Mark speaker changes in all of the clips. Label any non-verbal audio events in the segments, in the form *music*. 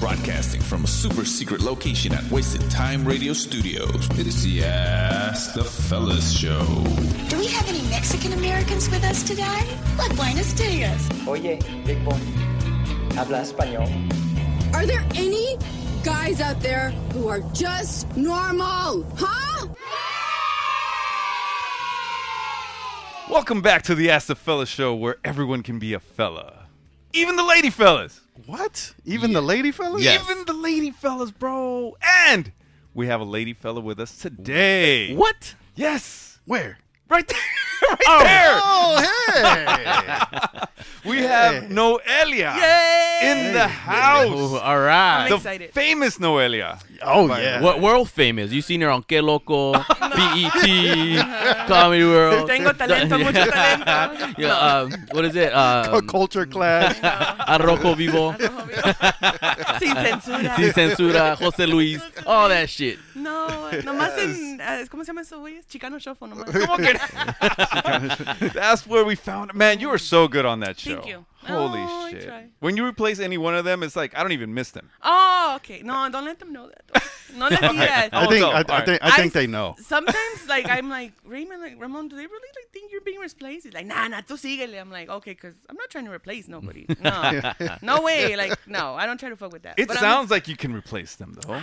Speaker 1: broadcasting from a super secret location at Wasted Time Radio Studios. It is the Ask the Fellas Show.
Speaker 2: Do we have any Mexican Americans with us today? Like Buenos Dias.
Speaker 3: Oye, Big Boy, habla español.
Speaker 4: Are there any guys out there who are just normal? Huh?
Speaker 5: Welcome back to the Ask the Fella show where everyone can be a fella. Even the lady fellas.
Speaker 6: What? Even the lady fellas?
Speaker 5: Even the lady fellas, bro. And we have a lady fella with us today.
Speaker 6: What?
Speaker 5: Yes.
Speaker 6: Where?
Speaker 5: Right there. *laughs* right there.
Speaker 6: Oh, hey!
Speaker 5: We
Speaker 7: Oh.
Speaker 5: have Noelia in the
Speaker 8: Ooh,
Speaker 5: house.
Speaker 8: all right.
Speaker 7: I'm
Speaker 5: the
Speaker 7: excited.
Speaker 5: famous Noelia.
Speaker 6: *laughs* oh, yeah.
Speaker 8: What world famous? You seen her on Que
Speaker 7: *laughs*
Speaker 8: Loco, BET, Comedy World.
Speaker 7: Tengo talento,
Speaker 8: *laughs*
Speaker 7: mucho talento.
Speaker 8: Yeah, um, what is it? Uh,
Speaker 7: *laughs*
Speaker 6: A *laughs* culture class.
Speaker 8: Arrojo Vivo,
Speaker 5: *laughs*
Speaker 7: Sin censura.
Speaker 8: Sin Censura, Jose Luis, all that shit.
Speaker 7: No, nomás en. ah, ¿Cómo se llaman esos güeyes? Chicano
Speaker 5: *laughs*
Speaker 7: Shuffle nomás.
Speaker 5: That's where we found Man, you were so good on that show.
Speaker 7: Thank you.
Speaker 5: Holy
Speaker 7: Oh, I
Speaker 5: shit.
Speaker 7: try.
Speaker 5: When you replace any one of them, it's like I don't even miss them.
Speaker 7: Oh, okay. No, don't let them know that. No les digas.
Speaker 6: I think,
Speaker 5: Oh, no.
Speaker 6: I, I
Speaker 5: Alright.
Speaker 6: think, I think
Speaker 7: I-
Speaker 6: they know.
Speaker 7: Sometimes, like, I'm like, Raymond, like, Ramon, do they really like think you're being replaced? He's like, nah, nah, tú síguele. I'm like, okay, because I'm not trying to
Speaker 5: *laughs*
Speaker 7: replace nobody. No, no way. Like, no, I don't try to fuck with that.
Speaker 5: It
Speaker 7: But I'm-
Speaker 5: sounds like you can replace them
Speaker 7: *sighs*
Speaker 5: though.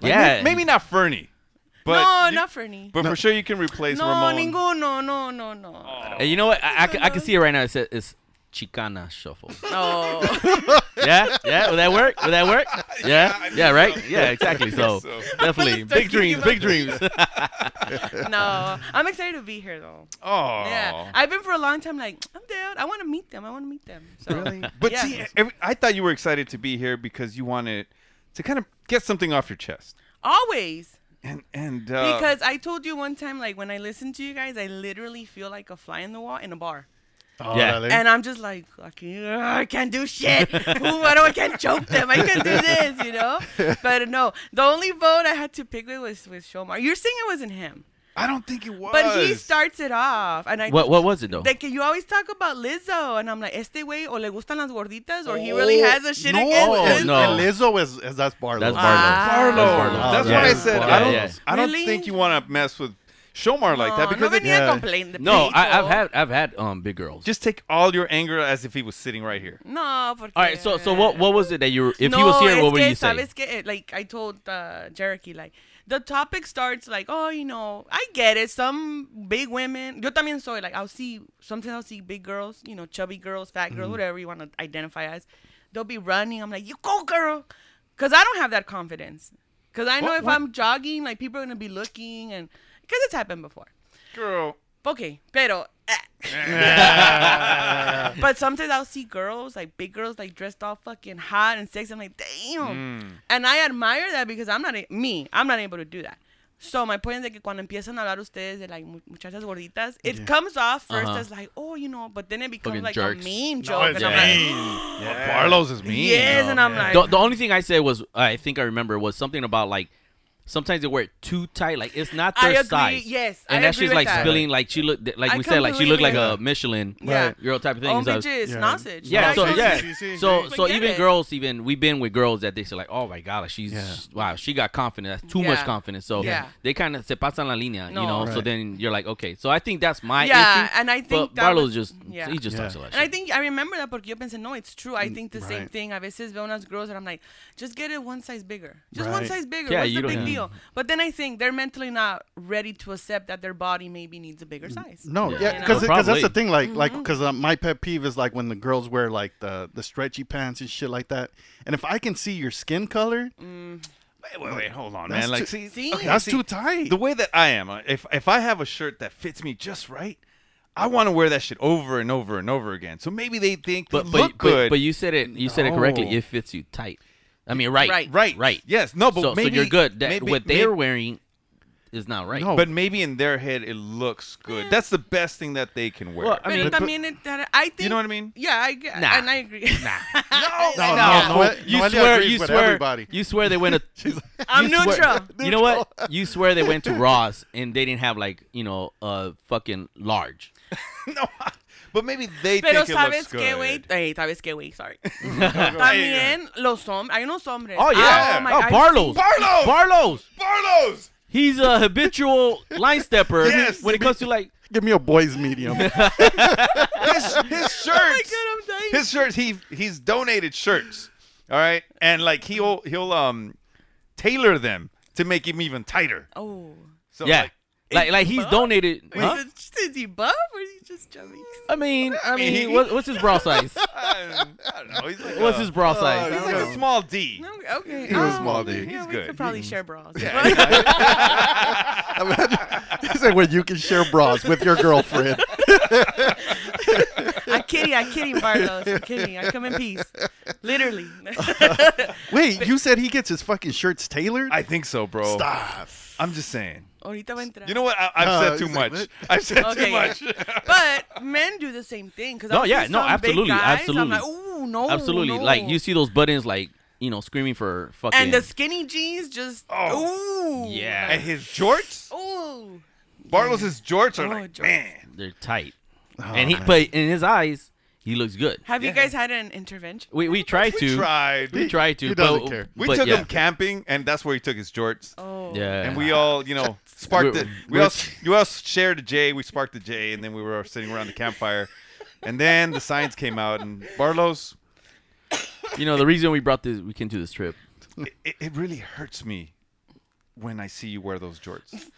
Speaker 8: Yeah.
Speaker 5: Maybe not Fernie. But
Speaker 7: no,
Speaker 5: you-
Speaker 7: not for any.
Speaker 5: But for sure, you can replace
Speaker 7: No,
Speaker 5: Ramon.
Speaker 7: ninguno. No, no, no.
Speaker 8: And you know what? I, I, can- I can see it right now. It says it's Chicana
Speaker 7: *laughs*
Speaker 8: Shuffle.
Speaker 5: Oh.
Speaker 7: No.
Speaker 5: *laughs*
Speaker 8: Yeah, yeah. Would that work? Would that
Speaker 7: *laughs*
Speaker 8: work? Yeah, yeah. Right? Yeah, exactly. So
Speaker 5: so.
Speaker 8: definitely,
Speaker 7: Let's start
Speaker 8: big dreams, big dreams.
Speaker 7: *laughs* no. I'm excited to be here, though.
Speaker 5: Oh,
Speaker 7: Yeah, I've been for a long time. Like I'm down. I want to meet them. I want to meet them. So.
Speaker 5: But
Speaker 7: Yeah.
Speaker 5: see, every, I thought you were excited to be here because you wanted to kind of get something off your chest.
Speaker 7: Always.
Speaker 5: And and uh,
Speaker 7: Because I told you one time, like when I listen to you guys, I literally feel like a fly in the wall in a bar,
Speaker 6: Oh,
Speaker 8: Yeah.
Speaker 7: and I'm just like, fucking, uh, I can't do shit. Ooh, I don't, I can't choke them. I can't do this, you know. But no, the only vote I had to pick with was with Shomar. You're saying it wasn't him,
Speaker 5: I don't think it was.
Speaker 7: but he starts it off, and I.
Speaker 8: What? What was it though?
Speaker 7: Like you always talk about Lizzo, and I'm like, este way o le gustan las gorditas, or he
Speaker 5: Oh,
Speaker 7: really has a shit
Speaker 6: Oh,
Speaker 7: against Lizzo.
Speaker 8: no.
Speaker 6: El Lizzo is, is that's Barlow.
Speaker 8: That's
Speaker 7: Ah.
Speaker 8: Barlow.
Speaker 5: Barlow.
Speaker 8: Barlow.
Speaker 5: That's
Speaker 6: Oh,
Speaker 5: why I
Speaker 6: yeah.
Speaker 5: said
Speaker 8: Yeah,
Speaker 5: I don't.
Speaker 8: yeah.
Speaker 5: I don't
Speaker 7: Really?
Speaker 5: think you want to mess with Shomar like that
Speaker 7: No,
Speaker 5: because
Speaker 7: no
Speaker 5: it,
Speaker 7: venía
Speaker 6: yeah.
Speaker 7: a complain de
Speaker 8: No, I, I've
Speaker 7: pleito.
Speaker 8: had I've had um big girls.
Speaker 5: just take all your anger as if he was sitting right here.
Speaker 7: No, porque...
Speaker 8: All right, so so what what was it that you were, if
Speaker 7: no,
Speaker 8: he was here,
Speaker 7: es
Speaker 8: what would
Speaker 7: que,
Speaker 8: you say?
Speaker 7: Sabes que, like I told uh, Jericho, like the topic starts like, oh, you know, I get it. Some big women. Yo también soy like I'll see sometimes I'll see big girls, you know, chubby girls, fat
Speaker 8: Mm-hmm.
Speaker 7: girls, whatever you want to identify as. They'll be running. I'm like, you go, girl, because I don't have that confidence. Because I know if I'm jogging, like people are gonna be looking, and because it's happened before.
Speaker 5: Girl,
Speaker 7: Okay, pero. eh. but sometimes I'll see girls, like big girls, like dressed all fucking hot and sexy. I'm like, damn.
Speaker 8: Mm.
Speaker 7: And I admire that because I'm not, a- me, I'm not able to do that. So my point is that cuando empiezan a hablar ustedes de like mu- muchachas gorditas, it comes off 1st
Speaker 8: Uh-huh.
Speaker 7: as like, oh, you know, but then it becomes
Speaker 8: Fucking
Speaker 7: like
Speaker 8: jerks.
Speaker 7: a mean
Speaker 6: No,
Speaker 7: joke.
Speaker 6: it's
Speaker 7: and I'm
Speaker 8: mean.
Speaker 7: like,
Speaker 6: Yeah.
Speaker 5: Barlow's is mean.
Speaker 7: yes, and I'm like,
Speaker 8: The, the only thing I said was I think I remember was something about like sometimes they wear it too tight, like it's not
Speaker 7: I
Speaker 8: their
Speaker 7: agree,
Speaker 8: size.
Speaker 7: yes,
Speaker 8: and
Speaker 7: I
Speaker 8: that's
Speaker 7: agree
Speaker 8: just
Speaker 7: with
Speaker 8: like
Speaker 7: that.
Speaker 8: spilling, like she looked like
Speaker 7: I
Speaker 8: we said, like she looked like
Speaker 7: completely
Speaker 8: a Michelin
Speaker 7: Yeah.
Speaker 8: girl type of thing.
Speaker 7: oh,
Speaker 8: So I was-
Speaker 7: bitches,
Speaker 6: Yeah.
Speaker 7: nonsense.
Speaker 8: yeah,
Speaker 7: Like,
Speaker 8: so
Speaker 7: nonsense.
Speaker 8: yeah,
Speaker 6: she- she-
Speaker 8: so so
Speaker 7: Forget
Speaker 8: even
Speaker 7: it.
Speaker 8: girls, even we've been with girls that they say like, oh my god, like she's
Speaker 6: Yeah.
Speaker 8: wow, she got confidence. That's too
Speaker 7: Yeah.
Speaker 8: much confidence. So
Speaker 7: Yeah.
Speaker 8: they kind of se pasan la línea,
Speaker 7: No.
Speaker 8: you know. So
Speaker 6: Right.
Speaker 8: then you're like, okay, so I think that's my
Speaker 7: Yeah,
Speaker 8: instinct,
Speaker 7: and I think
Speaker 8: but
Speaker 7: that
Speaker 8: Barlow's
Speaker 7: was-
Speaker 8: just
Speaker 7: yeah.
Speaker 8: he just
Speaker 6: Yeah.
Speaker 8: talks a lot.
Speaker 7: And I think I remember that porque yo pensé, no, it's true.
Speaker 5: Mm,
Speaker 7: I think the same
Speaker 6: right.
Speaker 7: thing. A veces veo unas girls and I'm like, just get it one size bigger. Just one
Speaker 6: Right.
Speaker 7: size bigger.
Speaker 8: Yeah,
Speaker 7: What's
Speaker 8: you
Speaker 7: the
Speaker 8: don't-
Speaker 7: big
Speaker 8: yeah.
Speaker 7: deal? But then I think they're mentally not ready to accept that their body maybe needs a
Speaker 5: Mm,
Speaker 7: bigger size.
Speaker 6: No,
Speaker 8: Yeah.
Speaker 6: yeah,
Speaker 7: You
Speaker 6: because
Speaker 8: know?
Speaker 6: that's the
Speaker 8: Probably.
Speaker 6: thing. Like,
Speaker 7: Mm-hmm.
Speaker 6: like because uh, my pet peeve is like when the girls wear like the the stretchy pants and shit like that. And if I can see your skin color,
Speaker 7: Mm.
Speaker 5: Wait, wait, wait, hold on,
Speaker 6: That's
Speaker 5: man. Like,
Speaker 6: too-
Speaker 5: see,
Speaker 7: See?
Speaker 5: okay,
Speaker 6: that's
Speaker 5: see,
Speaker 6: too tight.
Speaker 5: The way that I am, uh, if if I have a shirt that fits me just right, I want to wear that shit over and over and over again. So maybe they think they
Speaker 8: but but,
Speaker 5: look
Speaker 8: but,
Speaker 5: good.
Speaker 8: but you said it you said it correctly.
Speaker 5: No.
Speaker 8: It fits you tight. I mean, right,
Speaker 7: Right.
Speaker 5: right,
Speaker 8: right.
Speaker 5: Yes, no, but
Speaker 8: so,
Speaker 5: maybe
Speaker 8: so you're good. That,
Speaker 5: maybe-
Speaker 8: what they're
Speaker 5: may-
Speaker 8: wearing is not right.
Speaker 6: No.
Speaker 5: but maybe in their head it looks good. That's the best thing that they can wear.
Speaker 8: Well, I
Speaker 7: But
Speaker 8: mean,
Speaker 6: but-
Speaker 7: también it, that I think.
Speaker 5: you know what I mean?
Speaker 7: Yeah, I get,
Speaker 8: Nah.
Speaker 7: and I agree.
Speaker 6: no,
Speaker 8: No,
Speaker 6: no,
Speaker 8: you
Speaker 6: Noelia
Speaker 8: swear,
Speaker 6: agrees
Speaker 8: you
Speaker 6: with
Speaker 8: swear,
Speaker 6: everybody.
Speaker 8: you swear they went to.
Speaker 7: *laughs* I'm
Speaker 8: you swear-
Speaker 7: neutral.
Speaker 8: *laughs* You know what? You swear they went to Ross and they didn't have like you know a fucking large.
Speaker 5: *laughs* no. But maybe they
Speaker 7: Pero
Speaker 5: think it looks
Speaker 7: sabes qué,
Speaker 5: good.
Speaker 7: güey. Ey, sabes qué, güey.
Speaker 5: *laughs*
Speaker 7: Sorry. *laughs* También los hombres. Hay unos hombres.
Speaker 8: Oh yeah.
Speaker 7: my-
Speaker 8: Oh,
Speaker 7: I've
Speaker 8: Barlow's.
Speaker 7: seen-
Speaker 5: Barlow!
Speaker 8: Barlow's.
Speaker 5: Barlow's!
Speaker 8: He's a habitual line stepper
Speaker 5: Yes.
Speaker 8: when it comes to like
Speaker 6: Give me a boy's
Speaker 5: *laughs*
Speaker 6: medium. *laughs*
Speaker 5: His, his shirts.
Speaker 7: Oh my God, I'm dying.
Speaker 5: his shirts. He he's donated shirts. All right, and like he'll he'll um tailor them to make him even tighter.
Speaker 7: Oh.
Speaker 5: So
Speaker 8: yeah,
Speaker 5: like,
Speaker 8: like like he's donated.
Speaker 7: Wait,
Speaker 8: Huh?
Speaker 7: is, it, is he buff or is he just chubby?
Speaker 8: I mean, I
Speaker 5: mean,
Speaker 8: mean,
Speaker 5: he-
Speaker 8: what, what's his bra size?
Speaker 5: I, I don't know. He's like
Speaker 8: What's
Speaker 5: a-
Speaker 8: his
Speaker 6: Oh,
Speaker 8: bra
Speaker 5: He's
Speaker 8: size?
Speaker 5: like a small D.
Speaker 7: No, okay.
Speaker 6: He was
Speaker 7: Oh,
Speaker 6: small, dude.
Speaker 7: Yeah,
Speaker 5: He's
Speaker 7: we
Speaker 5: good.
Speaker 7: could probably share bras.
Speaker 6: It's like where you can share bras with your girlfriend.
Speaker 7: I'm kidding. I'm kidding, Barlos. I'm kidding. I come in peace. Literally.
Speaker 6: Wait, you said he gets his fucking shirts tailored?
Speaker 5: I think so, bro.
Speaker 6: Stop.
Speaker 5: I'm just saying.
Speaker 7: Ahorita va a entrar.
Speaker 5: You know what? *laughs* I, I've
Speaker 6: Uh,
Speaker 5: said too
Speaker 6: he's like,
Speaker 5: much.
Speaker 6: what?
Speaker 5: I've said
Speaker 7: Okay,
Speaker 5: too
Speaker 7: yeah.
Speaker 5: much. *laughs*
Speaker 7: But men do the same thing. Cause
Speaker 8: No,
Speaker 7: I'll
Speaker 8: yeah,
Speaker 7: see
Speaker 8: no,
Speaker 7: some big
Speaker 8: absolutely,
Speaker 7: guys, I'm
Speaker 8: absolutely.
Speaker 7: like, ooh, no,
Speaker 8: Absolutely.
Speaker 7: no.
Speaker 8: Like you see those buttons, like you know, screaming for fucking.
Speaker 7: and the skinny jeans just,
Speaker 5: Oh.
Speaker 7: ooh,
Speaker 8: Yeah.
Speaker 5: And his jorts,
Speaker 7: like, ooh.
Speaker 5: Barlow's his jorts are
Speaker 7: Oh,
Speaker 5: like
Speaker 7: jorts.
Speaker 5: man.
Speaker 8: they're tight.
Speaker 6: Oh,
Speaker 8: and he, but in his eyes, he looks good.
Speaker 7: Have you guys had an intervention?
Speaker 8: We we try to.
Speaker 5: We tried.
Speaker 8: We
Speaker 5: We,
Speaker 8: try to.
Speaker 6: He doesn't
Speaker 8: but,
Speaker 6: care.
Speaker 8: but
Speaker 5: took
Speaker 8: yeah.
Speaker 5: him camping, and that's where he took his jorts.
Speaker 7: Oh,
Speaker 8: Yeah.
Speaker 5: And we all, you
Speaker 7: *laughs*
Speaker 5: know, sparked it. We
Speaker 8: we're-
Speaker 5: all, you all shared a J. We sparked a J, and then we were sitting around the campfire, and then the signs came out, and Barlow's.
Speaker 8: you know, the reason we brought this, we came to this trip.
Speaker 5: It, it- it really hurts me when I see you wear those
Speaker 7: *laughs*
Speaker 5: jorts.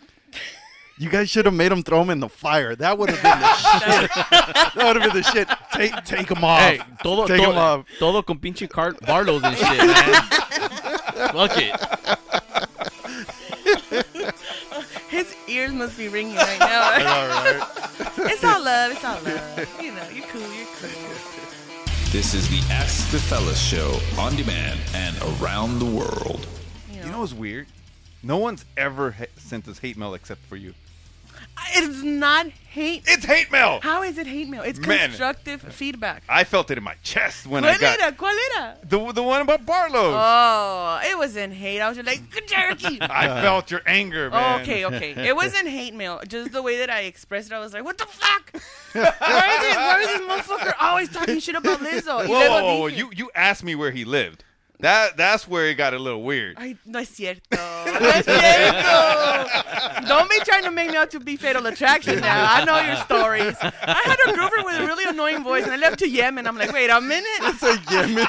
Speaker 6: You guys should have made him throw him in the fire. That would have been the shit. that would have been the shit. Take take him off.
Speaker 8: Hey, todo,
Speaker 6: take him
Speaker 8: todo,
Speaker 6: off.
Speaker 8: todo con pinche car- Barlow's and
Speaker 6: *laughs*
Speaker 8: shit, man. Fuck it.
Speaker 7: his ears must be ringing right now. *laughs* it's all love. It's all love. You know, you're cool. You're cool.
Speaker 1: This is the Ask the Fellas show on demand and around the world.
Speaker 5: You know what's weird? No one's ever ha- sent us hate mail except for you.
Speaker 7: It's not hate.
Speaker 5: It's hate mail.
Speaker 7: How is it hate mail? It's
Speaker 5: Man.
Speaker 7: constructive feedback.
Speaker 5: I felt it in my chest when I
Speaker 7: ¿Cuál
Speaker 5: got
Speaker 7: era? ¿Cuál era?
Speaker 5: the the one about Barlow's.
Speaker 7: Oh, it wasn't hate. I was just like, good
Speaker 5: *laughs*
Speaker 7: jerky.
Speaker 5: I felt your anger, man.
Speaker 7: Oh, Okay, okay. It wasn't hate mail. Just the way that I expressed it, I was like, what the fuck? why, is this, why is this motherfucker always talking shit about Lizzo? Y
Speaker 5: Whoa,
Speaker 7: luego
Speaker 5: whoa, whoa, whoa.
Speaker 7: dije,
Speaker 5: you you asked me where he lived. That that's where it got a little weird.
Speaker 7: Ay, no es cierto. No es cierto. Don't be trying to make me out to be Fatal Attraction now. I know your stories. I had a girlfriend with a really annoying voice, and I left to Yemen. I'm like, wait a minute.
Speaker 6: Say Yemen.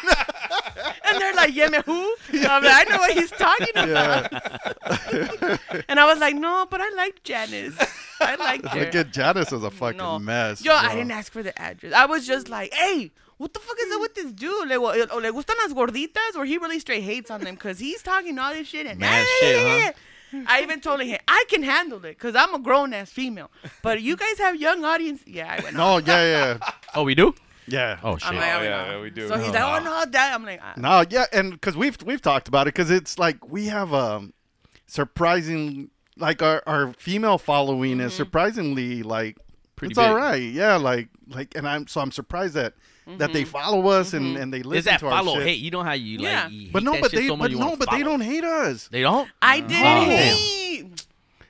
Speaker 7: And they're like, Yemen who? I'm like, I know what he's talking about. *laughs* And I was like, no, but I like Janice. I like her.
Speaker 6: Look at *laughs* Janice is a fucking
Speaker 7: No.
Speaker 6: mess.
Speaker 7: Yo, I
Speaker 6: bro.
Speaker 7: didn't ask for the address. I was just like, hey, what the fuck is up with this dude? Le, o o le gustan las gorditas or he really straight hates on them because he's talking all this shit and
Speaker 8: Mad shit,
Speaker 7: I even told him, I can handle it because I'm a grown ass female. But you guys have young audience. Yeah, I went
Speaker 6: No,
Speaker 7: on.
Speaker 6: yeah, yeah,
Speaker 8: Oh, we do?
Speaker 6: *laughs* yeah.
Speaker 8: Oh, shit.
Speaker 7: I'm like,
Speaker 5: Oh,
Speaker 7: I went
Speaker 5: yeah,
Speaker 7: on.
Speaker 5: yeah, we do.
Speaker 7: So he's like, oh, no, that. I'm like, ah.
Speaker 6: No, yeah, and because we've we've talked about it, because it's like we have a surprising, like our, our female following is surprisingly like
Speaker 8: Pretty
Speaker 6: it's all
Speaker 8: big.
Speaker 6: right, yeah, like like, and I'm so I'm surprised that that they follow us and and they listen
Speaker 8: Is that
Speaker 6: to our
Speaker 8: follow
Speaker 6: shit.
Speaker 8: hate? You know how you like.
Speaker 7: Yeah.
Speaker 8: you hate
Speaker 6: But no,
Speaker 8: that
Speaker 6: but
Speaker 8: shit
Speaker 6: they
Speaker 8: so much
Speaker 6: but
Speaker 8: you wanna
Speaker 6: no, but they
Speaker 8: follow.
Speaker 6: don't hate us.
Speaker 8: They don't.
Speaker 7: I didn't
Speaker 8: Oh.
Speaker 7: hate.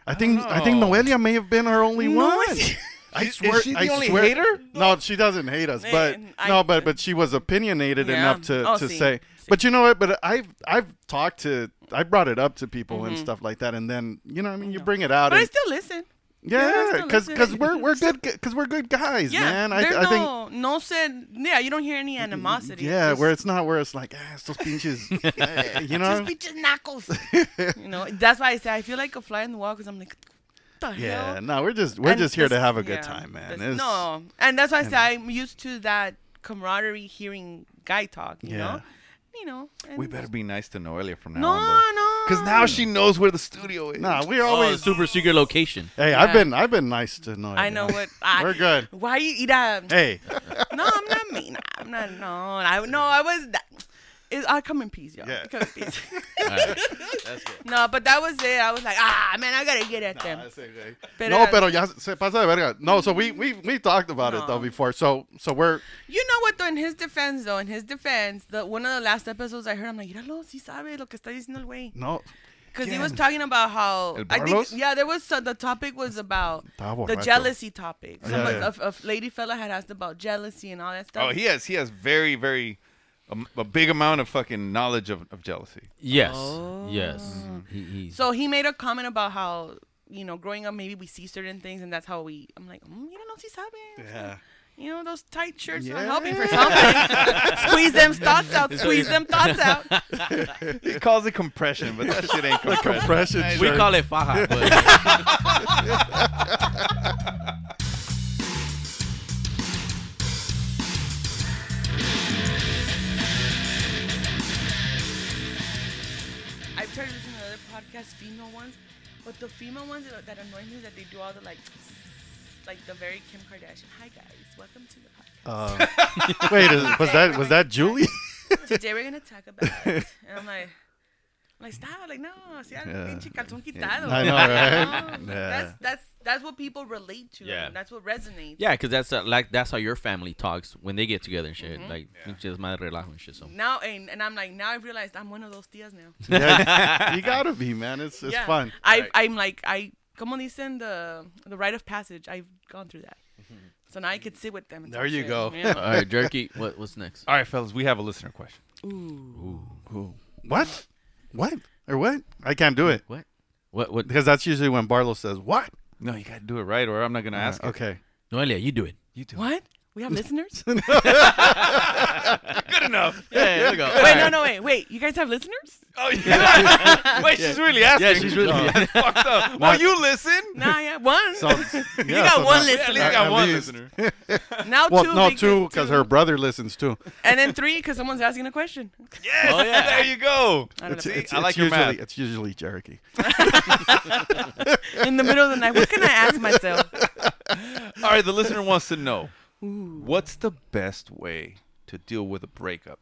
Speaker 6: I think I think
Speaker 5: know.
Speaker 6: Noelia may have been our only
Speaker 7: No,
Speaker 6: one.
Speaker 7: it's-
Speaker 6: *laughs* I
Speaker 5: Is- is
Speaker 6: swear,
Speaker 5: she the
Speaker 6: I
Speaker 5: only
Speaker 6: swear,
Speaker 5: hater?
Speaker 6: No, she doesn't hate us, but
Speaker 7: Man, I-
Speaker 6: no, but but she was opinionated
Speaker 7: Yeah.
Speaker 6: enough to,
Speaker 7: Oh,
Speaker 6: to
Speaker 7: see,
Speaker 6: say. But you know what? But I've I've talked to I brought it up to people and stuff like that, and then you know what I mean you bring it out.
Speaker 7: Mm-hmm. But I
Speaker 6: and,
Speaker 7: still listen. I
Speaker 6: yeah,
Speaker 7: still
Speaker 6: because
Speaker 7: listen.
Speaker 6: we're we're good because we're good guys,
Speaker 7: Yeah,
Speaker 6: man. I,
Speaker 7: there's
Speaker 6: I think
Speaker 7: no, no said. Yeah, you don't hear any animosity.
Speaker 6: yeah,
Speaker 7: Just-
Speaker 6: where it's not where it's like ah, it's those
Speaker 5: *laughs*
Speaker 6: pinches, eh, you know.
Speaker 7: Just be
Speaker 6: *laughs*
Speaker 7: just knuckles. you know, that's why I say I feel like a fly in the wall because I'm like, what the hell?
Speaker 6: Yeah, no, we're just we're
Speaker 7: And
Speaker 6: just here to
Speaker 7: this-
Speaker 6: have a good
Speaker 7: yeah,
Speaker 6: time, man.
Speaker 7: this-
Speaker 6: It's-
Speaker 7: no, and that's why I say I'm used to that camaraderie, hearing guy talk. You
Speaker 6: Yeah.
Speaker 7: know, you know. and-
Speaker 5: We better be nice to Noelia from now
Speaker 7: No,
Speaker 5: on.
Speaker 7: no.
Speaker 5: Because now she knows where the studio is.
Speaker 6: Nah, we
Speaker 8: Oh, the
Speaker 6: always.
Speaker 8: super secret location.
Speaker 6: Hey,
Speaker 7: Yeah.
Speaker 6: I've been I've been nice to Noelia.
Speaker 7: I know what.
Speaker 6: *laughs*
Speaker 7: I,
Speaker 6: We're good.
Speaker 7: Why you eat a?
Speaker 6: Hey,
Speaker 7: No, I'm not mean. Nah, I'm not. No, I no. I was. That, it, I come in peace, y'all.
Speaker 6: Yeah.
Speaker 7: I come in
Speaker 5: *laughs*
Speaker 7: peace. *laughs* No, but that was it. I was like, ah, man, I gotta get at them. um, Pero-
Speaker 6: no, pero ya se pasa de verga. No, so we we we talked about it though
Speaker 7: No.
Speaker 6: before. So so we're
Speaker 7: You know what, though, in his defense, though, in his defense, the one of the last episodes I heard, I'm like, míralo, sí sabe lo que está diciendo el güey.
Speaker 6: no.
Speaker 7: because he was talking about how
Speaker 5: El
Speaker 7: I think
Speaker 5: Barlos?
Speaker 7: yeah there was so the topic was about
Speaker 6: Estaba
Speaker 7: the
Speaker 6: borracho. Oh,
Speaker 7: jealousy topic. Some
Speaker 6: Yeah, yeah.
Speaker 7: A, a lady fella had asked about jealousy and all that stuff.
Speaker 5: Oh, he has he has very very um, a big amount of fucking knowledge of, of jealousy.
Speaker 8: Yes. Yes.
Speaker 6: Oh.
Speaker 8: He, he-
Speaker 7: So he made a comment about how you know growing up maybe we see certain things and that's how we. I'm like mm, you don't know si sabe.
Speaker 6: Yeah.
Speaker 7: You know those tight shirts are helping for something. squeeze them thoughts out. Squeeze them thoughts out.
Speaker 5: He calls it compression, but that shit *laughs* ain't compression.
Speaker 6: Compression.
Speaker 8: we
Speaker 6: shirt.
Speaker 8: call it *laughs* faja. But
Speaker 7: I've tried listening to other podcasts, female ones, but the female ones that, that annoy me is that they do all the like, like the very Kim Kardashian. Hi guys, welcome to the podcast.
Speaker 6: Uh, wait, is, was that was
Speaker 7: *laughs*
Speaker 6: that Julie?
Speaker 7: Today we're gonna talk about
Speaker 6: *laughs*
Speaker 7: it, and I'm like. I'm Like stop, like no, si yeah. pinche calzón quitado.
Speaker 6: I know, right? *laughs*
Speaker 7: No,
Speaker 6: Yeah.
Speaker 7: That's that's that's what people relate to.
Speaker 8: Yeah.
Speaker 7: and that's what resonates.
Speaker 8: yeah, because that's uh, like that's how your family talks when they get together and
Speaker 6: Mm-hmm.
Speaker 8: shit. Like pinches madre relajo and shit. So.
Speaker 7: Now and, and I'm like now I've realized I'm one of those tías now.
Speaker 6: yeah, you gotta be, man. It's it's
Speaker 7: yeah.
Speaker 6: fun.
Speaker 7: I I'm like I como dicen the the rite of passage. I've gone through that. So now I could sit with them. and
Speaker 6: Mm-hmm. There
Speaker 7: talk
Speaker 6: you
Speaker 7: shit,
Speaker 6: go.
Speaker 7: know?
Speaker 8: All right, jerky. *laughs* What what's next?
Speaker 5: All right, fellas, we have a listener question.
Speaker 6: What? What? Or what? I can't do it
Speaker 8: What? What? What?
Speaker 6: because that's usually when Barlow says what.
Speaker 5: No, you gotta do it right, or I'm not gonna ask. it.
Speaker 6: *laughs* Okay.
Speaker 8: Noelia, you do it.
Speaker 5: you do.
Speaker 7: What?
Speaker 6: *laughs*
Speaker 7: We have listeners?
Speaker 5: Good enough.
Speaker 8: Yeah, there
Speaker 6: *laughs*
Speaker 8: we go.
Speaker 7: wait, no, no, wait, wait. You guys have listeners?
Speaker 5: Oh yeah. Wait, she's really asking.
Speaker 8: Yeah, she's really.
Speaker 6: *laughs*
Speaker 5: fucked up. Oh, you listen?
Speaker 7: Nah, yeah, one.
Speaker 6: So, you
Speaker 7: got one
Speaker 5: At
Speaker 7: listener.
Speaker 5: least I
Speaker 6: At
Speaker 5: got one
Speaker 6: least.
Speaker 5: listener. *laughs*
Speaker 7: now
Speaker 6: Well,
Speaker 7: two.
Speaker 6: no,
Speaker 7: big-
Speaker 6: two because her brother listens too.
Speaker 7: And then three because someone's asking a question.
Speaker 5: Yes, there you go.
Speaker 7: I don't know.
Speaker 5: it's- I like your
Speaker 6: usually,
Speaker 5: math.
Speaker 6: It's usually Cherokee.
Speaker 7: In the middle of the night, what can I ask myself?
Speaker 5: All right, the listener wants to know what's the best way to deal with a breakup?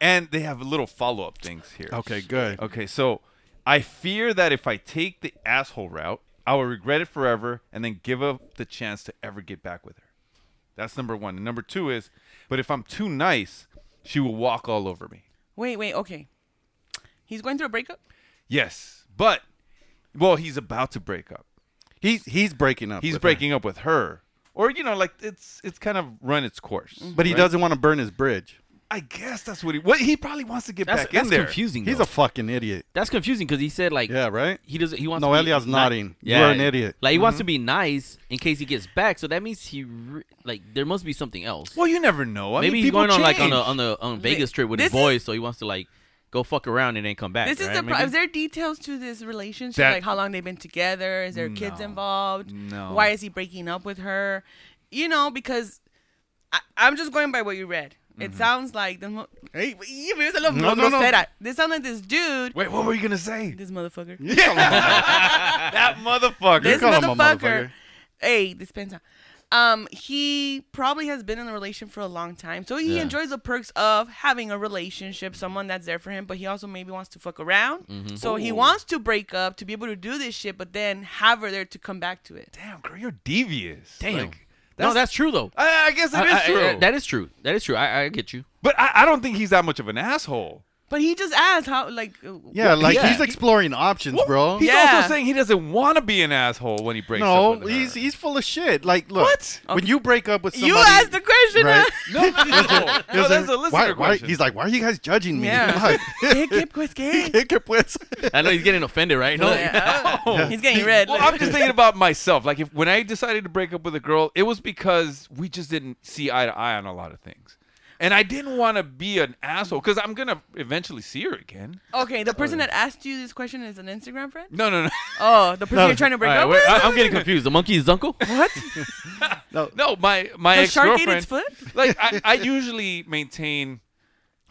Speaker 5: And they have little follow up things here.
Speaker 6: Okay, good.
Speaker 5: Okay, so I fear that if I take the asshole route, I will regret it forever and then give up the chance to ever get back with her. That's number one. And number two is, but if I'm too nice, she will walk all over me.
Speaker 7: Wait, wait, okay. He's going through a breakup?
Speaker 5: Yes, but, well, he's about to break up.
Speaker 6: He's he's breaking up.
Speaker 5: He's
Speaker 6: with her.
Speaker 5: breaking up with her. Or, you know, like it's it's kind of run its course.
Speaker 6: but he doesn't want to burn his bridge.
Speaker 5: I guess that's what he. What he probably wants to get
Speaker 8: That's,
Speaker 5: back
Speaker 8: that's
Speaker 5: in there.
Speaker 8: confusing.
Speaker 6: He's
Speaker 8: though.
Speaker 6: a fucking idiot.
Speaker 8: That's confusing because he said like
Speaker 6: Yeah, right?
Speaker 8: He doesn't. He wants.
Speaker 6: Noelia's
Speaker 8: to be,
Speaker 6: nodding.
Speaker 8: Yeah,
Speaker 6: You're an idiot. Mm-hmm.
Speaker 8: Like he wants to be nice in case he gets back. So that means he re- like there must be something else.
Speaker 5: Well, you never know. I
Speaker 8: Maybe
Speaker 5: mean,
Speaker 8: he's
Speaker 5: people
Speaker 8: going on like on a
Speaker 5: change.
Speaker 8: on the on Vegas trip with
Speaker 7: this
Speaker 8: his boys, so he wants to like go fuck around and then come back.
Speaker 7: This is
Speaker 8: right?
Speaker 7: the. Pro-
Speaker 8: Maybe?
Speaker 7: is there details to this relationship?
Speaker 5: That-
Speaker 7: like how long they've been together? Is there kids involved?
Speaker 5: No.
Speaker 7: Why is he breaking up with her? You know, because I, I'm just going by what you read. It sounds like
Speaker 6: *laughs*
Speaker 7: the. Mo- *laughs* hey, here's a little
Speaker 6: Mm-hmm. No, no, no.
Speaker 7: grosera. This sounds like this dude.
Speaker 5: Wait, what were you gonna say?
Speaker 8: *laughs*
Speaker 7: This motherfucker.
Speaker 6: You call him a
Speaker 5: That motherfucker.
Speaker 7: this
Speaker 6: call him a
Speaker 7: motherfucker,
Speaker 6: motherfucker.
Speaker 7: Hey, dispensa. Um, he probably has been in a relation for a long time, so he enjoys the perks of having a relationship, someone that's there for him. But he also maybe wants to fuck around,
Speaker 6: Mm-hmm.
Speaker 7: so he wants to break up to be able to do this shit, but then have her there to come back to it.
Speaker 5: Damn, girl, you're devious.
Speaker 8: Damn.
Speaker 5: Like,
Speaker 8: no, that's true though.
Speaker 5: I, I guess it is
Speaker 8: I- I-
Speaker 5: true.
Speaker 8: I- that is true. That is true. I, I get you.
Speaker 5: but I, I don't think he's that much of an asshole.
Speaker 7: But he just asked how, like, uh,
Speaker 6: yeah, like
Speaker 8: Yeah.
Speaker 6: he's exploring options, bro.
Speaker 5: He's
Speaker 7: Yeah.
Speaker 5: also saying he doesn't want to be an asshole when he breaks up.
Speaker 6: no,
Speaker 5: with her.
Speaker 6: he's he's full of shit. Like, look,
Speaker 5: What?
Speaker 6: when you break up with somebody,
Speaker 7: you asked the question. Oh,
Speaker 6: right? *laughs*
Speaker 7: *laughs* huh?
Speaker 5: *laughs* no, no, no, no,
Speaker 6: He
Speaker 8: *laughs*
Speaker 6: was
Speaker 5: That's
Speaker 6: like,
Speaker 5: a listener
Speaker 6: why, why-
Speaker 5: question.
Speaker 6: He's like, why are you guys judging me?
Speaker 7: Yeah. *laughs*
Speaker 6: Like, *laughs*
Speaker 7: ¿Qué, qué, pues, qué?
Speaker 6: kick it, please.
Speaker 8: I know he's getting offended, right? No,
Speaker 6: *laughs*
Speaker 8: *laughs*
Speaker 7: Yeah, uh, He's getting
Speaker 5: *laughs*
Speaker 7: red.
Speaker 5: Well, I'm just thinking about myself. Like, if when I decided to break up with a girl, it was because we just didn't see eye to eye on a lot of things, and I didn't want to be an asshole because I'm gonna eventually see her again.
Speaker 7: *laughs* okay, the person that asked you this question is an Instagram friend.
Speaker 6: *laughs*
Speaker 5: No, no, *laughs* no,
Speaker 7: Oh, the person you're trying to break
Speaker 8: All right,
Speaker 7: up
Speaker 8: wait,
Speaker 7: with.
Speaker 8: I, am
Speaker 7: *laughs*
Speaker 8: getting confused. The monkey is his uncle.
Speaker 7: What?
Speaker 5: no. My my
Speaker 7: The
Speaker 5: ex
Speaker 7: shark ate
Speaker 5: girlfriend.
Speaker 7: its foot?
Speaker 5: Like, I,
Speaker 7: *laughs*
Speaker 5: I usually maintain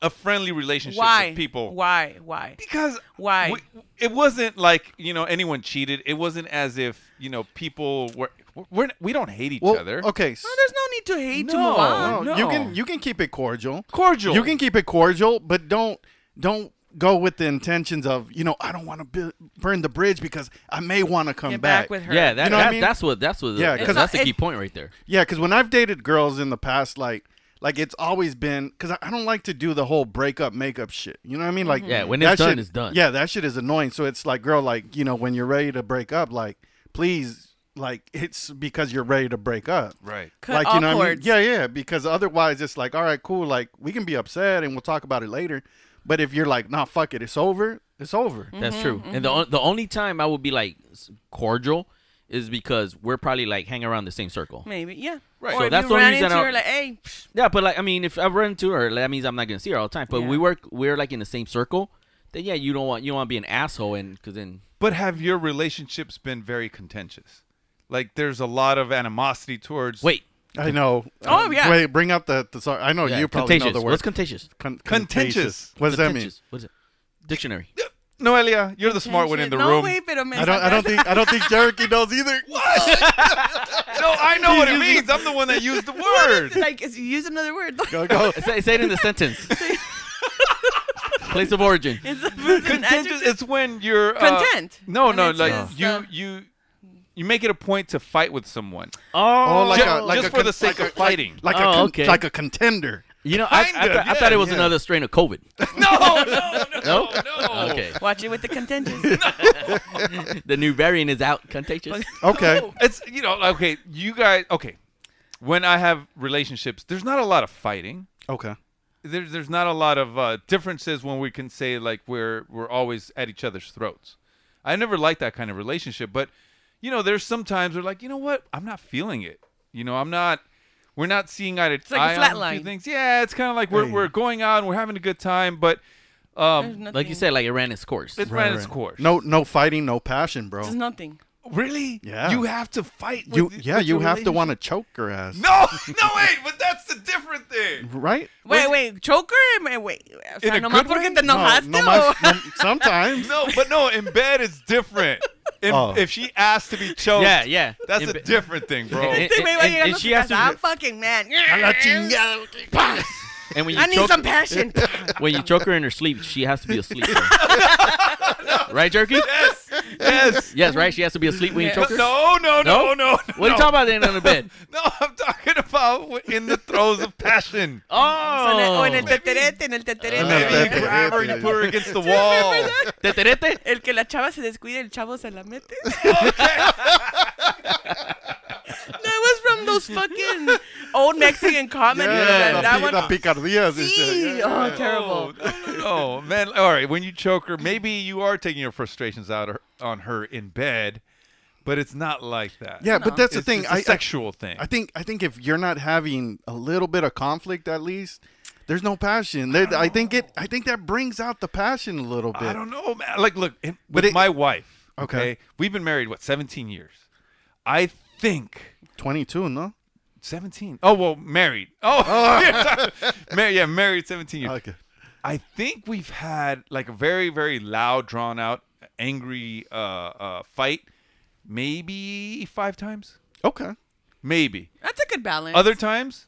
Speaker 5: a friendly relationship
Speaker 7: Why?
Speaker 5: with people.
Speaker 7: Why? Why?
Speaker 5: Because
Speaker 7: Why?
Speaker 5: we- it wasn't like you know anyone cheated. It wasn't as if you know people were we're we don't hate each
Speaker 6: well,
Speaker 5: other.
Speaker 6: okay, s-
Speaker 7: No, there's no need to hate to
Speaker 5: No,
Speaker 7: move on.
Speaker 5: no.
Speaker 6: you can you can keep it cordial.
Speaker 5: Cordial.
Speaker 6: You can keep it cordial, but don't don't go with the intentions of you know I don't want to burn the bridge because I may want to come
Speaker 7: Get back with her.
Speaker 8: Yeah, that,
Speaker 6: You know what I
Speaker 8: that-
Speaker 6: mean?
Speaker 8: that's what that's what.
Speaker 6: Yeah,
Speaker 8: Yeah,
Speaker 6: 'cause
Speaker 8: that's
Speaker 7: I-
Speaker 8: the key
Speaker 7: it-
Speaker 8: point right there.
Speaker 6: Yeah, because when I've dated girls in the past, like Like it's always been because I, I don't like to do the whole breakup makeup shit. You know what I mean? Like
Speaker 8: Yeah, when
Speaker 6: that
Speaker 8: it's done,
Speaker 6: shit-
Speaker 8: it's done.
Speaker 6: Yeah, that shit is annoying. So it's like, girl, like you know, when you're ready to break up, like please, like it's because you're ready to break up.
Speaker 5: Right.
Speaker 7: Cut
Speaker 6: like
Speaker 7: all
Speaker 6: you know, what I mean?
Speaker 7: cords.
Speaker 6: yeah, yeah. Because otherwise, it's like, all right, cool. Like we can be upset and we'll talk about it later. But if you're like, nah, fuck it, it's over. It's over.
Speaker 8: That's true. And the on- the only time I would be like s- cordial is because we're probably like hang around the same circle.
Speaker 7: Maybe, yeah.
Speaker 5: Right.
Speaker 7: Or
Speaker 5: So
Speaker 7: if
Speaker 8: that's
Speaker 7: you
Speaker 8: the only
Speaker 7: ran
Speaker 8: reason
Speaker 7: into
Speaker 8: I
Speaker 7: her,
Speaker 8: don't-
Speaker 7: like, hey, psh,
Speaker 8: Yeah, but like I mean, if I run into her, that means I'm not gonna see her all the time. But
Speaker 7: Yeah.
Speaker 8: we work, we're like in the same circle. Then yeah, you don't want you don't want to be an asshole, and because then
Speaker 5: But have your relationships been very contentious? Like there's a lot of animosity towards
Speaker 8: wait,
Speaker 6: I know.
Speaker 7: Oh,
Speaker 6: Um,
Speaker 7: yeah.
Speaker 6: Wait, bring out the the. Sorry, I know
Speaker 8: Mm-hmm. yeah,
Speaker 6: you probably
Speaker 8: contentious.
Speaker 6: know the word.
Speaker 8: What's contentious?
Speaker 6: Con-
Speaker 5: Contentious.
Speaker 6: What does that mean?
Speaker 8: Contentious. What is it?
Speaker 6: *laughs*
Speaker 8: Dictionary.
Speaker 5: Noelia, you're the smart one in the
Speaker 7: no,
Speaker 5: room.
Speaker 7: wait, pero me
Speaker 6: I don't. I don't think. I don't think Jericho knows either.
Speaker 5: No, I know *laughs* what it means. I'm the one that *laughs* used the word.
Speaker 7: like, is- use another word.
Speaker 6: Go, go.
Speaker 8: *laughs* say, say it in the
Speaker 6: *laughs*
Speaker 8: sentence. Place of origin.
Speaker 7: It's a- it's an
Speaker 5: Contentious.
Speaker 7: adjective.
Speaker 5: It's when you're uh,
Speaker 7: Content.
Speaker 5: No,
Speaker 7: When
Speaker 5: no,
Speaker 7: it's
Speaker 5: like
Speaker 7: just,
Speaker 5: you,
Speaker 7: uh,
Speaker 5: you, you make it a point to fight with someone.
Speaker 6: Oh, like
Speaker 5: Ju-
Speaker 6: a, like
Speaker 5: just
Speaker 6: a
Speaker 5: for
Speaker 6: con-
Speaker 5: the sake of
Speaker 6: like a- like-
Speaker 5: fighting.
Speaker 6: Like,
Speaker 8: Oh,
Speaker 6: a con-
Speaker 8: okay.
Speaker 6: like a contender.
Speaker 8: You know, I, I,
Speaker 5: Kinda,
Speaker 8: thought- I thought it was
Speaker 6: yeah.
Speaker 8: another strain
Speaker 6: *laughs*
Speaker 8: of COVID.
Speaker 5: *laughs* No, no, no, no.
Speaker 8: Okay,
Speaker 7: Watch it with the contentious.
Speaker 8: the new variant is out. Contagious.
Speaker 6: Okay.
Speaker 5: It's you know okay. You guys okay. When I have relationships, there's not a lot of fighting.
Speaker 6: Okay.
Speaker 5: There's there's not a lot of uh, differences when we can say like we're we're always at each other's throats. I never liked that kind of relationship, but you know there's sometimes we're like you know what I'm not feeling it. You know I'm not. We're not seeing eye to
Speaker 7: like a
Speaker 5: eye
Speaker 7: flat
Speaker 5: on a few
Speaker 7: line.
Speaker 5: things. Yeah, it's kind of like we're we're going out and we're having a good time, but um,
Speaker 8: like you said, like it ran its course.
Speaker 5: it ran its course.
Speaker 6: No, no fighting, no passion,
Speaker 7: It's
Speaker 6: bro.
Speaker 7: nothing.
Speaker 5: really?
Speaker 6: Yeah.
Speaker 5: You have to fight. With
Speaker 6: You,
Speaker 5: with
Speaker 6: yeah, you
Speaker 5: your
Speaker 6: have to
Speaker 5: relationship.
Speaker 6: want to choke her
Speaker 5: *laughs*
Speaker 6: ass.
Speaker 5: No, no, wait, but that's the different thing.
Speaker 6: Right?
Speaker 7: Wait, wait, choker? eh, Wait, o sea,
Speaker 5: a
Speaker 7: nomás
Speaker 5: good
Speaker 7: porque
Speaker 5: way?
Speaker 7: te
Speaker 5: No,
Speaker 7: enojaste
Speaker 6: no,
Speaker 7: o-
Speaker 6: mas- no, sometimes.
Speaker 5: No, but no, in bed it's different. In,
Speaker 6: Oh.
Speaker 5: If she asks to be choked,
Speaker 8: Yeah, yeah.
Speaker 5: that's
Speaker 8: In
Speaker 5: a
Speaker 6: *laughs*
Speaker 8: be-
Speaker 5: different thing,
Speaker 7: *laughs*
Speaker 5: bro.
Speaker 8: And-
Speaker 7: Este güey va
Speaker 8: and-
Speaker 7: llegando
Speaker 8: and
Speaker 7: a su
Speaker 8: she has
Speaker 7: casa,
Speaker 8: to-
Speaker 7: I'm fucking mad.
Speaker 6: Ah,
Speaker 8: And when you
Speaker 7: I need
Speaker 8: choke,
Speaker 7: some passion.
Speaker 8: when you choke her in her sleep, she has to be asleep. right, Jerky?
Speaker 5: yes, yes.
Speaker 8: Yes, right. She has to be asleep when you choke
Speaker 5: But
Speaker 8: her.
Speaker 5: no, no, no, no, no.
Speaker 8: What are you talking about then on the bed?
Speaker 5: No, I'm talking about w- in the throes of passion.
Speaker 7: O en el-
Speaker 8: Oh,
Speaker 7: O en el teterete, en el
Speaker 6: And
Speaker 5: Maybe
Speaker 6: that-
Speaker 7: teterete.
Speaker 6: that-
Speaker 5: you grab her, you put her against the
Speaker 7: Remember
Speaker 5: wall.
Speaker 7: that?
Speaker 8: teterete.
Speaker 7: El que la chava se descuide, el chavo se
Speaker 6: *laughs*
Speaker 7: la mete. *laughs* no, it was
Speaker 6: *laughs*
Speaker 7: from those fucking old Mexican comedies.
Speaker 6: Yeah,
Speaker 7: that,
Speaker 6: the
Speaker 7: that
Speaker 6: pi-
Speaker 7: one.
Speaker 6: the picardias and shit.
Speaker 7: Sí. Oh, terrible.
Speaker 5: No, no, no, man. All right, when you choke her, maybe you are taking your frustrations out her- on her in bed, but it's not like that.
Speaker 6: Yeah, but that's the
Speaker 5: It's-
Speaker 6: thing.
Speaker 5: It's a
Speaker 6: I- I,
Speaker 5: sexual thing.
Speaker 6: I think I think if you're not having a little bit of conflict at least, there's no passion. There, I think it I think that brings out the passion a little bit.
Speaker 5: I don't know, man. Like, look, it, with
Speaker 6: it-
Speaker 5: my wife.
Speaker 6: Okay.
Speaker 5: Okay. we've been married what 17 years. I think
Speaker 6: 22, no?
Speaker 5: 17. Oh well, married. Oh, Mar- *laughs* yeah, married 17 years.
Speaker 6: Okay.
Speaker 5: I think we've had like a very, very loud, drawn out, angry uh, uh, fight, maybe five times,
Speaker 6: Okay.
Speaker 5: maybe.
Speaker 7: That's a good balance.
Speaker 5: Other times,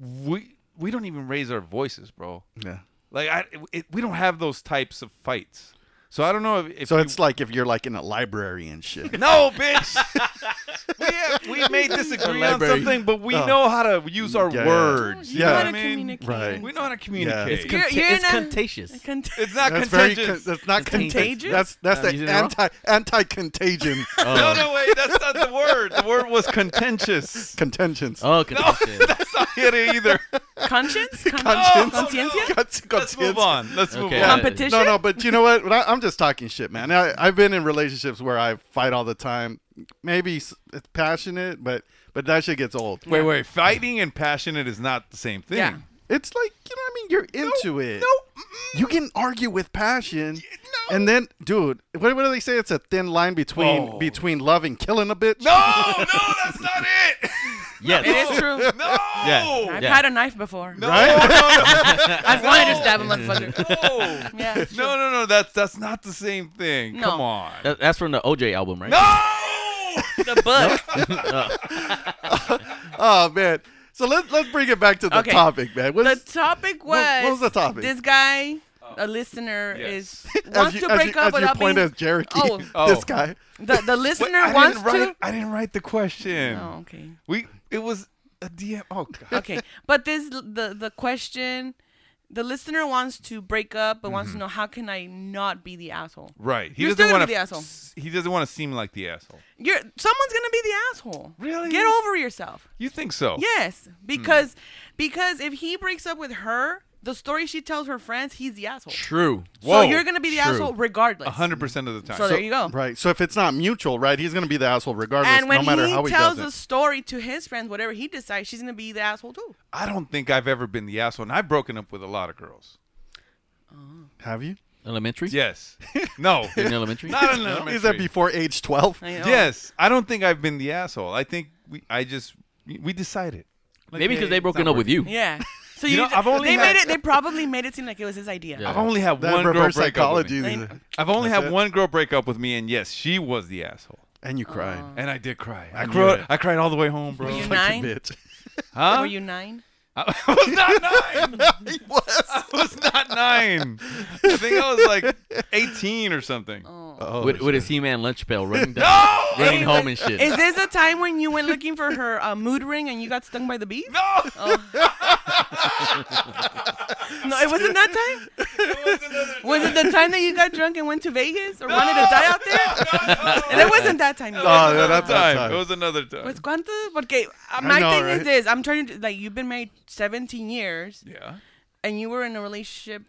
Speaker 5: we we don't even raise our voices, bro.
Speaker 6: Yeah.
Speaker 5: Like I, it, we don't have those types of fights. So I don't know if, if
Speaker 6: So
Speaker 5: you-
Speaker 6: it's like if you're like in a library and
Speaker 5: *laughs*
Speaker 6: shit.
Speaker 5: No, bitch. *laughs* we, have,
Speaker 6: *laughs*
Speaker 5: we may disagree on
Speaker 8: Library.
Speaker 5: something, but we
Speaker 6: Oh.
Speaker 5: know how to use our
Speaker 6: Yeah.
Speaker 5: words. You
Speaker 6: Yeah.
Speaker 5: know
Speaker 6: How
Speaker 5: what
Speaker 7: to
Speaker 5: I mean?
Speaker 7: communicate.
Speaker 6: Right.
Speaker 5: We know how to communicate.
Speaker 6: It's
Speaker 7: You're-
Speaker 8: Conta-
Speaker 7: you're
Speaker 8: it's
Speaker 7: in a-
Speaker 8: contagious.
Speaker 7: Cont-
Speaker 5: It's not
Speaker 6: That's very con-
Speaker 5: contagious.
Speaker 6: that's not
Speaker 7: Contagious?
Speaker 6: contagious. That's that's
Speaker 8: Am I
Speaker 6: the
Speaker 8: using it wrong?
Speaker 6: anti uh, anti contagion
Speaker 5: *laughs* *laughs* no, no, wait. That's not the word. The word was contentious.
Speaker 6: contentions. *laughs*
Speaker 5: *laughs*
Speaker 8: Oh, contagious.
Speaker 5: That's not it *laughs* either.
Speaker 7: *laughs* Conscience? Con-
Speaker 5: Conscience.
Speaker 7: Conciencia?
Speaker 6: Cons-
Speaker 5: Let's move
Speaker 6: conscience.
Speaker 5: on. Let's move
Speaker 8: Okay.
Speaker 5: on.
Speaker 7: Competition?
Speaker 6: No, no, but you know what? But I, I'm just talking shit, man. I, I've been in relationships where I fight all the time. Maybe s- it's passionate, but but that shit gets old.
Speaker 5: Wait, wait. Fighting and passionate is not the same thing.
Speaker 7: Yeah.
Speaker 6: It's like you know what I mean. You're into it.
Speaker 5: No.
Speaker 6: You can argue with passion, and then, dude, what, what do they say? It's a thin line between
Speaker 5: Oh.
Speaker 6: between love and killing a bitch.
Speaker 5: No, no, that's not *laughs* it.
Speaker 8: Yes.
Speaker 7: It is true.
Speaker 6: *laughs*
Speaker 5: No.
Speaker 8: Yeah.
Speaker 7: I've
Speaker 8: Yeah.
Speaker 7: had a knife before.
Speaker 5: *laughs* No,
Speaker 7: *laughs*
Speaker 5: right?
Speaker 7: I've wanted to stab a motherfucker.
Speaker 5: no, *laughs* no.
Speaker 6: *laughs*
Speaker 7: Yeah, it's
Speaker 5: No, no, no. That's that's not the same thing.
Speaker 7: No.
Speaker 5: Come on.
Speaker 8: That- that's from the OJ album, right? Uh,
Speaker 5: No.
Speaker 7: The book.
Speaker 6: Oh man. So let's let's bring it back to the
Speaker 7: Okay.
Speaker 6: topic, man. What's-
Speaker 7: The topic was.
Speaker 6: what was the topic? Oh.
Speaker 7: This guy, a listener,
Speaker 5: Yes.
Speaker 7: is
Speaker 6: *laughs* as
Speaker 7: wants
Speaker 6: you-
Speaker 7: to
Speaker 6: as
Speaker 7: break
Speaker 6: you-
Speaker 7: up
Speaker 6: as you
Speaker 7: without
Speaker 6: point
Speaker 7: being.
Speaker 6: at Jericho,
Speaker 7: Oh.
Speaker 5: Oh.
Speaker 6: *laughs* this guy.
Speaker 7: The, the
Speaker 6: *laughs*
Speaker 5: Wait,
Speaker 7: listener
Speaker 5: I
Speaker 7: wants
Speaker 5: didn't write.
Speaker 7: to.
Speaker 5: I didn't write the question.
Speaker 7: Oh, okay.
Speaker 5: We. It was. a DM. Oh god.
Speaker 7: okay but this the the question the listener wants to break up but wants to know how can i not be the asshole
Speaker 5: Right. He
Speaker 7: You're
Speaker 5: doesn't
Speaker 7: still gonna
Speaker 5: want
Speaker 7: be
Speaker 5: to.
Speaker 7: the asshole.
Speaker 5: He doesn't want to seem like the asshole.
Speaker 7: you're someone's gonna be the asshole
Speaker 5: Really?
Speaker 7: get over yourself
Speaker 5: You think so?
Speaker 7: yes because because if he breaks up with her the story she tells her friends he's the asshole
Speaker 8: True.
Speaker 5: Whoa,
Speaker 7: so you're gonna be the
Speaker 5: true.
Speaker 7: asshole regardless
Speaker 5: hundred percent of the time.
Speaker 7: so, there you go
Speaker 6: Right. So if it's not mutual, right, he's going to be the asshole regardless,
Speaker 7: and when
Speaker 6: no matter
Speaker 7: he
Speaker 6: how he
Speaker 7: tells
Speaker 6: does
Speaker 7: a
Speaker 6: it.
Speaker 7: story to his friends whatever he decides she's gonna be the asshole too
Speaker 5: I don't think I've ever been the asshole, and I've broken up with a lot of girls.
Speaker 6: Have you?
Speaker 8: Elementary.
Speaker 5: Yes.
Speaker 6: *laughs*
Speaker 5: No.
Speaker 8: In elementary.
Speaker 5: Not in
Speaker 6: Is that
Speaker 5: elementary.
Speaker 6: before age 12?
Speaker 7: I know.
Speaker 5: Yes. I don't think I've been the asshole. I think we. I just we, we decided. Like,
Speaker 8: Maybe because
Speaker 5: hey,
Speaker 8: they
Speaker 5: it's
Speaker 8: broken
Speaker 5: not
Speaker 8: up with
Speaker 5: working.
Speaker 8: you.
Speaker 7: oh, yeah so
Speaker 5: You
Speaker 7: you,
Speaker 5: know, I've only
Speaker 7: they
Speaker 5: had-
Speaker 7: made it they probably made it seem like it was his idea
Speaker 8: Yeah.
Speaker 5: I've only had
Speaker 6: That
Speaker 5: one girl
Speaker 6: reverse
Speaker 5: break up with
Speaker 6: psychology.
Speaker 5: me.
Speaker 6: is-
Speaker 5: I've only
Speaker 6: That's
Speaker 5: had
Speaker 6: it.
Speaker 5: one girl break up with me, and yes, she was the asshole.
Speaker 6: And you cried.
Speaker 5: And I did cry. I,
Speaker 6: knew
Speaker 5: cried.
Speaker 6: it.
Speaker 5: I cried all the way home,
Speaker 6: *laughs*
Speaker 5: bro.
Speaker 7: Were you
Speaker 5: Like,
Speaker 7: nine?
Speaker 5: *laughs*
Speaker 6: Bitch.
Speaker 5: huh?
Speaker 7: Were you nine?
Speaker 5: I was
Speaker 6: *laughs*
Speaker 5: not nine. I was not nine. I think I was like 18 or something. Oh,
Speaker 6: Oh,
Speaker 8: With, with his He-Man lunch pail running down,
Speaker 5: No!
Speaker 8: running home and shit.
Speaker 7: Is this a time when you went looking for her uh, mood ring and you got stung by the bees?
Speaker 5: No!
Speaker 7: No, it wasn't that time. Was it the time that you got drunk and went to Vegas or wanted to die out there? And it wasn't that time. either.
Speaker 6: Oh, yeah, that's
Speaker 5: Time.
Speaker 6: time.
Speaker 5: It was another time.
Speaker 7: Pues cuánto? Porque uh, my
Speaker 6: know,
Speaker 7: thing
Speaker 6: right?
Speaker 7: is this: I'm trying to like you've been married 17 years
Speaker 5: yeah.
Speaker 7: and you were in a relationship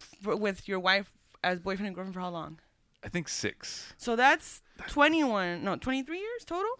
Speaker 7: f- with your wife as boyfriend and girlfriend for how long?
Speaker 5: I think six.
Speaker 7: So that's 21, no, 23 years total.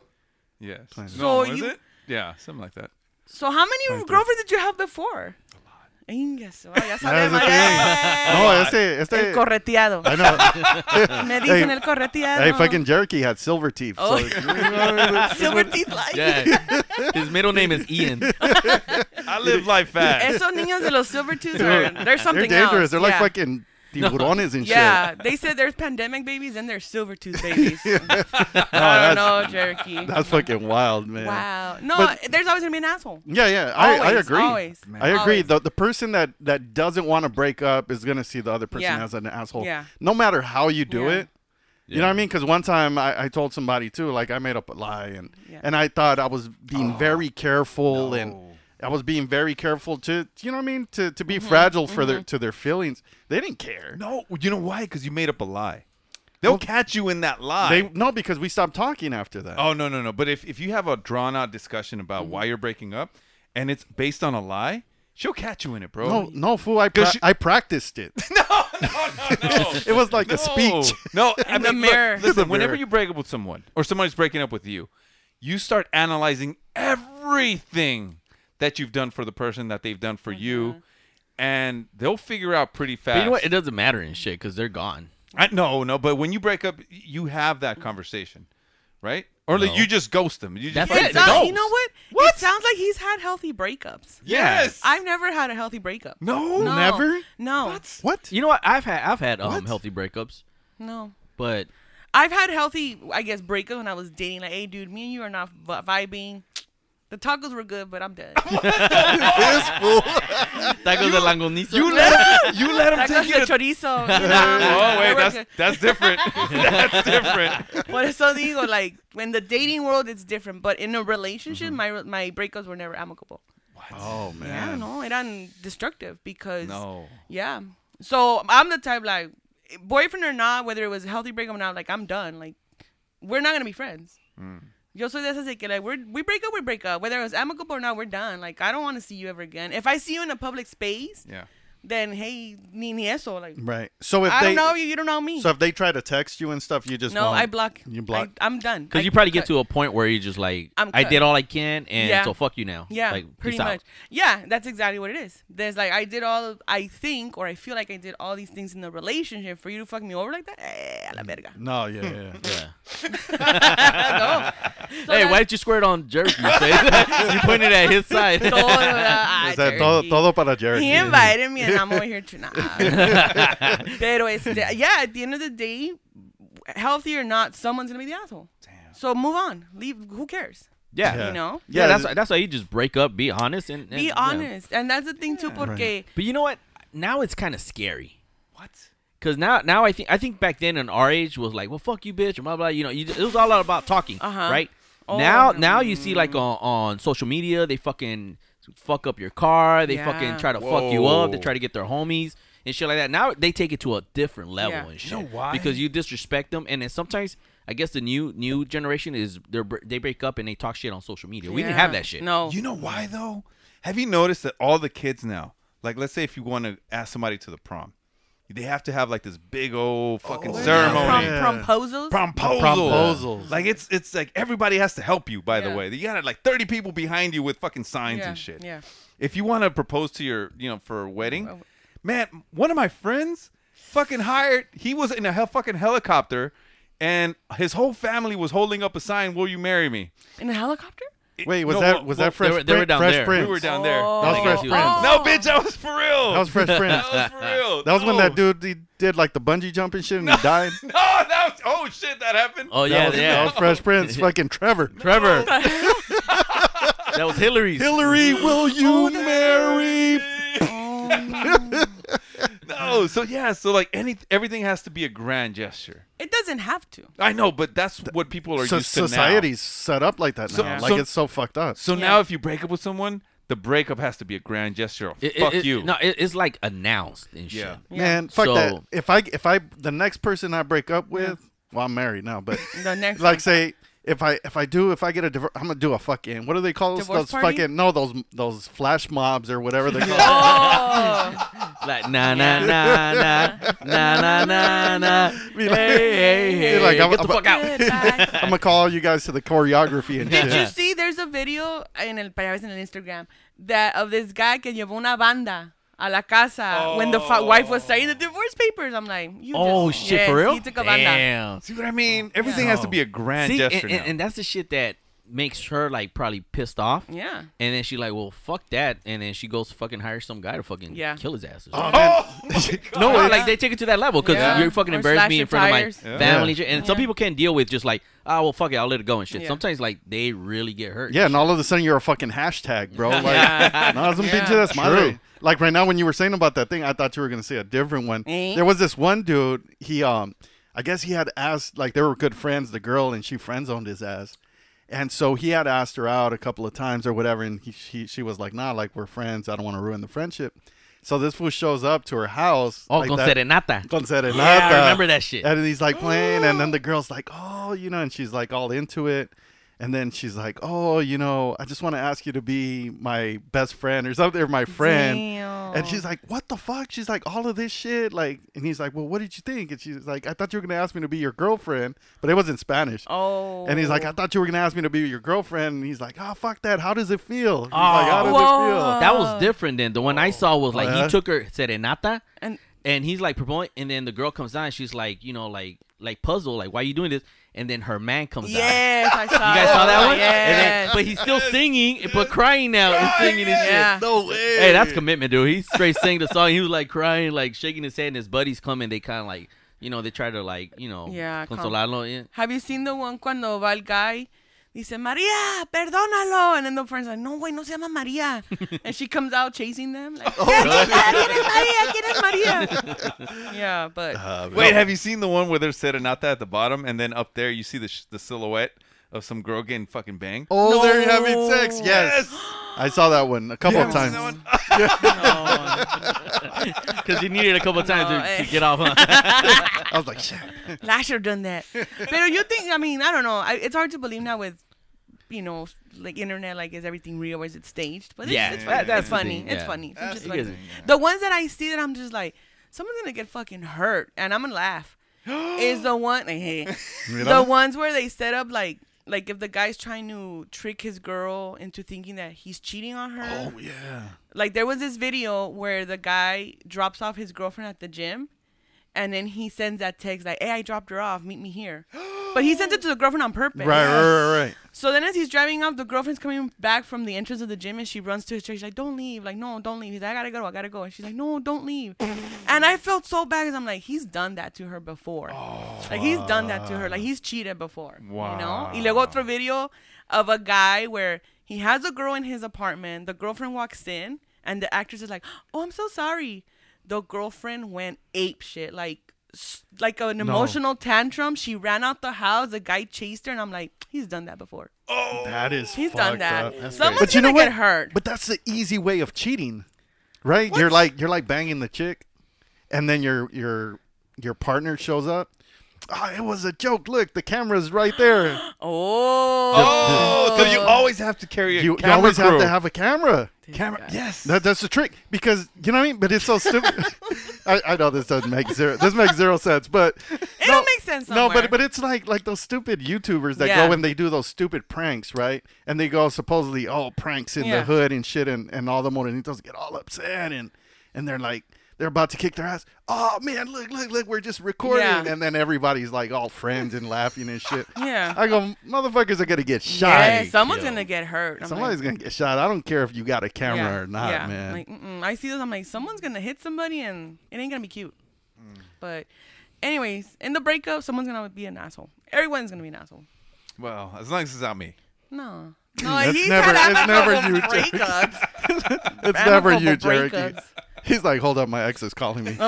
Speaker 5: Yes.
Speaker 7: So
Speaker 5: was
Speaker 7: Oh, you-
Speaker 5: it? Yeah, something like that.
Speaker 7: So how many girlfriends did you have before? A lot. Ya
Speaker 6: the
Speaker 7: sabemos.
Speaker 6: thing.
Speaker 7: Yay!
Speaker 6: No, este,
Speaker 7: El
Speaker 6: este,
Speaker 7: correteado.
Speaker 6: I know.
Speaker 7: Me dicen
Speaker 6: Hey,
Speaker 7: el correteado.
Speaker 6: hey, fucking Jerky had silver teeth. *laughs*
Speaker 7: Oh.
Speaker 6: So
Speaker 7: Silver teeth like.
Speaker 8: yeah. His middle name is Ian.
Speaker 5: I live life fast.
Speaker 7: Esos niños de los silver teeth are, there's
Speaker 6: they're
Speaker 7: *laughs* something
Speaker 6: dangerous.
Speaker 7: else.
Speaker 6: They're like
Speaker 7: yeah. *laughs*
Speaker 6: fucking tiburones and
Speaker 7: Yeah,
Speaker 6: shit.
Speaker 7: they said there's pandemic babies and there's
Speaker 6: *laughs*
Speaker 7: silver tooth babies.
Speaker 6: No,
Speaker 7: I don't
Speaker 6: that's,
Speaker 7: know, Jerky.
Speaker 6: *laughs* that's fucking wild, man.
Speaker 7: Wow. No,
Speaker 6: But-
Speaker 7: there's always gonna be an asshole.
Speaker 6: Yeah, yeah, I, I
Speaker 7: Always,
Speaker 6: agree.
Speaker 7: always,
Speaker 6: I agree.
Speaker 7: always.
Speaker 6: The, the person that, that doesn't want to break up is gonna see the other person
Speaker 7: Yeah.
Speaker 6: as an asshole.
Speaker 7: Yeah.
Speaker 6: No matter how you do
Speaker 7: Yeah.
Speaker 6: it, you know what I mean? Because one time I, I told somebody too, like I made up a lie, and
Speaker 7: Yeah.
Speaker 6: and I thought I was being very careful, and I was being very careful to, you know what I mean, to to
Speaker 7: Mm-hmm.
Speaker 6: be fragile for their to their feelings. They didn't care.
Speaker 5: No, you know why? Because you made up a lie. They'll catch you in that lie.
Speaker 6: They no because we stopped talking after that.
Speaker 5: Oh no no no! But if, if you have a drawn out discussion about why you're breaking up, and it's based on a lie, she'll catch you in it, *laughs* bro.
Speaker 6: no, Oh, no fool! I pra-
Speaker 5: she-
Speaker 6: I practiced it.
Speaker 5: *laughs*
Speaker 6: It was like a
Speaker 5: No. *laughs*
Speaker 6: speech. *laughs*
Speaker 5: No, I
Speaker 7: In the
Speaker 5: mean, look,
Speaker 7: mirror.
Speaker 5: listen,
Speaker 6: The
Speaker 5: whenever
Speaker 6: mirror.
Speaker 5: you break up with someone or somebody's breaking up with you, you start analyzing everything that you've done for the person that they've done for you, and they'll figure out pretty
Speaker 8: But
Speaker 5: fast.
Speaker 8: you know what? It doesn't matter and shit because they're gone.
Speaker 5: I, no, no, but when you break up, you have that conversation, right? Or like
Speaker 8: No.
Speaker 5: you just ghost them. You just
Speaker 8: That's
Speaker 5: fucking
Speaker 8: it.
Speaker 7: It's not-
Speaker 8: Adults.
Speaker 7: you know what? It sounds like he's had healthy breakups.
Speaker 5: yes.
Speaker 7: I've never had a healthy breakup.
Speaker 5: no,
Speaker 7: No.
Speaker 6: Never?
Speaker 7: No.
Speaker 6: What?
Speaker 8: You know what? I've had I've had um healthy breakups,
Speaker 7: No.
Speaker 8: but
Speaker 7: I've had healthy, I guess, breakup when I was dating. Like, hey, dude, me and you are not vi- vibing. The tacos were good, but
Speaker 5: *laughs*
Speaker 7: I'm done.
Speaker 6: This fool.
Speaker 8: tacos de langonisa.
Speaker 5: You let him, you let him
Speaker 7: Tacos
Speaker 5: take you. to-
Speaker 7: de
Speaker 5: *laughs*
Speaker 7: chorizo. you
Speaker 5: oh
Speaker 7: know, they
Speaker 5: wait,
Speaker 7: were
Speaker 5: that's
Speaker 7: good.
Speaker 5: that's
Speaker 8: *laughs*
Speaker 5: different. that's different.
Speaker 7: Por eso digo, like, in the dating world, it's different. But in a relationship,
Speaker 5: Mm-hmm.
Speaker 7: my re- my breakups were never amicable.
Speaker 6: Oh man.
Speaker 7: Yeah, no, eran destructive because.
Speaker 5: No.
Speaker 7: Yeah. So I'm the type, like, boyfriend or not, whether it was a healthy breakup or not, like, I'm done. Like, we're not going to be friends. Yo soy de esas de que, like, we're, we break up, we break up. Whether it was amicable or not, we're done. Like, I don't want to see you ever again. If I see you in a public space,
Speaker 5: Yeah.
Speaker 7: then, hey, ni, ni eso. Like,
Speaker 6: Right. So if
Speaker 7: I
Speaker 6: they
Speaker 7: don't know you, you don't know me.
Speaker 6: so if they try to text you and stuff, you just
Speaker 7: no,
Speaker 6: won't.
Speaker 7: I block.
Speaker 6: You block.
Speaker 7: I, am done.
Speaker 8: Because you probably get to a point where you just like,
Speaker 7: I'm
Speaker 8: I
Speaker 7: cut.
Speaker 8: did all I can, and
Speaker 7: Yeah.
Speaker 8: so fuck you now.
Speaker 7: Yeah,
Speaker 8: like,
Speaker 7: pretty
Speaker 8: peace out.
Speaker 7: much. Yeah, that's exactly what it is. There's like I did all I think or I feel like I did all these things in the relationship for you to fuck me over like that. Eh, a
Speaker 8: Mm.
Speaker 7: la verga.
Speaker 6: no, yeah, yeah.
Speaker 7: *laughs*
Speaker 8: Yeah. *laughs*
Speaker 7: No. So
Speaker 8: hey,
Speaker 7: that's
Speaker 8: why did you square it on jerky?
Speaker 7: *laughs*
Speaker 8: you pointed at his side.
Speaker 7: todo,
Speaker 6: *laughs*
Speaker 7: ah,
Speaker 6: O sea, todo,
Speaker 7: Jerky.
Speaker 6: todo para Jerry.
Speaker 7: He invited me and I'm over
Speaker 6: *laughs*
Speaker 7: here tonight. Pero este, yeah, at the end of the day, healthy or not, someone's gonna be the asshole. So move on. Leave. Who cares?
Speaker 8: *laughs* yeah.
Speaker 7: You know.
Speaker 8: Yeah,
Speaker 6: Yeah,
Speaker 8: that's
Speaker 6: th-
Speaker 8: why, that's why you just break up, be honest, and, and
Speaker 7: Be
Speaker 8: yeah.
Speaker 7: honest, and that's the thing too. Porque
Speaker 8: But you know what? Now it's kind of scary. What? Cause now, now I think I think back then in our age was like, well, fuck you, bitch, and blah blah. You know, you, it was all about talking,
Speaker 7: Uh-huh.
Speaker 8: right?
Speaker 7: Oh,
Speaker 8: now,
Speaker 7: no.
Speaker 8: now you see like on, on social media, they fucking fuck up your car. They
Speaker 7: Yeah.
Speaker 8: fucking try to fuck you up. They
Speaker 5: Whoa.
Speaker 8: try to get their homies and shit like that. Now they take it to a different level
Speaker 7: Yeah.
Speaker 8: and
Speaker 5: You
Speaker 8: shit
Speaker 5: know why?
Speaker 8: because you disrespect them. And then sometimes, I guess the new new generation is they they break up and they talk shit on social media. We didn't
Speaker 7: Yeah.
Speaker 8: have that shit.
Speaker 7: No.
Speaker 5: You know why though? Have you noticed that all the kids now, like let's say if you want to ask somebody to the prom, they have to have like this big old fucking
Speaker 7: Prom,
Speaker 5: ceremony.
Speaker 6: Yeah.
Speaker 7: Promposals?
Speaker 5: Promposal.
Speaker 6: Promposals.
Speaker 5: Like it's it's like everybody has to help you, by
Speaker 7: Yeah.
Speaker 5: the way. You got like thirty people behind you with fucking signs
Speaker 7: Yeah,
Speaker 5: and shit.
Speaker 7: yeah.
Speaker 5: If you want to propose to your you know, for a wedding,
Speaker 7: Oh.
Speaker 5: man, one of my friends fucking hired he was in a hel- fucking helicopter and his whole family was holding up a sign, Will you marry me?
Speaker 7: In a
Speaker 6: *laughs*
Speaker 7: helicopter?
Speaker 6: Wait, was
Speaker 5: No,
Speaker 6: that
Speaker 5: well-
Speaker 6: was
Speaker 5: well,
Speaker 6: that fresh?
Speaker 8: they were- they were
Speaker 6: Prin-
Speaker 8: down
Speaker 6: fresh
Speaker 8: there.
Speaker 5: We
Speaker 6: Prince.
Speaker 5: were down there.
Speaker 6: That was fresh
Speaker 8: Oh.
Speaker 6: Prince.
Speaker 5: No, bitch, that was for real.
Speaker 6: That was fresh Prince.
Speaker 5: That was for real.
Speaker 6: That was when that
Speaker 5: No.
Speaker 6: dude he did like the bungee jump and shit and he died.
Speaker 5: No, that was. Oh shit, that happened.
Speaker 6: That
Speaker 8: Oh yeah,
Speaker 6: was,
Speaker 8: yeah.
Speaker 6: That was Fresh
Speaker 8: *laughs*
Speaker 6: Prince. Fucking Trevor. Trevor.
Speaker 8: that was Hillary's.
Speaker 6: Hillary, will you marry?
Speaker 5: No, so yeah, so like any everything has to be a grand gesture.
Speaker 7: It doesn't have to.
Speaker 5: I know, but that's what people are
Speaker 6: So
Speaker 5: used to now.
Speaker 6: society's set up like that now.
Speaker 5: So-
Speaker 6: like
Speaker 5: so-
Speaker 6: it's so fucked up.
Speaker 5: So now, if you break up with someone, the breakup has to be a grand gesture. of
Speaker 8: It- it-
Speaker 5: Fuck
Speaker 8: it-
Speaker 5: you.
Speaker 8: No, it, it's like announced and shit.
Speaker 5: yeah.
Speaker 6: Man, fuck
Speaker 8: So-
Speaker 6: that. If I if I the next person I break up with, well, I'm married now,
Speaker 7: *laughs*
Speaker 6: but
Speaker 7: The next
Speaker 6: like
Speaker 7: one.
Speaker 6: say if I if I do if I get a divorce, I'm gonna do a fucking what do they call those,
Speaker 7: Divorce
Speaker 6: those
Speaker 7: party?
Speaker 6: fucking no those those flash mobs or whatever
Speaker 7: *laughs*
Speaker 6: they call. *laughs* it.
Speaker 7: Oh.
Speaker 8: Like na na na na na na na na.
Speaker 6: *laughs* Be like-
Speaker 8: Hey hey hey!
Speaker 6: be like, I'm-
Speaker 8: get the
Speaker 6: I'm- *laughs*
Speaker 8: fuck out!
Speaker 7: Goodbye.
Speaker 6: I'm gonna call you guys to the choreography and
Speaker 7: Did
Speaker 6: shit.
Speaker 8: *laughs*
Speaker 7: you see? There's a video in el país en el Instagram that of this guy que llevó una banda a la casa when the fa- wife was signing the divorce papers. I'm like, you
Speaker 8: Oh
Speaker 7: just,
Speaker 8: shit, for
Speaker 7: Yes,
Speaker 8: real?
Speaker 7: He took a banda.
Speaker 8: Damn.
Speaker 5: See what I mean? Everything has to be a grand
Speaker 8: See, and,
Speaker 5: gesture
Speaker 8: and, and
Speaker 5: now.
Speaker 8: that's the shit that makes her like probably pissed off.
Speaker 7: Yeah.
Speaker 8: And then she like, well, fuck that, and then she goes fucking hire some guy to fucking
Speaker 7: Yeah.
Speaker 8: kill his ass. Or
Speaker 6: Oh,
Speaker 8: something.
Speaker 6: man.
Speaker 8: no, like they take it to that level because
Speaker 7: Yeah.
Speaker 8: you're fucking
Speaker 7: Or
Speaker 8: embarrassed me in
Speaker 7: slash
Speaker 8: front of
Speaker 7: your
Speaker 8: my
Speaker 7: tires. Yeah.
Speaker 8: family,
Speaker 6: Yeah.
Speaker 8: and some people can't deal with just like, ah, well, fuck it, I'll let it go and shit.
Speaker 7: Yeah.
Speaker 8: Sometimes like they really get hurt.
Speaker 6: Yeah, and all of a sudden you're a fucking hashtag, bro. Like, no, it's a
Speaker 7: Yeah.
Speaker 6: pinche desmadre.
Speaker 8: True.
Speaker 6: Like right now, when you were saying about that thing, I thought you were gonna say a different one.
Speaker 7: Eh?
Speaker 6: There was this one dude. He, um, I guess he had asked, like, they were good friends, the girl, and she friend zoned his ass, and so he had asked her out a couple of times or whatever, and he, she, she was like, nah, like we're friends. I don't want to ruin the friendship. So this fool shows up to her house.
Speaker 8: Oh,
Speaker 6: like
Speaker 8: con
Speaker 6: that-
Speaker 8: serenata.
Speaker 6: Con serenata.
Speaker 8: Yeah, I remember that shit.
Speaker 6: And he's like playing, and
Speaker 8: *gasps*
Speaker 6: then the girl's like, oh, you know, and she's like all into it. And then she's like, oh, you know, I just want to ask you to be my best friend or something, or my friend.
Speaker 7: Damn.
Speaker 6: And she's like, what the fuck? She's like, all of this shit. Like, and he's like, well, what did you think? And she's like, I thought you were going to ask me to be your girlfriend, but it was in Spanish.
Speaker 7: Oh.
Speaker 6: And he's like, I thought you were going to ask me to be your girlfriend. And he's like, oh, fuck that. How does it feel? He's like, how does
Speaker 8: Oh.
Speaker 7: Whoa.
Speaker 6: it
Speaker 8: That
Speaker 7: Oh.
Speaker 8: was different than the one I saw was like
Speaker 6: yeah?
Speaker 8: he took her serenata and
Speaker 7: And-
Speaker 8: and he's like proposing and then the girl comes down and she's like, you know, like like puzzled, like why you doing this? And then her man comes out.
Speaker 7: yes, I
Speaker 8: *laughs*
Speaker 7: saw.
Speaker 8: You guys saw that one? And then-
Speaker 7: Yes.
Speaker 8: but he's still singing but crying now and singing and shit.
Speaker 7: yeah.
Speaker 5: Oh, *laughs*
Speaker 6: feel? No way.
Speaker 8: Hey, that's commitment, dude. He straight sang the song. He was like crying, like shaking his head, and his buddies come and they kind of like, you know, they try to like, you know,
Speaker 7: Yeah, calm.
Speaker 8: consolarlo. Yeah.
Speaker 7: Have you seen the one cuando va el guy? Dice, Maria, perdónalo. And then the friend's like, no, güey, no se
Speaker 8: *laughs*
Speaker 7: llama Maria. and she comes out chasing them. Like,
Speaker 8: Oh,
Speaker 7: "Ya, chica, ¿quién es María? ¿Quién es
Speaker 8: *laughs*
Speaker 7: María?" yeah, but
Speaker 5: Wait, have you seen the one where there's serenata at the bottom, and then up there you see the sh- the silhouette of some girl getting fucking banged?
Speaker 6: Oh, they're having sex.
Speaker 8: *gasps*
Speaker 7: No.
Speaker 6: Yes. I saw that one a couple of times.
Speaker 8: Because he needed a couple of times
Speaker 7: *laughs* No,
Speaker 8: to,
Speaker 7: eh.
Speaker 8: to get off.
Speaker 7: *laughs*
Speaker 8: Huh?
Speaker 6: I was like, shit.
Speaker 7: Lash have done that. But you think, I mean, I don't know. I, it's hard to believe now with, you know, like internet, like is everything real or is it staged? But it's,
Speaker 8: Yeah, that-
Speaker 7: it's funny.
Speaker 8: that's
Speaker 7: it's
Speaker 8: the
Speaker 7: funny.
Speaker 8: thing,
Speaker 7: It's
Speaker 8: yeah.
Speaker 7: funny. It's
Speaker 8: That's
Speaker 7: just
Speaker 8: the
Speaker 7: funny.
Speaker 8: thing,
Speaker 7: The ones that I see that I'm just like, someone's gonna get fucking hurt, and I'm gonna laugh. is the
Speaker 8: *laughs*
Speaker 7: one, eh, the ones where they set up like. Like if the guy's trying to trick his girl into thinking that he's cheating on her. Oh yeah.
Speaker 6: *laughs*
Speaker 7: Like there was this video where the guy drops off his girlfriend at the gym and then he sends that text like, "Hey, I dropped her off. Meet me here." *gasps* But he sends it to the girlfriend on purpose.
Speaker 6: Right, right, right, right.
Speaker 7: So then, as he's driving up, the girlfriend's coming back from the entrance of the gym, and she runs to his chair. She's like, "Don't leave! Like, no, don't leave." He's like, "I gotta go. I gotta go." And she's like, "No, don't leave."
Speaker 6: *laughs*
Speaker 7: and I felt so bad because I'm like, he's done that to her before.
Speaker 6: Oh,
Speaker 7: like he's done that to her. Like he's cheated before. You know. Y luego otro video of a guy where he has a girl in his apartment. The girlfriend walks in, and the actress is like, "Oh, I'm so sorry." The girlfriend went ape shit, like s- like an emotional tantrum. She ran out the house. The guy chased her, and I'm like, he's done that before.
Speaker 6: That is
Speaker 7: Oh, He's
Speaker 6: fucked
Speaker 7: done that.
Speaker 6: up.
Speaker 7: Someone's
Speaker 6: but you know
Speaker 7: gonna
Speaker 6: what?
Speaker 7: get hurt.
Speaker 6: But that's the easy way of cheating, right? You're like you're like banging the chick, and then your your your partner shows up. Oh, it was a joke. Look, the camera's right there.
Speaker 7: Oh,
Speaker 5: Oh, so you always have to carry a
Speaker 6: You, you
Speaker 5: camera
Speaker 6: always
Speaker 5: crew.
Speaker 6: have to have a camera.
Speaker 5: camera. Yes.
Speaker 6: That, that's the trick because you know what I mean. But it's so stupid. *laughs* I, I know this doesn't make zero. This makes zero sense.
Speaker 7: *laughs*
Speaker 6: But it
Speaker 7: don't make sense
Speaker 6: No,
Speaker 7: somewhere.
Speaker 6: but but it's like like those stupid YouTubers that
Speaker 7: Yeah.
Speaker 6: go and they do those stupid pranks, right? And they go supposedly all pranks in
Speaker 7: Yeah.
Speaker 6: the hood and shit, and and all the morenitos get all upset and and they're like. They're about to kick their ass. Oh man, look, look, look! We're just recording,
Speaker 7: Yeah.
Speaker 6: and then everybody's like all friends and laughing and shit.
Speaker 7: *laughs* Yeah.
Speaker 6: I go, motherfuckers are gonna get shot.
Speaker 7: yeah, someone's gonna get hurt. I'm
Speaker 6: Somebody's
Speaker 7: like,
Speaker 6: gonna get shot. I don't care if you got a camera
Speaker 7: yeah,
Speaker 6: or not,
Speaker 7: yeah.
Speaker 6: man.
Speaker 7: Like, mm-mm. I see this. I'm like, someone's gonna hit somebody, and it ain't gonna be cute.
Speaker 8: Mm.
Speaker 7: But, anyways, in the breakup, someone's gonna be an asshole. Everyone's gonna be an asshole.
Speaker 5: Well, as long as it's not me.
Speaker 7: No. No,
Speaker 6: That's
Speaker 7: Oh, he's
Speaker 6: never-
Speaker 7: had
Speaker 6: it's
Speaker 7: a
Speaker 6: never
Speaker 7: couple
Speaker 6: you, Jerry.
Speaker 7: breakups.
Speaker 6: it's never
Speaker 7: amicable
Speaker 6: you, Jericho.
Speaker 7: breakups.
Speaker 6: *laughs* He's like, hold up, my ex is calling me. *laughs*
Speaker 7: *laughs*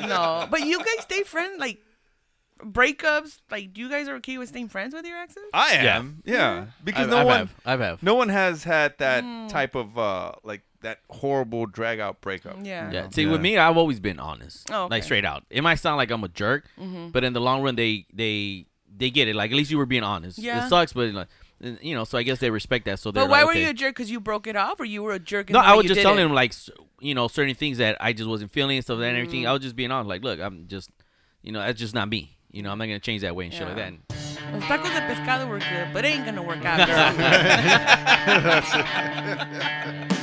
Speaker 7: No, but you guys stay friends. Like breakups, like you guys are okay with staying friends with your exes?
Speaker 5: I am. Yeah.
Speaker 7: Mm-hmm.
Speaker 5: Because
Speaker 8: I've,
Speaker 5: no
Speaker 8: I've
Speaker 5: one
Speaker 8: have. I've have.
Speaker 5: no one has had that
Speaker 7: Mm.
Speaker 5: type of uh like that horrible drag out breakup.
Speaker 7: Oh. Yeah.
Speaker 8: Yeah. See, with me, I've always been honest,
Speaker 7: Oh, okay. Mm-hmm.
Speaker 8: like straight out. It might sound like I'm a jerk, but in the long run, they they they get it. Like at least you were being honest.
Speaker 7: Yeah.
Speaker 8: It sucks, but like, and, you know, so I guess they respect that. So they're
Speaker 7: But why
Speaker 8: like,
Speaker 7: were
Speaker 8: okay.
Speaker 7: you a jerk? Because you broke it off, or you were a jerk? in
Speaker 8: No,
Speaker 7: the
Speaker 8: I
Speaker 7: way
Speaker 8: was
Speaker 7: you
Speaker 8: just
Speaker 7: did
Speaker 8: telling
Speaker 7: it?
Speaker 8: them like s- you know certain things that I just wasn't feeling and stuff like that and everything.
Speaker 7: Mm-hmm.
Speaker 8: I was just being honest. Like, look, I'm just you know that's just not me. You know, I'm not gonna change that way and shit like
Speaker 7: Yeah.
Speaker 8: that. And-
Speaker 7: Los tacos de pescado were good, but it ain't gonna work out,
Speaker 8: *laughs*
Speaker 7: girl.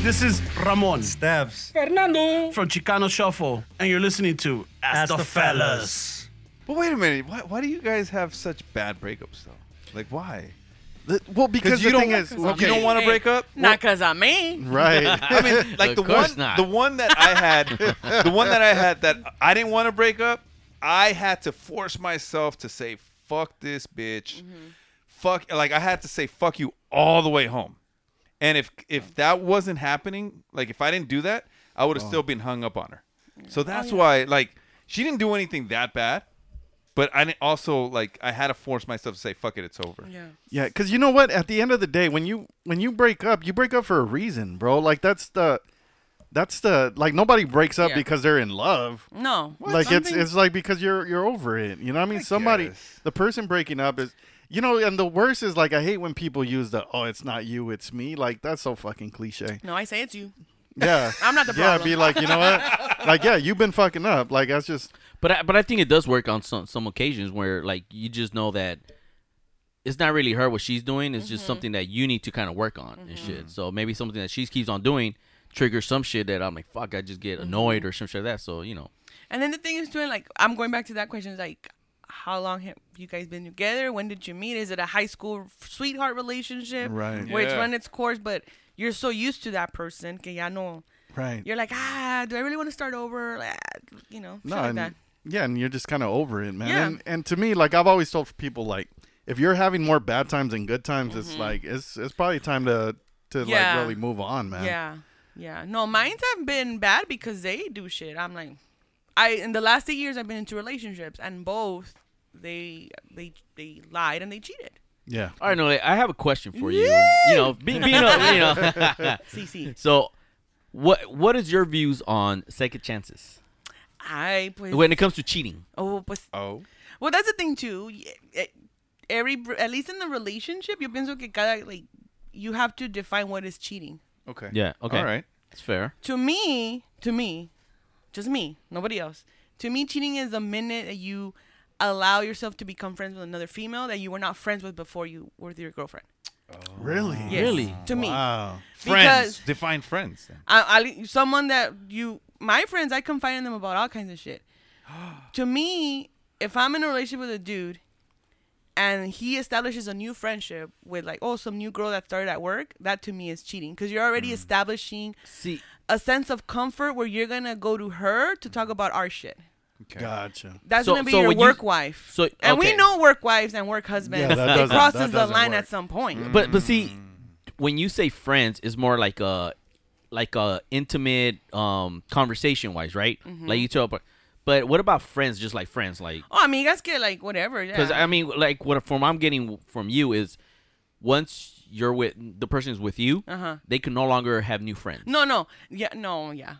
Speaker 9: This is Ramon Steps Fernando from Chicano Shuffle, and you're listening to Ask, the, Fellas.
Speaker 5: But wait a minute, why why do you guys have such bad breakups though? Like why?
Speaker 6: The- well,
Speaker 5: Because
Speaker 6: because
Speaker 5: you
Speaker 6: the
Speaker 5: don't
Speaker 6: thing is,
Speaker 5: you don't want to break up?
Speaker 7: Not because I'm me.
Speaker 6: right?
Speaker 5: I mean, *laughs* like
Speaker 8: Of
Speaker 5: the one,
Speaker 8: course not.
Speaker 5: the one that I
Speaker 8: *laughs*
Speaker 5: had, the one that I had that I didn't want to break up. I had to force myself to say fuck this bitch, fuck. Like I had to say fuck you all the way home. And if if that wasn't happening, like if I didn't do that, I would have
Speaker 8: Oh.
Speaker 5: still been hung up on her. So that's why, like, she didn't do anything that bad. But I didn't also like I had to force myself to say fuck it, it's over.
Speaker 7: Yeah.
Speaker 6: *laughs* yeah, because you know what? At the end of the day, when you when you break up, you break up for a reason, bro. Like that's the that's the like nobody breaks up
Speaker 7: Yeah.
Speaker 6: because they're in love.
Speaker 7: No.
Speaker 6: like it's
Speaker 7: Something-
Speaker 6: it's like because you're you're over it. You know what I mean? Somebody
Speaker 5: guess.
Speaker 6: the person breaking up is you know, and the worst is like I hate when people use the oh it's not you, it's me. Like that's so fucking cliche.
Speaker 7: No, I say it's you.
Speaker 6: Yeah.
Speaker 7: I'm not the
Speaker 6: yeah,
Speaker 7: problem.
Speaker 6: be like, you know
Speaker 7: *laughs*
Speaker 6: what? Like, yeah, you've been fucking up. Like, that's just
Speaker 8: But I, but I think it does work on some some occasions where like you just know that it's not really her what she's doing. It's just something that you need to kind of work on and shit. So maybe something that she keeps on doing triggers some shit that I'm like fuck. I just get annoyed or some shit like that. So you know,
Speaker 7: And then the thing is, doing like I'm going back to that question, is like, how long have you guys been together? When did you meet? Is it a high school sweetheart relationship,
Speaker 6: Right.
Speaker 7: Where it's
Speaker 5: Yeah.
Speaker 7: run its course, but you're so used to that person, que ya no.
Speaker 6: right.
Speaker 7: You're like, ah, do I really want to start over? Ah, you know, shit like
Speaker 6: and,
Speaker 7: that.
Speaker 6: yeah, and you're just kind of over it, man.
Speaker 7: Yeah.
Speaker 6: And, and to me, like I've always told people, like if you're having more bad times than good times, it's like it's it's probably time to to
Speaker 7: Mm-hmm. Yeah.
Speaker 6: like really move on, man.
Speaker 7: Yeah, yeah. No, mine's have been bad because they do shit. I'm like, I in the last eight years I've been into relationships, and both they they they lied and they cheated.
Speaker 6: Yeah.
Speaker 8: all right, no, I have a question for you. You know, being, being a, you know,
Speaker 7: CC.
Speaker 8: *laughs* so what what is your views on second chances
Speaker 7: I pues,
Speaker 8: when it comes to cheating?
Speaker 7: oh pues
Speaker 5: Oh,
Speaker 7: Well, that's the thing too. Y- e- Every at least in the relationship, yo pienso que cada like you have to define what is cheating.
Speaker 5: okay.
Speaker 8: Yeah, okay.
Speaker 5: All right.
Speaker 8: It's fair.
Speaker 7: To me, to me, just me, nobody else. To me, cheating is the minute that you allow yourself to become friends with another female that you were not friends with before you were with your girlfriend.
Speaker 6: Really?
Speaker 7: Yes,
Speaker 8: Really?
Speaker 7: To me,
Speaker 6: Wow.
Speaker 5: Uh, Friends.
Speaker 7: Because-
Speaker 5: Define friends. Then.
Speaker 7: I, I someone that you my friends I confide in them about all kinds of
Speaker 8: *gasps*
Speaker 7: shit. to me, if I'm in a relationship with a dude and he establishes a new friendship with like oh some new girl that started at work, that to me is cheating because you're
Speaker 8: Mm.
Speaker 7: already establishing
Speaker 8: See,
Speaker 7: a sense of comfort where you're gonna go to her to talk about our shit.
Speaker 5: Okay.
Speaker 6: Gotcha.
Speaker 7: That's
Speaker 8: So-
Speaker 7: gonna be
Speaker 8: so
Speaker 7: your
Speaker 8: when you-
Speaker 7: work wife.
Speaker 8: so-
Speaker 7: and we
Speaker 8: okay.
Speaker 7: know work wives and work husbands.
Speaker 6: Yeah, that
Speaker 7: it
Speaker 6: doesn't- that
Speaker 7: crosses the
Speaker 6: doesn't
Speaker 7: line
Speaker 8: Mm.
Speaker 6: work.
Speaker 7: at some point.
Speaker 8: But but see, when you say friends, it's more like uh like a intimate um conversation wise, right?
Speaker 7: Mm-hmm.
Speaker 8: Like you tell, but but what about friends? Just like friends, like
Speaker 7: Oh, amigas que like whatever. Yeah.
Speaker 8: because I mean, like what from I'm getting from you is once you're with the person is with you,
Speaker 7: Uh-huh.
Speaker 8: they can no longer have new friends.
Speaker 7: no, no. Yeah, no, yeah.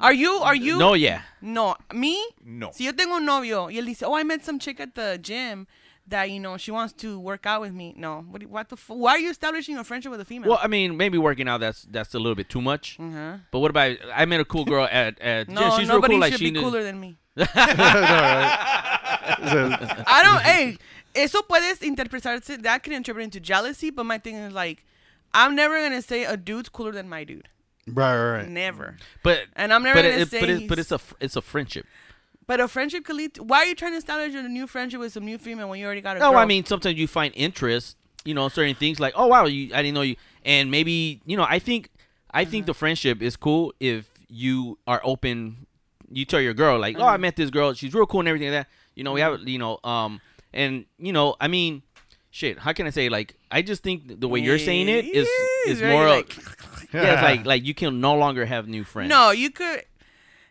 Speaker 7: Are you are you
Speaker 8: no, yeah.
Speaker 7: No, me?
Speaker 5: No.
Speaker 7: Si yo tengo un novio y él dice, "Oh, I met some chick at the gym that, you know, she wants to work out with me." No. What do- what the f- why are you establishing a friendship with a female?
Speaker 8: Well, I mean, maybe working out that's that's a little bit too much. But what about I met a cool girl at at
Speaker 7: Mm-hmm. no,
Speaker 8: yeah, she's real
Speaker 7: nobody
Speaker 8: cool. Like
Speaker 7: should
Speaker 8: she
Speaker 7: be
Speaker 8: knew-
Speaker 7: cooler
Speaker 8: *laughs*
Speaker 7: than me.
Speaker 6: It's
Speaker 7: I don't. hey, eso puedes interpretarse. That can interpret into jealousy. But my thing is like, I'm never gonna say a dude's cooler than my dude.
Speaker 6: a- right, right, right.
Speaker 7: Never.
Speaker 8: but
Speaker 7: And I'm never
Speaker 8: but
Speaker 7: gonna
Speaker 8: it,
Speaker 7: say
Speaker 8: but, it, but it's
Speaker 7: he's-
Speaker 8: a fr- it's a friendship.
Speaker 7: But a friendship could lead. To, why are you trying to establish a new friendship with some new female when you already got a
Speaker 8: No,
Speaker 7: girl?
Speaker 8: Oh, I mean sometimes you find interest, you know, in certain things like oh wow, you I didn't know you, and maybe you know I think I think the
Speaker 7: Uh-huh.
Speaker 8: friendship is cool if you are open. You tell your girl like oh
Speaker 7: Uh-huh.
Speaker 8: I met this girl, she's real cool and everything like that. You know we have you know um and you know I mean. Shit, how can I say? Like, I just think the way you're saying it is
Speaker 7: Yeah,
Speaker 8: is
Speaker 7: very
Speaker 8: more
Speaker 7: like-
Speaker 8: of- yeah,
Speaker 7: *laughs*
Speaker 8: it's like like you can no longer have new friends.
Speaker 7: no, you could.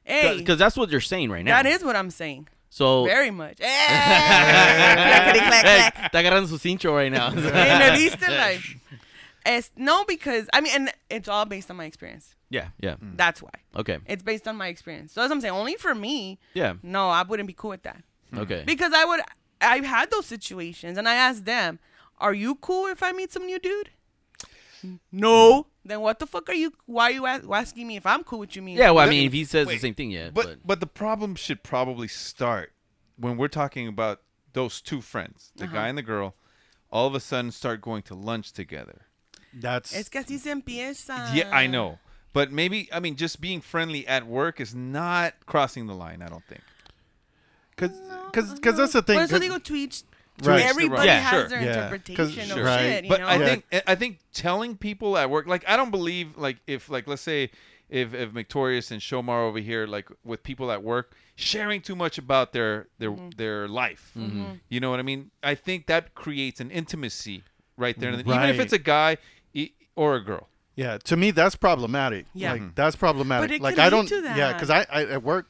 Speaker 7: Hey,
Speaker 8: because that's what you're saying right now.
Speaker 7: that is what I'm saying.
Speaker 8: so.
Speaker 7: Very much. Eh, Hey,
Speaker 8: Hey,
Speaker 7: clackety
Speaker 8: *laughs*
Speaker 7: clack clack.
Speaker 8: está agarrando su cincho right now.
Speaker 7: Hey, me viste, like, es- no, because I mean, and it's all based on my experience.
Speaker 8: *laughs* yeah, yeah.
Speaker 7: That's why
Speaker 8: Okay.
Speaker 7: it's based on my experience. So that's what I'm saying. Only for me.
Speaker 8: Yeah.
Speaker 7: No, I wouldn't be cool with that.
Speaker 8: Okay.
Speaker 7: Because I would, I've had those situations, and I asked them, "Are you cool if I meet some new dude?" No. Then what the fuck are you? Why are you a- asking me if I'm cool with you? Mean
Speaker 8: Yeah, well, I mean, if he says
Speaker 5: Wait,
Speaker 8: the same thing, yeah.
Speaker 5: But, but the problem should probably start when we're talking about those two friends, the guy and the girl, all of a sudden start going to lunch together.
Speaker 6: *laughs* That's
Speaker 7: es que así se empieza.
Speaker 5: yeah, I know. But maybe I mean just being friendly at work is not crossing the line, I don't think.
Speaker 6: because because that's the thing.
Speaker 7: Por eso
Speaker 6: 'cause-
Speaker 7: digo tweets.
Speaker 6: Right.
Speaker 7: Everybody
Speaker 5: Yeah,
Speaker 7: has
Speaker 5: sure.
Speaker 7: their
Speaker 6: Yeah. 'Cause-
Speaker 7: interpretation of
Speaker 6: Right.
Speaker 7: shit. You
Speaker 5: but
Speaker 7: know?
Speaker 5: I think eh, I think telling people at work, like I don't believe, like if like let's say if if Victorious and Shomar over here, like with people at work sharing too much about their their their life, you know what I mean? I think that creates an intimacy right there, and then even if
Speaker 6: Right.
Speaker 5: it's a guy e- or a girl.
Speaker 6: Yeah, to me that's problematic.
Speaker 7: Yeah.
Speaker 6: like that's problematic.
Speaker 7: But it
Speaker 6: like
Speaker 7: can
Speaker 6: I
Speaker 7: lead
Speaker 6: don't.
Speaker 7: to
Speaker 6: Yeah,
Speaker 7: that.
Speaker 6: because I, I at work,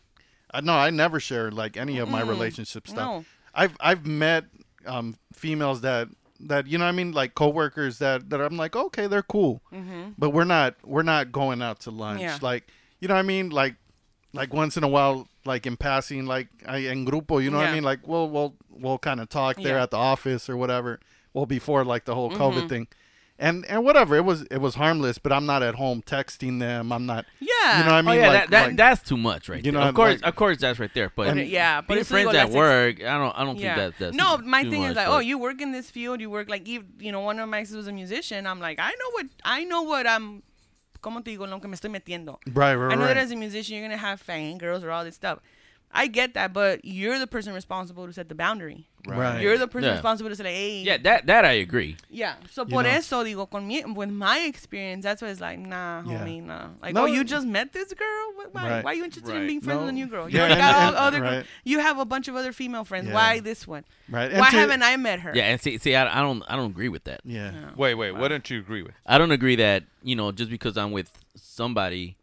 Speaker 6: I no, I never share like any of my relationship stuff.
Speaker 7: no.
Speaker 6: I've I've met um females that that you know what I mean like coworkers that that I'm like okay they're cool, but we're not we're not going out to lunch
Speaker 7: Mm-hmm. Yeah.
Speaker 6: like you know what I mean like like once in a while like in passing like I en grupo you know what I
Speaker 7: Yeah.
Speaker 6: mean like we'll we'll we'll kind of talk there
Speaker 7: Yeah.
Speaker 6: at the office or whatever well before like the whole COVID thing and and whatever it was it was harmless but i'm not at home texting them i'm not
Speaker 7: Yeah.
Speaker 6: you know what i
Speaker 8: oh
Speaker 6: mean
Speaker 8: yeah,
Speaker 6: like,
Speaker 8: that, that
Speaker 6: like-
Speaker 8: that's too much, right?
Speaker 6: You
Speaker 8: You
Speaker 6: know,
Speaker 8: know, of course,
Speaker 6: like-
Speaker 8: of course, that's right there. But
Speaker 6: And-
Speaker 7: Yeah, but
Speaker 8: being
Speaker 7: it's
Speaker 8: friends
Speaker 7: legal,
Speaker 8: at
Speaker 7: that's ex-
Speaker 8: work, I don't, I don't
Speaker 7: Yeah.
Speaker 8: think that that's
Speaker 7: no,
Speaker 8: too-
Speaker 7: my
Speaker 8: too
Speaker 7: thing is
Speaker 8: much,
Speaker 7: like,
Speaker 8: but-
Speaker 7: oh, you work in this field. You work like, ev- you know, one of my exes was a musician. I'm like, I know what, I know what I'm. ¿Cómo te digo? en Lo que me estoy metiendo.
Speaker 6: Right, right,
Speaker 7: I know
Speaker 6: right.
Speaker 7: that as a musician, you're gonna have fangirls or all this stuff. I get that, but you're the person responsible to set the boundary.
Speaker 6: Right.
Speaker 7: You're the person
Speaker 8: Yeah.
Speaker 7: responsible to say, like, hey,
Speaker 8: yeah, that that I agree.
Speaker 7: yeah. So por
Speaker 6: know.
Speaker 7: eso digo, con mi, with my experience, that's why it's like, nah,
Speaker 6: Yeah.
Speaker 7: homie, nah. Like,
Speaker 6: No,
Speaker 7: oh, you
Speaker 6: it-
Speaker 7: just met this girl? Why? Why,
Speaker 6: Right.
Speaker 7: why are you interested in
Speaker 5: Right.
Speaker 7: being friends with a
Speaker 6: No.
Speaker 7: new girl? You
Speaker 6: Yeah,
Speaker 7: already
Speaker 6: and-
Speaker 7: got all
Speaker 6: and-
Speaker 7: other girl-
Speaker 6: right.
Speaker 7: You have a bunch of other female friends.
Speaker 6: Yeah.
Speaker 7: Why this one?
Speaker 6: Right, and
Speaker 7: Why
Speaker 6: to-
Speaker 7: haven't I met her?
Speaker 8: Yeah, and see, see, I, I don't, I don't agree with that.
Speaker 6: yeah
Speaker 5: Wait, wait, what don't you agree with?
Speaker 8: I don't agree that you know just because I'm with somebody,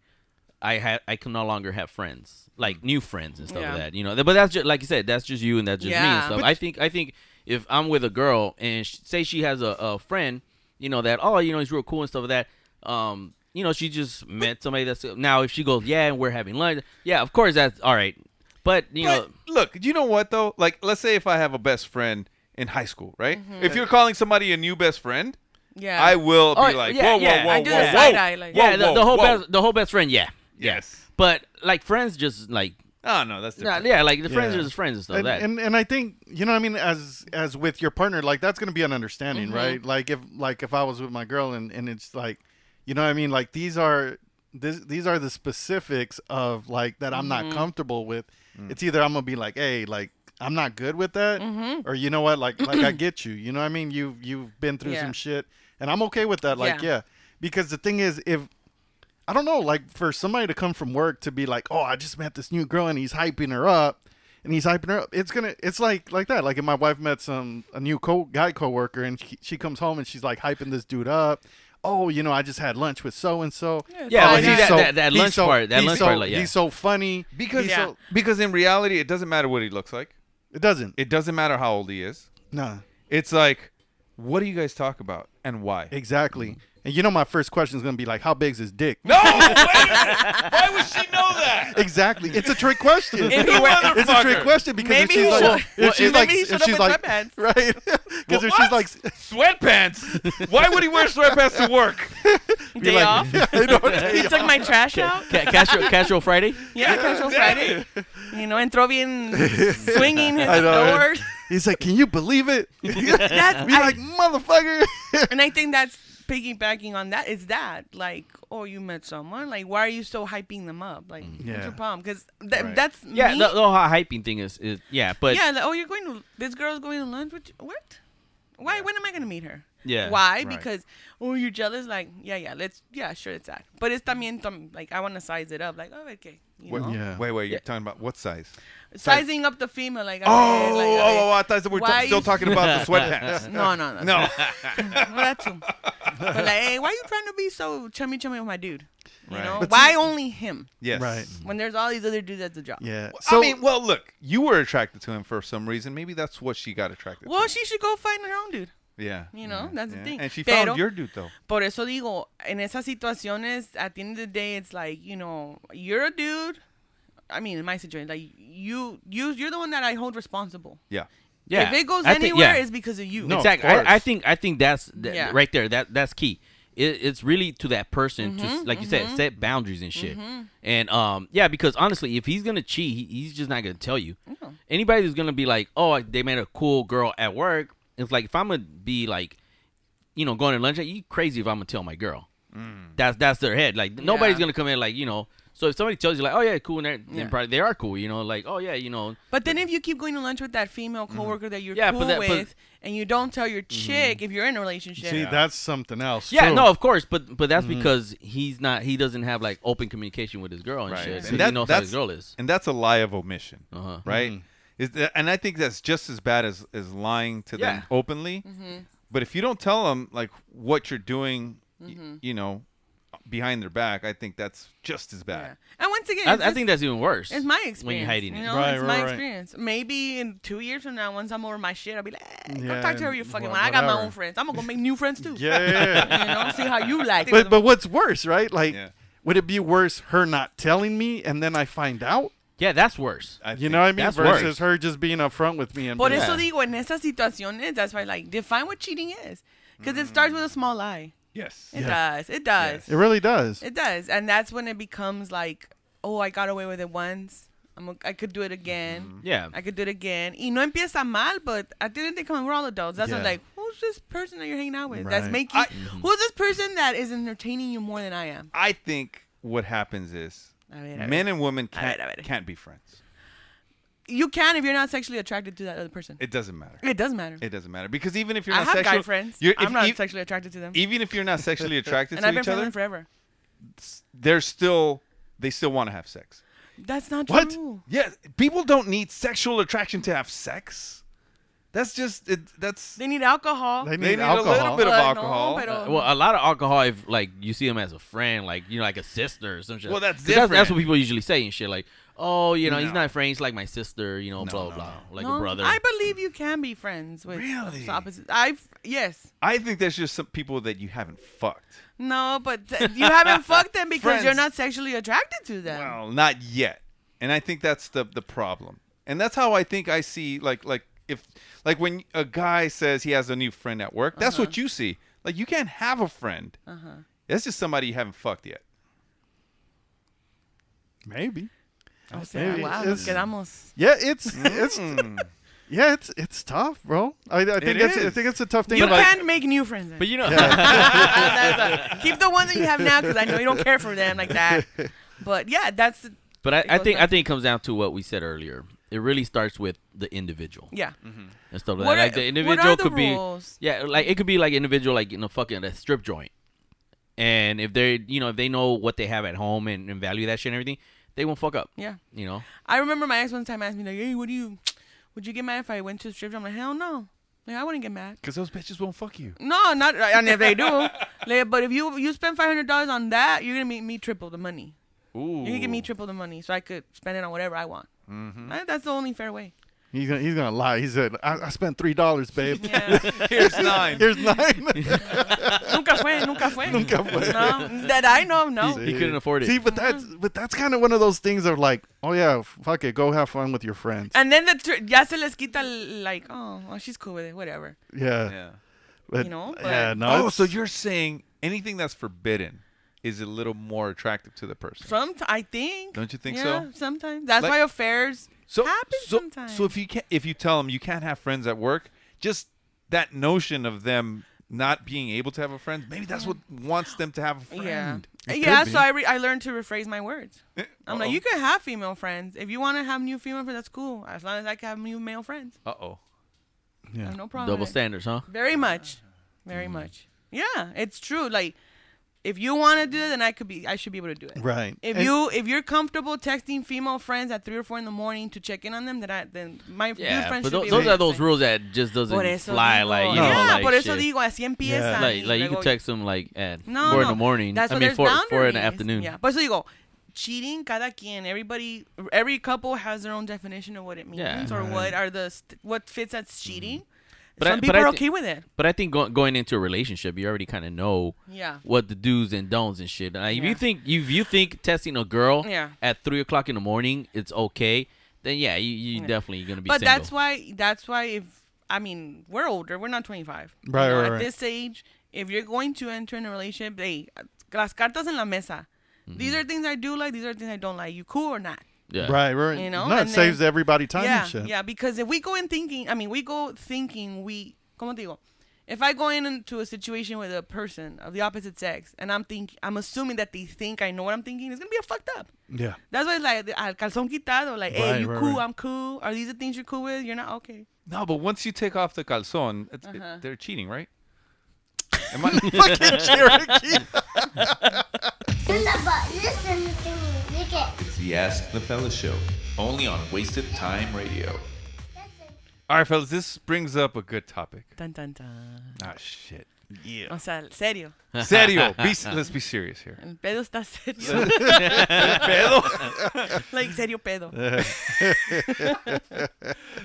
Speaker 8: I ha- I can no longer have friends like new friends and stuff
Speaker 7: Yeah.
Speaker 8: like that. You know, but that's just like you said, that's just you and that's just me and
Speaker 7: Yeah.
Speaker 8: stuff.
Speaker 7: But-
Speaker 8: I think I think if I'm with a girl and sh- say she has a, a friend, you know that oh you know he's real cool and stuff like that. Um, you know she just met somebody that's now if she goes yeah and we're having lunch yeah of course that's all right, but you know.
Speaker 5: But look, you know what though? Like, let's say if I have a best friend in high school, right? If you're calling somebody a new best friend,
Speaker 7: Yeah.
Speaker 5: I will be
Speaker 8: Oh,
Speaker 5: like,
Speaker 8: yeah,
Speaker 5: whoa,
Speaker 8: yeah.
Speaker 5: whoa, whoa,
Speaker 8: I
Speaker 7: do
Speaker 5: whoa,
Speaker 7: the
Speaker 5: whoa,
Speaker 7: side eye, like-
Speaker 5: whoa,
Speaker 8: yeah, the,
Speaker 5: whoa,
Speaker 8: the whole
Speaker 5: whoa.
Speaker 8: best the whole best friend, yeah,
Speaker 5: Yes.
Speaker 8: but like friends, just like
Speaker 5: Oh no, that's
Speaker 8: nah,
Speaker 5: different.
Speaker 8: yeah, like the friends
Speaker 6: Yeah.
Speaker 8: are just friends and stuff.
Speaker 6: and,
Speaker 8: that
Speaker 6: and and i think you know what i mean as as with your partner like that's gonna be an understanding
Speaker 7: Mm-hmm.
Speaker 6: right like if like if i was with my girl and and it's like you know what i mean like these are this, these are the specifics of like that i'm
Speaker 7: Mm-hmm.
Speaker 6: not comfortable with it's either i'm gonna be like hey like i'm not good with that
Speaker 7: Mm-hmm.
Speaker 6: or you know what like like
Speaker 7: *clears throat*
Speaker 6: i get you you know what i mean you you've been through
Speaker 7: Yeah.
Speaker 6: some shit and i'm okay with that like
Speaker 7: Yeah.
Speaker 6: yeah because the thing is if I don't know, like for somebody to come from work to be like, "Oh, I just met this new girl and he's hyping her up." And he's hyping her up. It's gonna. It's like like that. Like if my wife met some a new co guy coworker and she, she comes home and she's like hyping this dude up. oh, you know, I just had lunch with so and so.
Speaker 8: Yeah,
Speaker 5: Oh,
Speaker 8: well, see,
Speaker 5: he's
Speaker 8: that,
Speaker 5: so-
Speaker 8: that, that
Speaker 6: he's
Speaker 8: lunch
Speaker 6: so-
Speaker 8: part, that
Speaker 6: he's
Speaker 8: lunch
Speaker 6: so-
Speaker 8: part, like, yeah.
Speaker 6: he's so funny.
Speaker 5: because
Speaker 7: Yeah.
Speaker 5: because in reality, it doesn't matter what he looks like.
Speaker 6: It doesn't.
Speaker 5: It doesn't matter how old he is.
Speaker 6: nah,
Speaker 5: It's like, what do you guys talk about and why?
Speaker 6: exactly. And you know, my first question is gonna be like, how big's his dick?
Speaker 5: *laughs* No, wait. Why would she know that?
Speaker 6: Exactly. It's a trick question.
Speaker 7: If he were-
Speaker 6: *laughs* it's a trick question because if
Speaker 7: Maybe he
Speaker 6: she's like,
Speaker 7: should-
Speaker 6: if
Speaker 7: Well,
Speaker 6: she's
Speaker 7: maybe
Speaker 6: like,
Speaker 7: he
Speaker 6: if
Speaker 7: should
Speaker 6: she's
Speaker 7: have
Speaker 6: like,
Speaker 7: been sweatpants.
Speaker 6: *laughs* right? Because if she's
Speaker 5: What?
Speaker 6: like, *laughs*
Speaker 5: sweatpants. Why would he wear sweatpants to work?
Speaker 7: Day
Speaker 6: like-
Speaker 7: off.
Speaker 6: I know what
Speaker 7: He took my trash out.
Speaker 8: Ca- casual, casual Friday.
Speaker 7: Yeah, casual Friday. You know, entró bien
Speaker 6: *laughs*
Speaker 7: swinging his
Speaker 6: I know, right? *laughs*
Speaker 7: door.
Speaker 6: *laughs* He's like, can you believe it? *laughs*
Speaker 7: That's,
Speaker 6: Be
Speaker 7: I-
Speaker 6: like, motherfucker. *laughs*
Speaker 7: and I think that's piggybacking on that is that like, oh, you met someone. Like, why are you so hyping them up? Like,
Speaker 5: Mm-hmm.
Speaker 7: what's
Speaker 6: Yeah.
Speaker 7: your problem? Because th-
Speaker 6: Right.
Speaker 7: that's
Speaker 8: Yeah,
Speaker 7: me.
Speaker 8: the, the whole hyping thing is, is yeah, but
Speaker 7: yeah, like, oh, you're going to this girl's going to lunch with you? what? Why? When am I going to meet her?
Speaker 8: Yeah,
Speaker 7: Why? Because oh, you're jealous. Like, yeah, yeah, let's yeah, sure, it's that. But it's también tam- like I want to size it up. Like, oh, okay, you know,
Speaker 6: Yeah.
Speaker 5: Wait, wait. You're talking about what size?
Speaker 7: sizing up the female. Like, a bit,
Speaker 5: Oh,
Speaker 7: like,
Speaker 5: oh,
Speaker 7: a bit.
Speaker 5: oh, I thought that we were
Speaker 7: Why
Speaker 5: t- still
Speaker 7: you-
Speaker 5: talking
Speaker 7: *laughs*
Speaker 5: about the sweatpants.
Speaker 7: No, no, no.
Speaker 6: *laughs*
Speaker 5: No.
Speaker 7: Well, that too. But like, hey, why you trying to be so chummy chummy with my dude? You
Speaker 5: Right.
Speaker 7: know,
Speaker 5: But
Speaker 7: why only him?
Speaker 5: Yes.
Speaker 6: Right.
Speaker 7: When there's all these other dudes at the job.
Speaker 6: Yeah.
Speaker 5: I mean, well, look, you were attracted to him for some reason. Maybe that's what she got attracted
Speaker 7: Well,
Speaker 5: to.
Speaker 7: she should go find her own dude.
Speaker 5: yeah.
Speaker 7: you know,
Speaker 5: yeah,
Speaker 7: that's the
Speaker 5: yeah.
Speaker 7: thing.
Speaker 5: And she
Speaker 7: Pero-
Speaker 5: found your dude, though.
Speaker 7: Por eso digo, en esas situaciones, at the end of the day, it's like you know, you're a dude. I mean, in my situation, like you, you, you're the one that I hold responsible.
Speaker 5: Yeah.
Speaker 8: yeah.
Speaker 7: If it goes
Speaker 8: I think-
Speaker 7: anywhere,
Speaker 8: yeah.
Speaker 7: it's because of you.
Speaker 8: exactly.
Speaker 5: course.
Speaker 8: I, I think I think that's th-
Speaker 7: Yeah.
Speaker 8: right there. That that's key. It, it's really to that person to
Speaker 7: Mm-hmm,
Speaker 8: s- like you said set boundaries and shit. And um yeah, because honestly, if he's gonna cheat, he, he's just not gonna tell you. Anybody who's gonna be like, oh, they met a cool girl at work. It's like if I'm gonna be like, you know, going to lunch, you crazy if I'm gonna tell my girl. That's that's their head. Like nobody's
Speaker 7: Yeah.
Speaker 8: gonna come in like you know. So if somebody tells you like, oh yeah, cool, and they're, then
Speaker 7: Yeah.
Speaker 8: probably they are cool, you know, like oh yeah, you know,
Speaker 7: But then if you keep going to lunch with that female coworker that you're
Speaker 8: Mm-hmm. Yeah, but
Speaker 7: cool
Speaker 8: that- but- Mm-hmm.
Speaker 7: with, and you don't tell your chick if you're in a relationship,
Speaker 6: see, that's something else.
Speaker 8: Yeah,
Speaker 6: too.
Speaker 8: no, of course, but
Speaker 5: Mm-hmm.
Speaker 8: but that's because he's not. He doesn't have like open communication with his girl and shit. 'cause he knows how his girl is.
Speaker 5: And that's a lie of omission,
Speaker 8: Uh-huh.
Speaker 5: right?
Speaker 7: Mm-hmm.
Speaker 5: Is that, and I think that's just as bad as, as lying to
Speaker 8: Yeah.
Speaker 5: them openly.
Speaker 7: Mm-hmm.
Speaker 5: But if you don't tell them like what you're doing, y-
Speaker 7: Mm-hmm.
Speaker 5: you know, behind their back, I think that's just as
Speaker 7: yeah.
Speaker 5: bad.
Speaker 7: and once again,
Speaker 8: I,
Speaker 7: it's
Speaker 8: I think that's even worse.
Speaker 7: It's my experience.
Speaker 8: when you're hiding
Speaker 7: you
Speaker 8: it.
Speaker 7: know?
Speaker 6: Right,
Speaker 7: it's
Speaker 6: right,
Speaker 7: my
Speaker 6: right.
Speaker 7: experience. Maybe in two years from now, once I'm over my shit, I'll be like, eh,
Speaker 6: Yeah,
Speaker 7: come talk to her, you fucking
Speaker 6: wha-
Speaker 7: one. I got my
Speaker 6: whatever.
Speaker 7: own friends. I'm gonna go make new friends
Speaker 6: *laughs*
Speaker 7: too.
Speaker 6: Yeah.
Speaker 7: *laughs* you know, see how you like.
Speaker 6: but but what's worse, right? Like,
Speaker 5: Yeah.
Speaker 6: would it be worse her not telling me and then I find out?
Speaker 8: Yeah, that's worse.
Speaker 5: I
Speaker 6: You
Speaker 5: think
Speaker 6: know what I mean?
Speaker 8: that's
Speaker 6: Versus
Speaker 8: worse.
Speaker 6: her just being upfront with me and
Speaker 7: Por
Speaker 6: being
Speaker 7: eso
Speaker 6: like,
Speaker 7: digo, en esas situaciones, that's why, like, define what cheating is. Because
Speaker 6: Mm.
Speaker 7: it starts with a small lie.
Speaker 5: Yes.
Speaker 7: It does. It does.
Speaker 6: it really does.
Speaker 7: It does. And that's when it becomes like, oh, I got away with it once. I'm a, I could do it again.
Speaker 5: Mm-hmm.
Speaker 8: Yeah.
Speaker 7: I could do it again. Y no empieza mal, but at the end of the day, come on, we're all adults. That's not
Speaker 6: Yeah.
Speaker 7: like, who's this person that you're hanging out with?
Speaker 6: Right.
Speaker 7: That's making,
Speaker 5: I-
Speaker 7: who's this person that is entertaining you more than I am?
Speaker 5: I think what happens is
Speaker 7: A ver, a
Speaker 5: men
Speaker 7: ver.
Speaker 5: and women
Speaker 7: A ver,
Speaker 5: can't,
Speaker 7: a ver.
Speaker 5: can't be friends.
Speaker 7: You can if you're not sexually attracted to that other person. It,
Speaker 5: It doesn't matter.
Speaker 7: doesn't matter.
Speaker 5: It doesn't matter because even if you're
Speaker 7: I
Speaker 5: not
Speaker 7: have
Speaker 5: sexual,
Speaker 7: guy friends.
Speaker 5: You're,
Speaker 7: I'm
Speaker 5: if-
Speaker 7: not
Speaker 5: e-
Speaker 7: sexually attracted to them.
Speaker 5: Even if you're not
Speaker 7: *laughs*
Speaker 5: sexually attracted
Speaker 7: and
Speaker 5: to
Speaker 7: I've been
Speaker 5: each
Speaker 7: friends with
Speaker 5: other,
Speaker 7: them forever.
Speaker 5: they're still they still want to have sex.
Speaker 7: That's not
Speaker 6: What?
Speaker 7: true.
Speaker 5: Yeah, people don't need sexual attraction to have sex. That's just it, that's
Speaker 7: They need alcohol.
Speaker 6: They need,
Speaker 5: they need a
Speaker 6: alcohol.
Speaker 5: little bit of
Speaker 7: But no,
Speaker 5: alcohol.
Speaker 7: pero-
Speaker 8: Uh, well, a lot of alcohol if like you see him as a friend, like you know, like a sister or some shit.
Speaker 5: Well, that's
Speaker 8: 'Cause that's, that's
Speaker 5: different.
Speaker 8: what people usually say and shit. Like, oh, you know, he's
Speaker 5: No.
Speaker 8: not a friend. He's like my sister. You know, blah blah, like
Speaker 7: No,
Speaker 8: a brother.
Speaker 7: I believe you can be friends with
Speaker 5: Really?
Speaker 7: the opposite. I've yes.
Speaker 5: I think there's just some people that you haven't fucked.
Speaker 7: No, but th- you
Speaker 8: *laughs*
Speaker 7: haven't fucked them because you're
Speaker 5: Friends.
Speaker 7: not sexually attracted to them.
Speaker 5: Well, not yet. And I think that's the the problem. And that's how I think I see like like if like when a guy says he has a new friend at work, that's what you see. Like you can't have a friend. Uh-huh. That's just somebody you haven't fucked yet.
Speaker 6: Maybe.
Speaker 7: O sea,
Speaker 6: maybe
Speaker 7: wow,
Speaker 6: it's-
Speaker 7: nos quedamos.
Speaker 6: Yeah, it's it's yeah, it's it's tough, bro. I, I think it's I
Speaker 5: Hmm. is.
Speaker 6: think it's a tough thing.
Speaker 7: You
Speaker 6: to, *laughs* like,
Speaker 7: can make new friends. then.
Speaker 8: but you know,
Speaker 5: *laughs*
Speaker 8: *laughs*
Speaker 7: *laughs* That's a- keep the ones that you have now because I know you don't care for them like that. But yeah, that's
Speaker 8: but I, I
Speaker 7: goes
Speaker 8: think I
Speaker 7: back-
Speaker 8: think it comes down to what we said earlier. It really starts with the individual.
Speaker 7: yeah.
Speaker 8: and stuff like
Speaker 7: What
Speaker 8: that.
Speaker 7: are-
Speaker 8: Like the
Speaker 7: what
Speaker 8: individual
Speaker 7: are the
Speaker 8: could
Speaker 7: rules?
Speaker 8: be, yeah, like it could be like individual, like in a fucking a strip joint. And if they, you know, if they know what they have at home and, and value that shit and everything, they won't fuck up.
Speaker 7: Yeah.
Speaker 8: you know.
Speaker 7: I remember my ex one time asked me like, "Hey, what do you? Would you get mad if I went to a strip joint?" I'm like, "Hell no." Like, I wouldn't get mad.
Speaker 5: Because those bitches won't fuck you.
Speaker 7: No, not and if they do, like, but if you you spend five hundred dollars on that, you're gonna make me triple the money.
Speaker 5: Ooh. Mm-hmm.
Speaker 7: You can give me triple the money, so I could spend it on whatever I want. I- that's the only
Speaker 5: *laughs*
Speaker 7: fair way.
Speaker 6: He's gonna, he's gonna lie. He said, "I, I spent three dollars, babe.
Speaker 5: Here's nine.
Speaker 6: Here's nine.
Speaker 7: *laughs* nunca fue,
Speaker 5: *laughs*
Speaker 7: nunca fue, nunca fue. No, that I know, of, no.
Speaker 8: He couldn't afford
Speaker 6: *laughs*
Speaker 8: it.
Speaker 6: See, but that's
Speaker 7: Uh-huh.
Speaker 6: but that's kind of one of those things of like, oh yeah, fuck it, go have fun with your friends.
Speaker 7: And then the tr- ya se les quita l- like, oh, well, she's cool with it, whatever.
Speaker 6: yeah,
Speaker 5: Yeah.
Speaker 6: But,
Speaker 7: You know,
Speaker 6: yeah,
Speaker 7: but-
Speaker 6: no.
Speaker 5: Oh,
Speaker 6: it's-
Speaker 5: so you're saying anything that's forbidden is a little more attractive to the person.
Speaker 7: Some I think.
Speaker 5: Don't you think
Speaker 7: yeah,
Speaker 5: so?
Speaker 7: Sometimes that's
Speaker 5: Like-
Speaker 7: why affairs
Speaker 5: so,
Speaker 7: happen
Speaker 5: so,
Speaker 7: sometimes.
Speaker 5: so if you can if you tell them you can't have friends at work, just that notion of them not being able to have a friend, maybe that's what wants them to have a friend.
Speaker 7: Yeah.
Speaker 6: It
Speaker 7: yeah,
Speaker 6: could
Speaker 7: so
Speaker 6: be.
Speaker 7: I, re- I learned to rephrase my words. I'm like, you can have female friends. If you want to have new female friends, that's cool. As long as I can have new male friends.
Speaker 5: Uh oh.
Speaker 7: I have no problem.
Speaker 8: Double Mm.
Speaker 7: with it.
Speaker 8: standards, huh?
Speaker 7: Very much. Very much. Yeah, it's true. Like, if you want to do it, then I could be, I should be able to do it.
Speaker 6: Right.
Speaker 7: If
Speaker 6: And-
Speaker 7: you if you're comfortable texting female friends at three or four in the morning to check in on them, then I then my dude
Speaker 8: Yeah,
Speaker 7: friends
Speaker 8: but
Speaker 7: should
Speaker 8: tho-
Speaker 7: be
Speaker 8: those
Speaker 7: able
Speaker 8: are
Speaker 7: to
Speaker 8: those
Speaker 7: say-
Speaker 8: rules that just doesn't
Speaker 7: Por eso
Speaker 8: fly.
Speaker 7: digo.
Speaker 8: Like you
Speaker 7: yeah,
Speaker 8: know, like
Speaker 7: por
Speaker 8: shit.
Speaker 7: eso digo, así empieza.
Speaker 6: Yeah.
Speaker 8: Like,
Speaker 7: y
Speaker 8: like you can
Speaker 7: luego-
Speaker 8: text them like at
Speaker 7: No,
Speaker 8: four
Speaker 7: no.
Speaker 8: in the morning.
Speaker 7: That's
Speaker 8: I
Speaker 7: why
Speaker 8: mean
Speaker 7: there's
Speaker 8: four four in the
Speaker 7: boundaries.
Speaker 8: afternoon.
Speaker 7: Yeah, but so you go. Cheating, cada quien. Everybody, every couple has their own definition of what it means
Speaker 8: Yeah.
Speaker 7: or what are the st- what fits as cheating.
Speaker 8: But I-
Speaker 7: Some
Speaker 8: but
Speaker 7: people
Speaker 8: I
Speaker 7: are
Speaker 8: thi-
Speaker 7: okay with it.
Speaker 8: But I think go- going into a relationship, you already kind of know
Speaker 7: Yeah.
Speaker 8: what the do's and don'ts and shit. Like, If
Speaker 7: Yeah.
Speaker 8: you think you if you think testing a girl
Speaker 7: Yeah.
Speaker 8: at three o'clock in the morning it's okay, then yeah, you you definitely gonna be.
Speaker 7: But
Speaker 8: single.
Speaker 7: that's why. That's why. If I mean, we're older. We're not 25. You
Speaker 6: Right,
Speaker 7: know,
Speaker 6: right,
Speaker 7: At
Speaker 6: right.
Speaker 7: this age, if you're going to enter in a relationship, they las cartas en la mesa.
Speaker 8: Mm-hmm.
Speaker 7: These are things I do like. These are things I don't like. You cool or not?
Speaker 8: yeah.
Speaker 6: right, right.
Speaker 7: You know,
Speaker 6: no, it
Speaker 7: and
Speaker 6: saves
Speaker 7: then-
Speaker 6: everybody time
Speaker 7: yeah,
Speaker 6: and shit.
Speaker 7: Yeah, because if we go in thinking, I mean, we go thinking we, como te digo, if I go in into a situation with a person of the opposite sex and I'm think I'm assuming that they think I know what I'm thinking, it's gonna be a fucked up.
Speaker 6: yeah.
Speaker 7: That's why it's like the- al calzón quitado, like, hey,
Speaker 6: Right,
Speaker 7: you
Speaker 6: right,
Speaker 7: cool,
Speaker 6: right.
Speaker 7: I'm cool. Are these the things you're cool with? You're not okay.
Speaker 5: No, but once you take off the calzon, it- it-
Speaker 7: Uh-huh.
Speaker 5: they're cheating,
Speaker 7: *laughs*
Speaker 5: right? Am I- *laughs*
Speaker 10: Listen to me, look at.
Speaker 1: It's the Ask the Fella Show, only on Wasted Time Radio.
Speaker 5: All right, fellas, this brings up a good topic.
Speaker 7: Dun dun dun.
Speaker 5: Ah,
Speaker 7: *laughs*
Speaker 5: shit.
Speaker 7: O sea, serio.
Speaker 5: Serio, be, s- let's be serious here.
Speaker 7: El pedo está
Speaker 6: *laughs*
Speaker 7: serio. *laughs* like
Speaker 6: *laughs*
Speaker 7: serio pedo.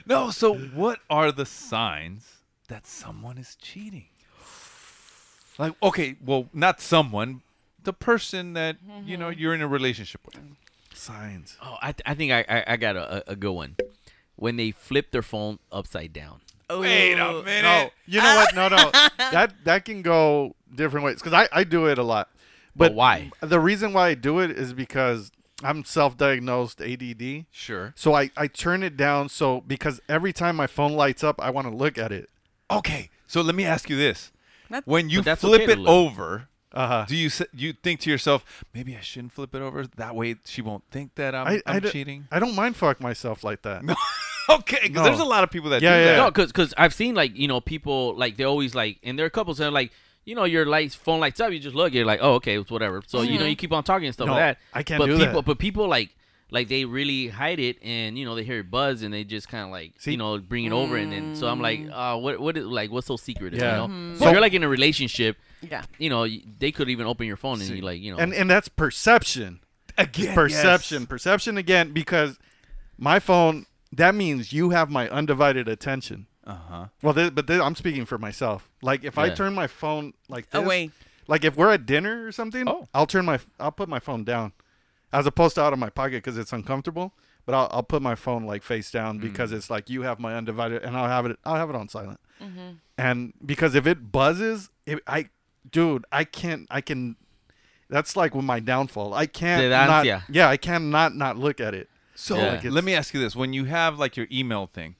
Speaker 5: No, so what are the signs that someone is cheating? Like, okay, well, not someone, the person that you know you're in Mm-hmm. a relationship with.
Speaker 6: Signs.
Speaker 8: Oh, I, th- I think I, I, I got a, a a good one. When they flip their phone upside down.
Speaker 5: Wait a
Speaker 6: No,
Speaker 5: minute.
Speaker 6: you know what? No, no, that that can go different ways because I I do it a lot. But,
Speaker 8: But why?
Speaker 6: The reason why I do it is because I'm self-diagnosed ADD.
Speaker 5: Sure.
Speaker 6: So I, I turn it down so because every time my phone lights up, I want to look at it.
Speaker 5: Okay, so let me ask you this:
Speaker 7: That-
Speaker 5: When you
Speaker 8: But that's
Speaker 5: flip
Speaker 8: okay to
Speaker 5: it
Speaker 8: look.
Speaker 5: over,
Speaker 6: Uh-huh.
Speaker 5: do you s- you think to yourself, maybe I shouldn't flip it over? That way, she won't think that I'm,
Speaker 6: I,
Speaker 5: I,
Speaker 6: I
Speaker 5: am
Speaker 6: d-
Speaker 5: cheating. *laughs*
Speaker 6: I don't mind fuck myself like that.
Speaker 5: Okay, 'cause
Speaker 6: No.
Speaker 5: there's a lot of people that
Speaker 6: Yeah,
Speaker 5: do
Speaker 6: yeah,
Speaker 5: that.
Speaker 6: yeah.
Speaker 8: No, because cause I've seen like you know people like they always like and there are couples that are like you know your lights phone lights up you just look you're like oh okay it's whatever so you know you keep on talking and stuff
Speaker 6: No,
Speaker 8: like that
Speaker 6: I can't
Speaker 8: but
Speaker 6: do that.
Speaker 8: people but people like like they really hide it and you know they hear it buzz and they just kind of like
Speaker 6: See?
Speaker 8: you know bring it over and then so I'm like uh what what is like what's so secretive
Speaker 6: Yeah.
Speaker 8: you know so you're like in a relationship
Speaker 7: Yeah.
Speaker 8: you know y- they could even open your phone and you like you know
Speaker 6: And and that's perception.
Speaker 5: Again,
Speaker 6: Perception.
Speaker 5: yes.
Speaker 6: Perception again because my phone that means you have my undivided attention. Uh-huh. Well, thi- but thi- I'm speaking for myself. Like if I
Speaker 8: Yeah.
Speaker 6: turn my phone like this,
Speaker 7: Away.
Speaker 6: like if we're at dinner or something,
Speaker 5: Oh.
Speaker 6: I'll turn my I'll put my phone down as opposed to out of my pocket cuz it's uncomfortable, but I'll, I'll put my phone like face down
Speaker 5: Hmm.
Speaker 6: because it's like you have my undivided and I'll have it I'll have it on silent. And because if it buzzes, it, I dude, I can't I can that's like with my downfall. I can't
Speaker 8: The
Speaker 6: not,
Speaker 8: ansia.
Speaker 6: yeah, I cannot not look at it.
Speaker 5: So
Speaker 8: Yeah.
Speaker 5: like, let me ask you this: When you have like your email thing,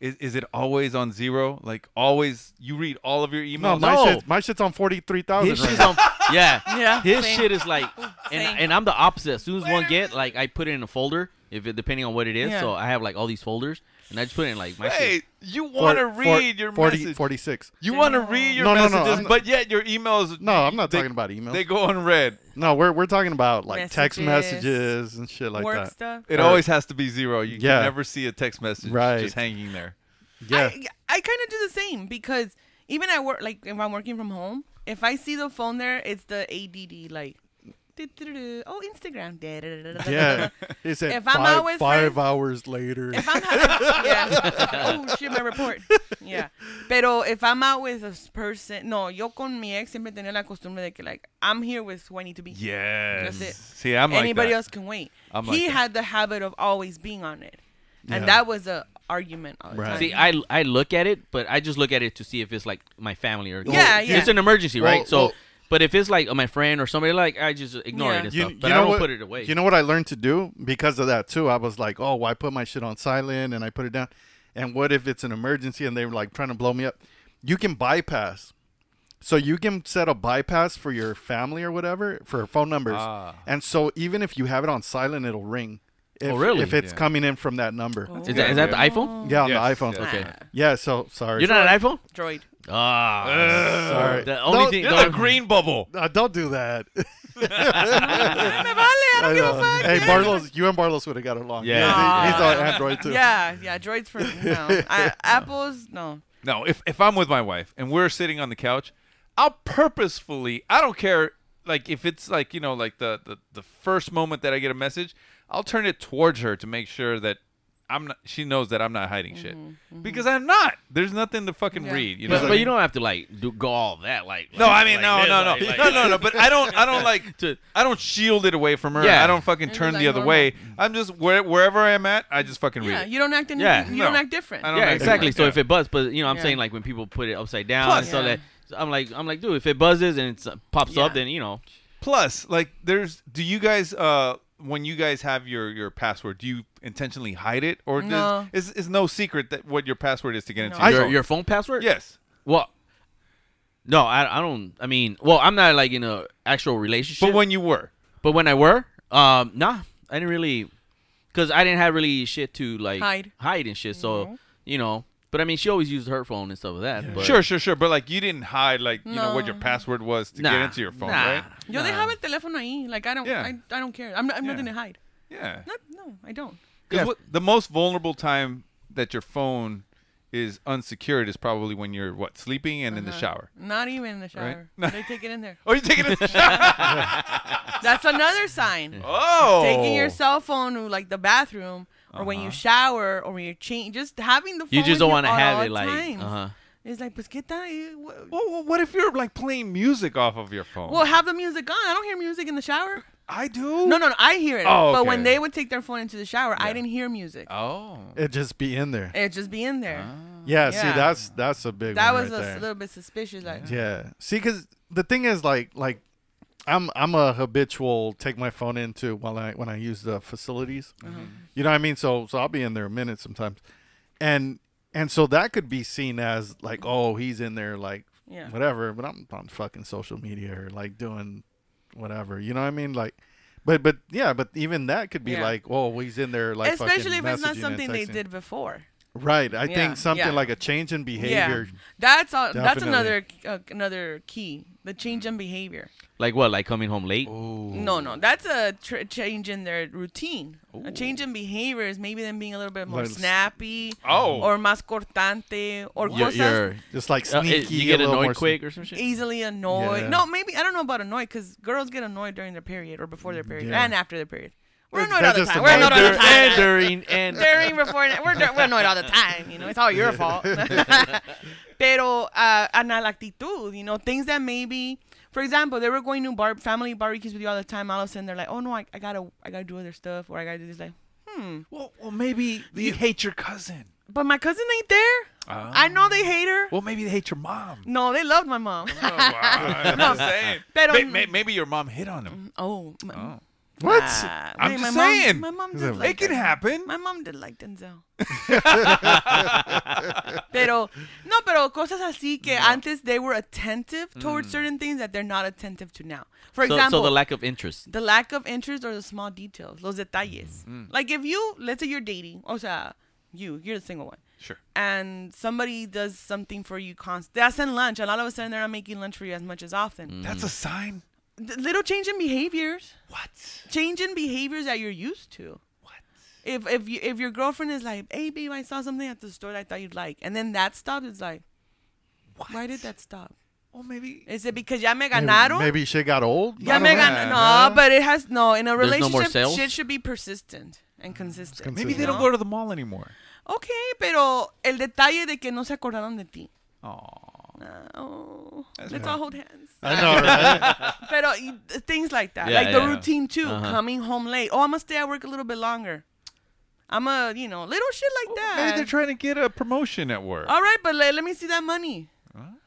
Speaker 5: is, is it always on zero? Like always, you read all of your
Speaker 6: No,
Speaker 5: emails.
Speaker 6: my
Speaker 8: no.
Speaker 6: shit's my shit's on 43,000
Speaker 8: his
Speaker 6: right
Speaker 8: shit's
Speaker 6: now.
Speaker 8: on, yeah,
Speaker 7: Yeah,
Speaker 8: His
Speaker 7: same.
Speaker 8: shit is like,
Speaker 7: Same.
Speaker 8: and, and I'm the opposite. As soon as one get, like, I put it in a folder, if it, depending on what it is.
Speaker 7: Yeah.
Speaker 8: So I have like all these folders, and I just put it in like my
Speaker 5: hey,
Speaker 8: shit.
Speaker 5: you
Speaker 6: For-
Speaker 5: want to
Speaker 6: for-
Speaker 5: read your
Speaker 6: 40
Speaker 5: message.
Speaker 6: 46.
Speaker 5: You want to read your
Speaker 6: No, no, no,
Speaker 5: messages,
Speaker 6: I'm-
Speaker 5: but yet your emails.
Speaker 6: No, I'm not
Speaker 5: they-
Speaker 6: talking about emails.
Speaker 5: They go unread.
Speaker 6: No, we're we're talking about like text
Speaker 7: Messages.
Speaker 6: messages and shit like
Speaker 7: Work
Speaker 6: that.
Speaker 7: stuff.
Speaker 5: It always has to be zero. You
Speaker 6: Yeah.
Speaker 5: can never see a text message
Speaker 6: Right.
Speaker 5: just hanging there.
Speaker 7: *laughs*
Speaker 6: Yeah.
Speaker 7: I, I kind of do the same because even at work, like if I'm working from home, if I see the phone there, it's the ADD, like, oh, Instagram. *laughs*
Speaker 6: Yeah. He said
Speaker 7: If I'm
Speaker 6: five,
Speaker 7: out with
Speaker 6: five
Speaker 7: friends-
Speaker 6: hours later.
Speaker 7: If I'm having, yeah. Oh shit, my report. Yeah. Pero if I'm out with a person, no, yo con mi ex siempre tenía la costumbre de que like I'm here with who I need to be.
Speaker 5: Yes.
Speaker 7: That's it.
Speaker 5: See, I'm like
Speaker 7: Anybody
Speaker 5: that.
Speaker 7: else can wait.
Speaker 5: I'm like
Speaker 7: he
Speaker 5: that.
Speaker 7: had the habit of always being on it, and
Speaker 6: Yeah.
Speaker 7: that was a argument all the
Speaker 6: Right.
Speaker 7: time.
Speaker 8: See, I I look at it, but I just look at it to see if it's like my family or
Speaker 7: Yeah, yeah.
Speaker 8: It's an emergency,
Speaker 6: Well,
Speaker 8: right? So,
Speaker 6: well-
Speaker 8: but if it's like my friend or somebody, like I just ignore
Speaker 7: Yeah.
Speaker 8: it and
Speaker 6: You-
Speaker 8: stuff.
Speaker 6: you
Speaker 8: But I
Speaker 6: know
Speaker 8: don't
Speaker 6: what-
Speaker 8: put it away.
Speaker 6: You know what I learned to do because of that too. I was like, oh, why put my shit on silent and I put it down. And what if it's an emergency and they were like trying to blow me up? You can bypass. So you can set a bypass for your family or whatever for phone numbers.
Speaker 5: Ah.
Speaker 6: And so even if you have it on silent, it'll ring. If,
Speaker 8: Oh, really?
Speaker 6: If it's
Speaker 5: Yeah.
Speaker 6: coming in from that number.
Speaker 8: is, that, is that the
Speaker 5: Yeah.
Speaker 8: iPhone?
Speaker 6: Yeah, on
Speaker 5: Yes,
Speaker 6: the iPhone.
Speaker 5: yes.
Speaker 8: Oh. Okay.
Speaker 6: Yeah, so sorry.
Speaker 8: Ah. You're not an iPhone?
Speaker 7: Droid.
Speaker 8: Ah,
Speaker 6: sorry.
Speaker 8: the only
Speaker 6: Don't-
Speaker 8: thing.
Speaker 5: You're
Speaker 8: the
Speaker 5: the
Speaker 8: only-
Speaker 5: green bubble.
Speaker 6: *laughs* Uh, don't do that.
Speaker 7: Me vale, I don't give a fuck.
Speaker 6: hey,
Speaker 7: yeah.
Speaker 6: Barlos, you and Barlos would have got along.
Speaker 5: Yeah.
Speaker 6: He- he's
Speaker 7: Aw.
Speaker 6: on Android too.
Speaker 7: Yeah, yeah, droids for no. I, apples, no.
Speaker 5: No, if if I'm with my wife and we're sitting on the couch, I'll purposefully. I don't care. Like if it's like you know like the the, the first moment that I get a message, I'll turn it towards her to make sure that. I'm not, she knows that I'm not hiding shit because I'm not. There's nothing to fucking
Speaker 7: Mm-hmm, Yeah.
Speaker 5: read, you know.
Speaker 8: But, but you don't have to like do go all that like.
Speaker 5: No,
Speaker 8: like-
Speaker 5: I mean
Speaker 8: like
Speaker 5: no,
Speaker 8: this,
Speaker 5: no, no,
Speaker 8: like- like-
Speaker 5: no, no, no. But I don't, I don't like,
Speaker 8: To-
Speaker 5: I don't shield it away from her.
Speaker 8: Yeah.
Speaker 5: I don't fucking
Speaker 7: It's
Speaker 5: turn
Speaker 7: like
Speaker 5: the other
Speaker 7: normal.
Speaker 5: way. I'm just where, wherever I'm at, I just fucking
Speaker 7: Yeah,
Speaker 5: read it.
Speaker 7: you don't act. In,
Speaker 8: Yeah.
Speaker 7: you don't
Speaker 5: No.
Speaker 7: act different.
Speaker 5: I don't
Speaker 8: Yeah,
Speaker 5: know,
Speaker 8: exactly.
Speaker 5: like
Speaker 8: So
Speaker 5: that.
Speaker 8: if it buzzes, but you know, I'm
Speaker 7: Yeah.
Speaker 8: saying like when people put it upside down,
Speaker 5: Plus-
Speaker 8: so
Speaker 7: Yeah.
Speaker 8: that so I'm like, I'm like, dude, if it buzzes and it pops up,
Speaker 7: Yeah.
Speaker 8: then you know,
Speaker 5: Plus, like, there's. Do you guys, uh, when you guys have your your password, do you intentionally hide it, or
Speaker 7: No.
Speaker 5: does, is is no secret that what your password is to get into
Speaker 7: No.
Speaker 5: your
Speaker 8: your,
Speaker 5: phone?
Speaker 8: your phone password.
Speaker 5: yes.
Speaker 8: Well, no, I, I don't. I mean, well, I'm not like in a actual relationship.
Speaker 5: But when you were,
Speaker 8: but when I were, um, nah, I didn't really, cause I didn't have really shit to like
Speaker 7: Hide.
Speaker 8: hide and shit. So you know, but I mean, she always used her phone and stuff like that. But,
Speaker 5: sure, sure, sure. But like, you didn't hide like you know what your password was to get
Speaker 8: Nah,
Speaker 5: into your phone,
Speaker 8: nah,
Speaker 5: right?
Speaker 7: Yo
Speaker 8: nah.
Speaker 7: dejaba el teléfono ahí. Like I don't.
Speaker 5: Yeah.
Speaker 7: I, I don't care. I'm not. I'm
Speaker 5: Yeah.
Speaker 7: not gonna hide.
Speaker 5: Yeah.
Speaker 7: Not, no, I don't.
Speaker 5: Because the most vulnerable time that your phone is unsecured is probably when you're what sleeping and in
Speaker 7: Uh-huh.
Speaker 5: the shower.
Speaker 7: Not even in the
Speaker 5: Right?
Speaker 7: shower. They take it in there.
Speaker 5: Oh, you taking
Speaker 8: *laughs*
Speaker 5: a shower?
Speaker 7: That's another sign.
Speaker 5: Oh,
Speaker 7: Taking your cell phone to like the bathroom or when you shower or when you're changing, just having the
Speaker 8: Uh-huh.
Speaker 7: phone.
Speaker 8: You just
Speaker 7: with
Speaker 8: don't want to
Speaker 7: at
Speaker 8: have
Speaker 7: all
Speaker 8: it like.
Speaker 7: times.
Speaker 8: Uh huh.
Speaker 7: It's like, pues qué tal? Eh, wh-
Speaker 5: Well, well, what if you're like playing music off of your phone?
Speaker 7: Well, have the music on. I don't hear music in the shower.
Speaker 5: I do.
Speaker 7: *laughs* No, no, no. I hear it.
Speaker 5: Oh,
Speaker 7: But
Speaker 5: okay.
Speaker 7: when they would take their phone into the shower, I didn't hear music.
Speaker 5: Oh,
Speaker 6: It'd just be in there.
Speaker 7: It'd just be in there.
Speaker 6: Yeah,
Speaker 7: Yeah.
Speaker 6: see, that's that's a big.
Speaker 7: that
Speaker 6: one
Speaker 7: was
Speaker 6: Ah, right
Speaker 7: a
Speaker 6: there.
Speaker 7: s- little bit suspicious. Like,
Speaker 6: Yeah, see, because the thing is, like, like I'm I'm a habitual take my phone into while I when I use the facilities.
Speaker 7: Uh-huh.
Speaker 6: You know what I mean? So so I'll be in there a minute sometimes, and and so that could be seen as like, oh, he's in there like
Speaker 7: Yeah.
Speaker 6: whatever. But I'm on fucking social media or like doing whatever. You know what I mean? Like. But but yeah, but even that could be
Speaker 7: Yeah.
Speaker 6: like, oh, well, he's in there like fucking
Speaker 7: especially if it's
Speaker 6: messaging
Speaker 7: not
Speaker 6: and
Speaker 7: something they
Speaker 6: texting.
Speaker 7: did before.
Speaker 6: Right. I
Speaker 7: Yeah,
Speaker 6: think something
Speaker 7: yeah.
Speaker 6: like a change in behavior.
Speaker 7: Yeah, that's all. That's
Speaker 6: Definitely.
Speaker 7: another uh, another key. The change in behavior.
Speaker 8: Like what? Like coming home late?
Speaker 5: Oh.
Speaker 7: No, no, that's a tr- change in their routine. A change in behavior is maybe them being a little bit more
Speaker 6: Like s-
Speaker 7: snappy,
Speaker 5: Oh.
Speaker 7: or más cortante, or
Speaker 8: You're,
Speaker 7: cosas
Speaker 8: you're,
Speaker 6: Just like
Speaker 8: uh,
Speaker 6: sneaky.
Speaker 8: it- you get
Speaker 6: a little
Speaker 8: annoyed
Speaker 6: more
Speaker 8: quick or some shit.
Speaker 7: easily annoyed.
Speaker 6: Yeah.
Speaker 7: No, maybe I don't know about annoyed because girls get annoyed during their period or before their period
Speaker 6: Yeah.
Speaker 7: and after their period. We're
Speaker 6: They're-
Speaker 7: annoyed
Speaker 6: they're
Speaker 7: all the
Speaker 6: just
Speaker 7: time. We're
Speaker 6: annoyed.
Speaker 7: annoyed all the
Speaker 8: Dur- and
Speaker 7: time.
Speaker 8: during and
Speaker 7: During, before, and- we're, we're annoyed all the time. You know, it's all your fault. *laughs* Pero uh, analactitud, you know, things that maybe, for example, they were going to bar- family barbecues with you all the time. All of a sudden, they're like, "Oh no, I, I gotta, I gotta do other stuff, or I gotta do this." Like,
Speaker 5: well, well, maybe you hate your cousin.
Speaker 7: but my cousin ain't there. I know they hate her.
Speaker 5: Well, maybe they hate your mom.
Speaker 7: no, they loved my mom.
Speaker 5: I'm just saying.
Speaker 7: Pero-
Speaker 5: May- may- maybe your mom hit on him.
Speaker 7: oh, my,
Speaker 6: What?
Speaker 7: Ah,
Speaker 5: I'm
Speaker 7: wait,
Speaker 5: just
Speaker 7: my
Speaker 5: saying.
Speaker 7: Mom, my mom
Speaker 6: It
Speaker 7: did like
Speaker 5: can
Speaker 7: Denzel.
Speaker 5: happen.
Speaker 7: My mom did
Speaker 8: *laughs*
Speaker 7: like Denzel. pero no, pero cosas así que antes they were attentive towards certain things that they're not attentive to now. For
Speaker 8: Mm. so,
Speaker 7: example,
Speaker 8: so the lack of interest.
Speaker 7: the lack of interest or the small details, los detalles.
Speaker 8: Mm,
Speaker 7: Like if you, let's say you're dating, o sea, you, you're the single one.
Speaker 5: Sure.
Speaker 7: And somebody does something for you constant. They send lunch, and all of a sudden they're not making lunch for you as much as often.
Speaker 8: Mm.
Speaker 5: That's a sign.
Speaker 7: Th- little change in behaviors
Speaker 5: What?
Speaker 7: change in behaviors that you're used to. What? if if you, if your girlfriend is like, "Hey, babe, I saw something at the store that I thought you'd like," and then that stops, it's like, why did that stop?
Speaker 5: Oh, maybe.
Speaker 7: Is it because ya me ganaron?
Speaker 6: Maybe shit got old.
Speaker 7: Ya
Speaker 5: I
Speaker 7: me
Speaker 5: don't know.
Speaker 7: gan- No, but it has no. In a
Speaker 8: There's no more
Speaker 7: relationship,
Speaker 8: sales?
Speaker 7: shit should be persistent and consistent.
Speaker 5: Maybe they
Speaker 7: you
Speaker 5: don't
Speaker 7: know?
Speaker 5: go to the mall anymore.
Speaker 7: Okay, pero el detalle de que no se acordaron de ti.
Speaker 5: Aw.
Speaker 7: Oh, let's all hold hands.
Speaker 6: I know, right?
Speaker 7: *laughs* Pero y- things like that,
Speaker 8: Yeah,
Speaker 7: like the
Speaker 8: yeah. Uh-huh.
Speaker 7: routine too. Coming home late. Oh, I'm gonna stay at work a little bit longer. I'm a, you know, little shit like that.
Speaker 5: Maybe they're trying to get a promotion at work.
Speaker 7: All right, but let, let me see that money.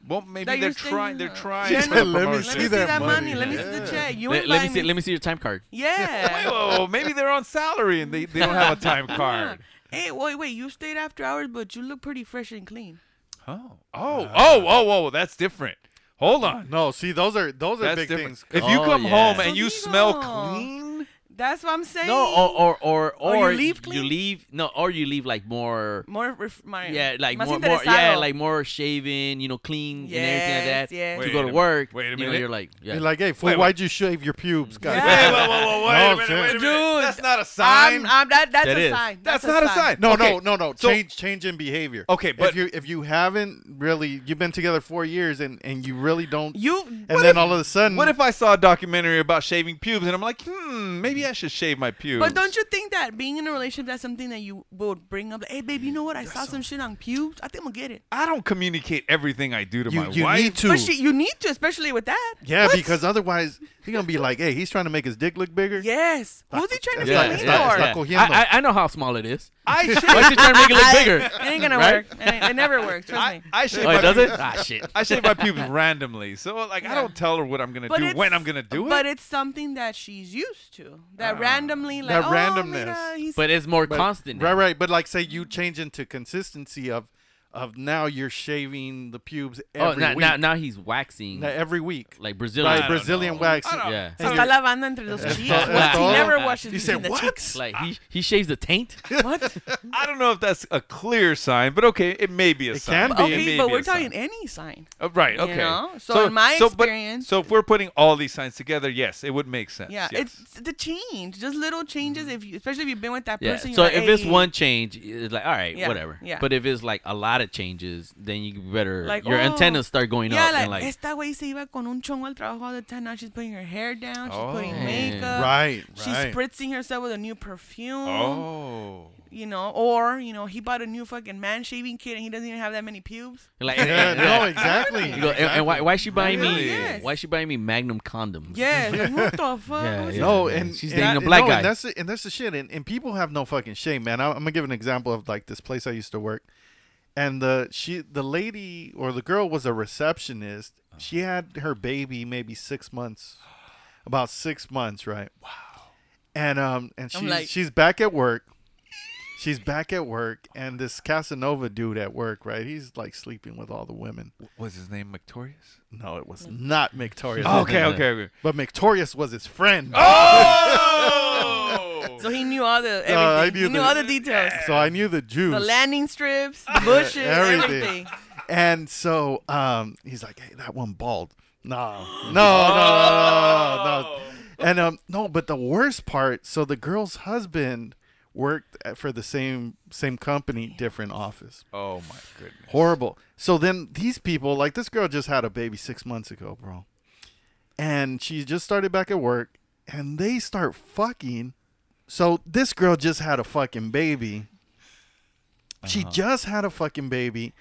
Speaker 5: well, maybe they're
Speaker 7: that you're saying,
Speaker 5: trying. They're
Speaker 7: uh,
Speaker 5: trying.
Speaker 7: Yeah,
Speaker 5: for
Speaker 7: no,
Speaker 5: a
Speaker 6: let me
Speaker 5: promotion.
Speaker 7: Let
Speaker 6: See
Speaker 7: me see
Speaker 6: that
Speaker 7: that
Speaker 6: money,
Speaker 7: money. Let me see the check. You
Speaker 8: Let,
Speaker 7: ain't
Speaker 8: let me
Speaker 7: buying
Speaker 8: see. Let me see your time card.
Speaker 7: *laughs* Yeah.
Speaker 5: Oh, maybe they're on salary and they, they don't have a time card.
Speaker 7: *laughs* hey, wait, wait. You stayed after hours, but you look pretty fresh and clean.
Speaker 5: Oh, oh, oh, oh, oh, that's different. Hold on.
Speaker 6: no, see, those are those are
Speaker 5: That's
Speaker 6: big
Speaker 5: different.
Speaker 6: things.
Speaker 5: If you
Speaker 8: Oh,
Speaker 5: come
Speaker 8: yeah.
Speaker 5: home and you smell
Speaker 7: Sonido.
Speaker 5: clean,
Speaker 7: That's what I'm saying.
Speaker 8: No, oh, or or or
Speaker 7: Or
Speaker 8: or,
Speaker 7: you leave
Speaker 8: You
Speaker 7: clean?
Speaker 8: leave. No, or you leave like more.
Speaker 7: more, ref- my,
Speaker 8: Yeah, like
Speaker 7: más
Speaker 8: more, more. Yeah,
Speaker 7: interesado.
Speaker 8: like more shaven. You know, clean and everything like
Speaker 7: Yes,
Speaker 8: that.
Speaker 7: yes.
Speaker 8: To
Speaker 5: Wait
Speaker 8: go
Speaker 5: a
Speaker 8: to
Speaker 5: minute.
Speaker 8: work.
Speaker 5: Wait a
Speaker 8: You know,
Speaker 5: minute.
Speaker 8: you're like, yeah.
Speaker 6: You're like, hey, fool,
Speaker 5: Wait,
Speaker 6: why'd you shave your pubes, guys?
Speaker 7: Yeah.
Speaker 5: Hey, whoa, whoa, whoa, *laughs* wait
Speaker 6: No,
Speaker 5: a minute,
Speaker 6: sir.
Speaker 5: wait a minute.
Speaker 7: Dude,
Speaker 5: that's not a sign.
Speaker 7: I'm, I'm, that, that's
Speaker 8: That
Speaker 7: a
Speaker 8: is.
Speaker 7: sign.
Speaker 5: that's, not a sign.
Speaker 6: No,
Speaker 5: Okay,
Speaker 6: no, no, no.
Speaker 5: so-
Speaker 6: Change, change in behavior.
Speaker 5: Okay,
Speaker 6: if
Speaker 5: but-
Speaker 6: you if you haven't really, you've been together four years and and you really don't,
Speaker 7: You.
Speaker 6: and then all of a sudden,
Speaker 5: What if I saw a documentary about shaving pubes and I'm like, hmm, maybe I should shave my pubes?
Speaker 7: But don't you think that being in a relationship that's something that you would bring up? Like, hey, babe, you know what? I saw some shit on pubes. I think I'm gonna get it.
Speaker 5: I don't communicate everything I do to
Speaker 6: you
Speaker 5: my
Speaker 6: you
Speaker 5: wife.
Speaker 6: need to?
Speaker 7: But she, you need to, especially with that.
Speaker 6: yeah,
Speaker 7: What?
Speaker 6: because otherwise you're gonna be like, hey, he's trying to make his dick look bigger.
Speaker 7: Yes. Who's he trying to
Speaker 6: Yeah,
Speaker 7: be
Speaker 6: it's
Speaker 7: mean
Speaker 6: not-
Speaker 7: for?
Speaker 6: it's not cool.
Speaker 8: I, I I know how small it is.
Speaker 5: I
Speaker 8: *laughs* Why
Speaker 5: shave,
Speaker 8: is she trying to make it look bigger?
Speaker 7: *laughs* It ain't gonna
Speaker 8: Right?
Speaker 7: work. It, ain't- it never works. Trust
Speaker 5: I,
Speaker 7: me.
Speaker 5: I shave
Speaker 8: Oh,
Speaker 5: my
Speaker 8: it does
Speaker 5: pubes-
Speaker 8: it? Ah, shit.
Speaker 5: I shave my pubes randomly, so like I don't tell her what I'm gonna do,
Speaker 7: it's-
Speaker 5: when I'm gonna do
Speaker 7: But
Speaker 5: it.
Speaker 7: it's something that she's used to. That randomly, like,
Speaker 6: That
Speaker 7: oh,
Speaker 6: randomness.
Speaker 7: mira, he's
Speaker 8: But it's more constant.
Speaker 6: Right, right. But like, say you change into consistency of of now you're shaving the pubes every
Speaker 8: Oh, now,
Speaker 6: week.
Speaker 8: now now he's waxing
Speaker 6: Now every week,
Speaker 8: like Brazilian.
Speaker 6: Like
Speaker 8: Oh. I don't
Speaker 6: Brazilian
Speaker 8: know.
Speaker 6: wax.
Speaker 5: I don't-
Speaker 8: Yeah.
Speaker 7: Se está lavando entre los cheeks.
Speaker 6: to-
Speaker 7: What?
Speaker 6: es
Speaker 7: He
Speaker 6: todo.
Speaker 7: never washes
Speaker 6: You
Speaker 7: between
Speaker 6: said
Speaker 7: the
Speaker 6: what?
Speaker 7: cheeks.
Speaker 8: Like he he shaves the taint.
Speaker 7: What?
Speaker 5: I don't know if that's a clear sign, but okay, it may be a
Speaker 6: It
Speaker 5: sign.
Speaker 6: can be.
Speaker 5: It
Speaker 7: Okay,
Speaker 5: may
Speaker 7: but
Speaker 5: be
Speaker 7: we're
Speaker 5: a sign.
Speaker 7: talking any sign.
Speaker 5: Uh, right.
Speaker 7: You
Speaker 5: Okay.
Speaker 7: know? So in my
Speaker 5: but-
Speaker 7: experience-
Speaker 5: so if we're putting all these signs together, yes, it would make sense.
Speaker 7: Yeah,
Speaker 5: yes.
Speaker 7: it's the change, just little changes. If you, especially if you've been with that
Speaker 8: Yeah.
Speaker 7: person.
Speaker 8: So
Speaker 7: you're like,
Speaker 8: if it's
Speaker 7: "Hey."
Speaker 8: one change, it's like all right,
Speaker 7: Yeah,
Speaker 8: whatever.
Speaker 7: yeah.
Speaker 8: But if it's like a lot of changes, then you better
Speaker 7: Like,
Speaker 8: your
Speaker 7: oh.
Speaker 8: antennas start going
Speaker 7: yeah,
Speaker 8: up
Speaker 7: like,
Speaker 8: and like
Speaker 7: esta güey se iba con un chongo al trabajo all the time. Now she's putting her hair down. She's putting
Speaker 8: Oh.
Speaker 7: makeup.
Speaker 6: Right,
Speaker 7: She's
Speaker 6: right.
Speaker 7: spritzing herself with a new perfume.
Speaker 5: oh.
Speaker 7: You know, or you know, he bought a new fucking man shaving kit and he doesn't even have that many pubes.
Speaker 6: *laughs*
Speaker 8: like
Speaker 6: yeah, no,
Speaker 8: *laughs*
Speaker 6: exactly.
Speaker 8: You go, and, and why why is she buying me
Speaker 7: Really? Yes.
Speaker 8: why is she buying me Magnum condoms?
Speaker 7: Yeah, like, what the fuck?
Speaker 8: Yeah,
Speaker 7: Who's-
Speaker 8: yeah.
Speaker 6: No, and
Speaker 8: She's
Speaker 6: and
Speaker 8: dating a
Speaker 6: that-
Speaker 8: black
Speaker 6: no,
Speaker 8: guy.
Speaker 6: And that's the, and that's the shit. And, and people have no fucking shame, man. I, I'm gonna give an example of like this place I used to work, and the she the lady or the girl was a receptionist. She
Speaker 8: Uh-huh.
Speaker 6: had her baby maybe six months, about six months, right? Wow. And um and
Speaker 7: I'm
Speaker 6: she
Speaker 7: like-
Speaker 6: she's back at work. She's back at work, and this Casanova dude at work, right? He's like sleeping with all the women.
Speaker 5: Was his name Victorious?
Speaker 6: No, it was not Victorious.
Speaker 5: Okay. Okay. okay.
Speaker 6: but Victorious was his friend.
Speaker 5: Oh.
Speaker 7: So he knew all the everything.
Speaker 6: Uh, I
Speaker 7: he
Speaker 6: knew
Speaker 7: knew
Speaker 6: the-
Speaker 7: all the details.
Speaker 6: So I knew the Jews.
Speaker 7: The landing strips, the bushes,
Speaker 6: everything.
Speaker 7: everything.
Speaker 6: And so um, he's like, "Hey, that one bald." No,
Speaker 5: *gasps*
Speaker 6: no, no, no,
Speaker 5: Oh.
Speaker 6: no, no. And um, no, but the worst part. So the girl's husband worked at- for the same same company, different office.
Speaker 5: oh my goodness.
Speaker 6: Horrible. So then these people, like this girl, just had a baby six months ago, bro, and she just started back at work, and they start fucking. So this girl just had a fucking baby. She
Speaker 7: Uh-huh.
Speaker 6: just had a fucking baby,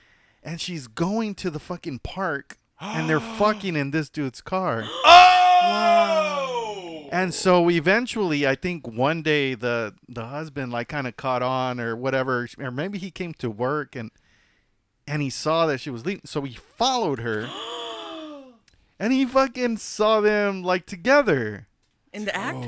Speaker 6: and she's going to the fucking park, and
Speaker 7: *gasps*
Speaker 6: they're fucking in this dude's car.
Speaker 5: Oh.
Speaker 6: And so eventually, I think one day the the husband like kind of caught on or whatever, or maybe he came to work and and he saw that she was leaving, so he followed
Speaker 7: *gasps*
Speaker 6: her, and he fucking saw them like together.
Speaker 7: In the act?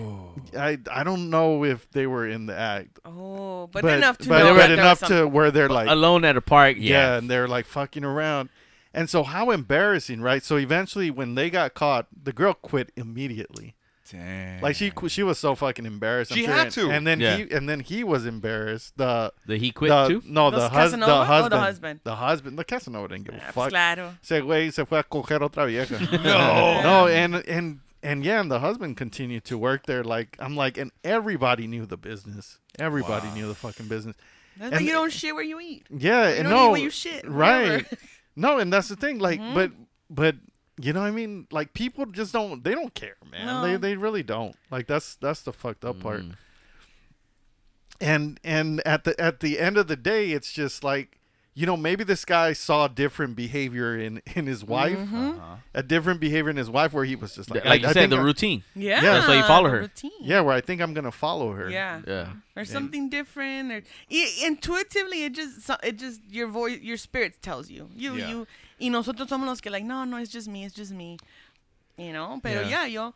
Speaker 6: I I don't know if they were in the act,
Speaker 7: Oh, but,
Speaker 6: but
Speaker 7: enough to
Speaker 6: but,
Speaker 7: know
Speaker 6: but
Speaker 7: that there
Speaker 6: enough
Speaker 7: was something.
Speaker 6: to where they're like
Speaker 8: Alone at a park,
Speaker 6: yeah.
Speaker 8: yeah.
Speaker 6: and they're like fucking around. And so how embarrassing, right? So eventually when they got caught, the girl quit immediately.
Speaker 5: Dang.
Speaker 6: Like she qu- she was so fucking embarrassed. I'm
Speaker 5: She
Speaker 6: sure.
Speaker 5: had
Speaker 6: and,
Speaker 5: to.
Speaker 6: And then
Speaker 8: Yeah.
Speaker 6: he and then he was embarrassed. The
Speaker 8: That he quit
Speaker 6: the,
Speaker 8: too?
Speaker 6: No,
Speaker 7: Los
Speaker 6: the, hus- the
Speaker 7: Casanova or the
Speaker 6: husband.
Speaker 7: husband?
Speaker 6: The husband. The Casanova didn't give a
Speaker 7: Ah, pues
Speaker 6: fuck.
Speaker 7: claro.
Speaker 8: *laughs*
Speaker 6: Se güey se fue a coger otra vieja. no. No, and and and yeah, and the husband continued to work there. Like I'm like, and everybody knew the business. Everybody knew the fucking business.
Speaker 7: That's
Speaker 6: And-
Speaker 7: like you don't shit where you eat.
Speaker 6: Yeah, and
Speaker 7: don't eat
Speaker 6: no,
Speaker 7: what you shit,
Speaker 6: right? *laughs*
Speaker 7: whatever. Mm-hmm.
Speaker 6: no, and that's the thing. Like, but but you know what I mean? Like people just don't. They don't care, man. They
Speaker 7: No.
Speaker 6: they really don't. Like that's that's the fucked up part.
Speaker 8: Mm.
Speaker 6: And and at the at the end of the day, it's just like you know maybe this guy saw different behavior in in his wife,
Speaker 7: Mm-hmm.
Speaker 6: Uh-huh. a different behavior in his wife where he was just like, I-
Speaker 8: Like, you
Speaker 6: I
Speaker 8: said,
Speaker 6: think
Speaker 8: the
Speaker 6: I-
Speaker 8: routine.
Speaker 7: Yeah.
Speaker 8: That's why you follow
Speaker 7: the
Speaker 8: her.
Speaker 7: Routine.
Speaker 6: Yeah, where I think I'm gonna follow her.
Speaker 7: Yeah.
Speaker 8: Yeah.
Speaker 7: Or something different, or i intuitively, it just so- it just your voice, your spirit tells you. You
Speaker 5: Yeah.
Speaker 7: you y nosotros somos los que like no no it's just me it's just me, you know. Pero
Speaker 6: Yeah.
Speaker 7: yeah, yo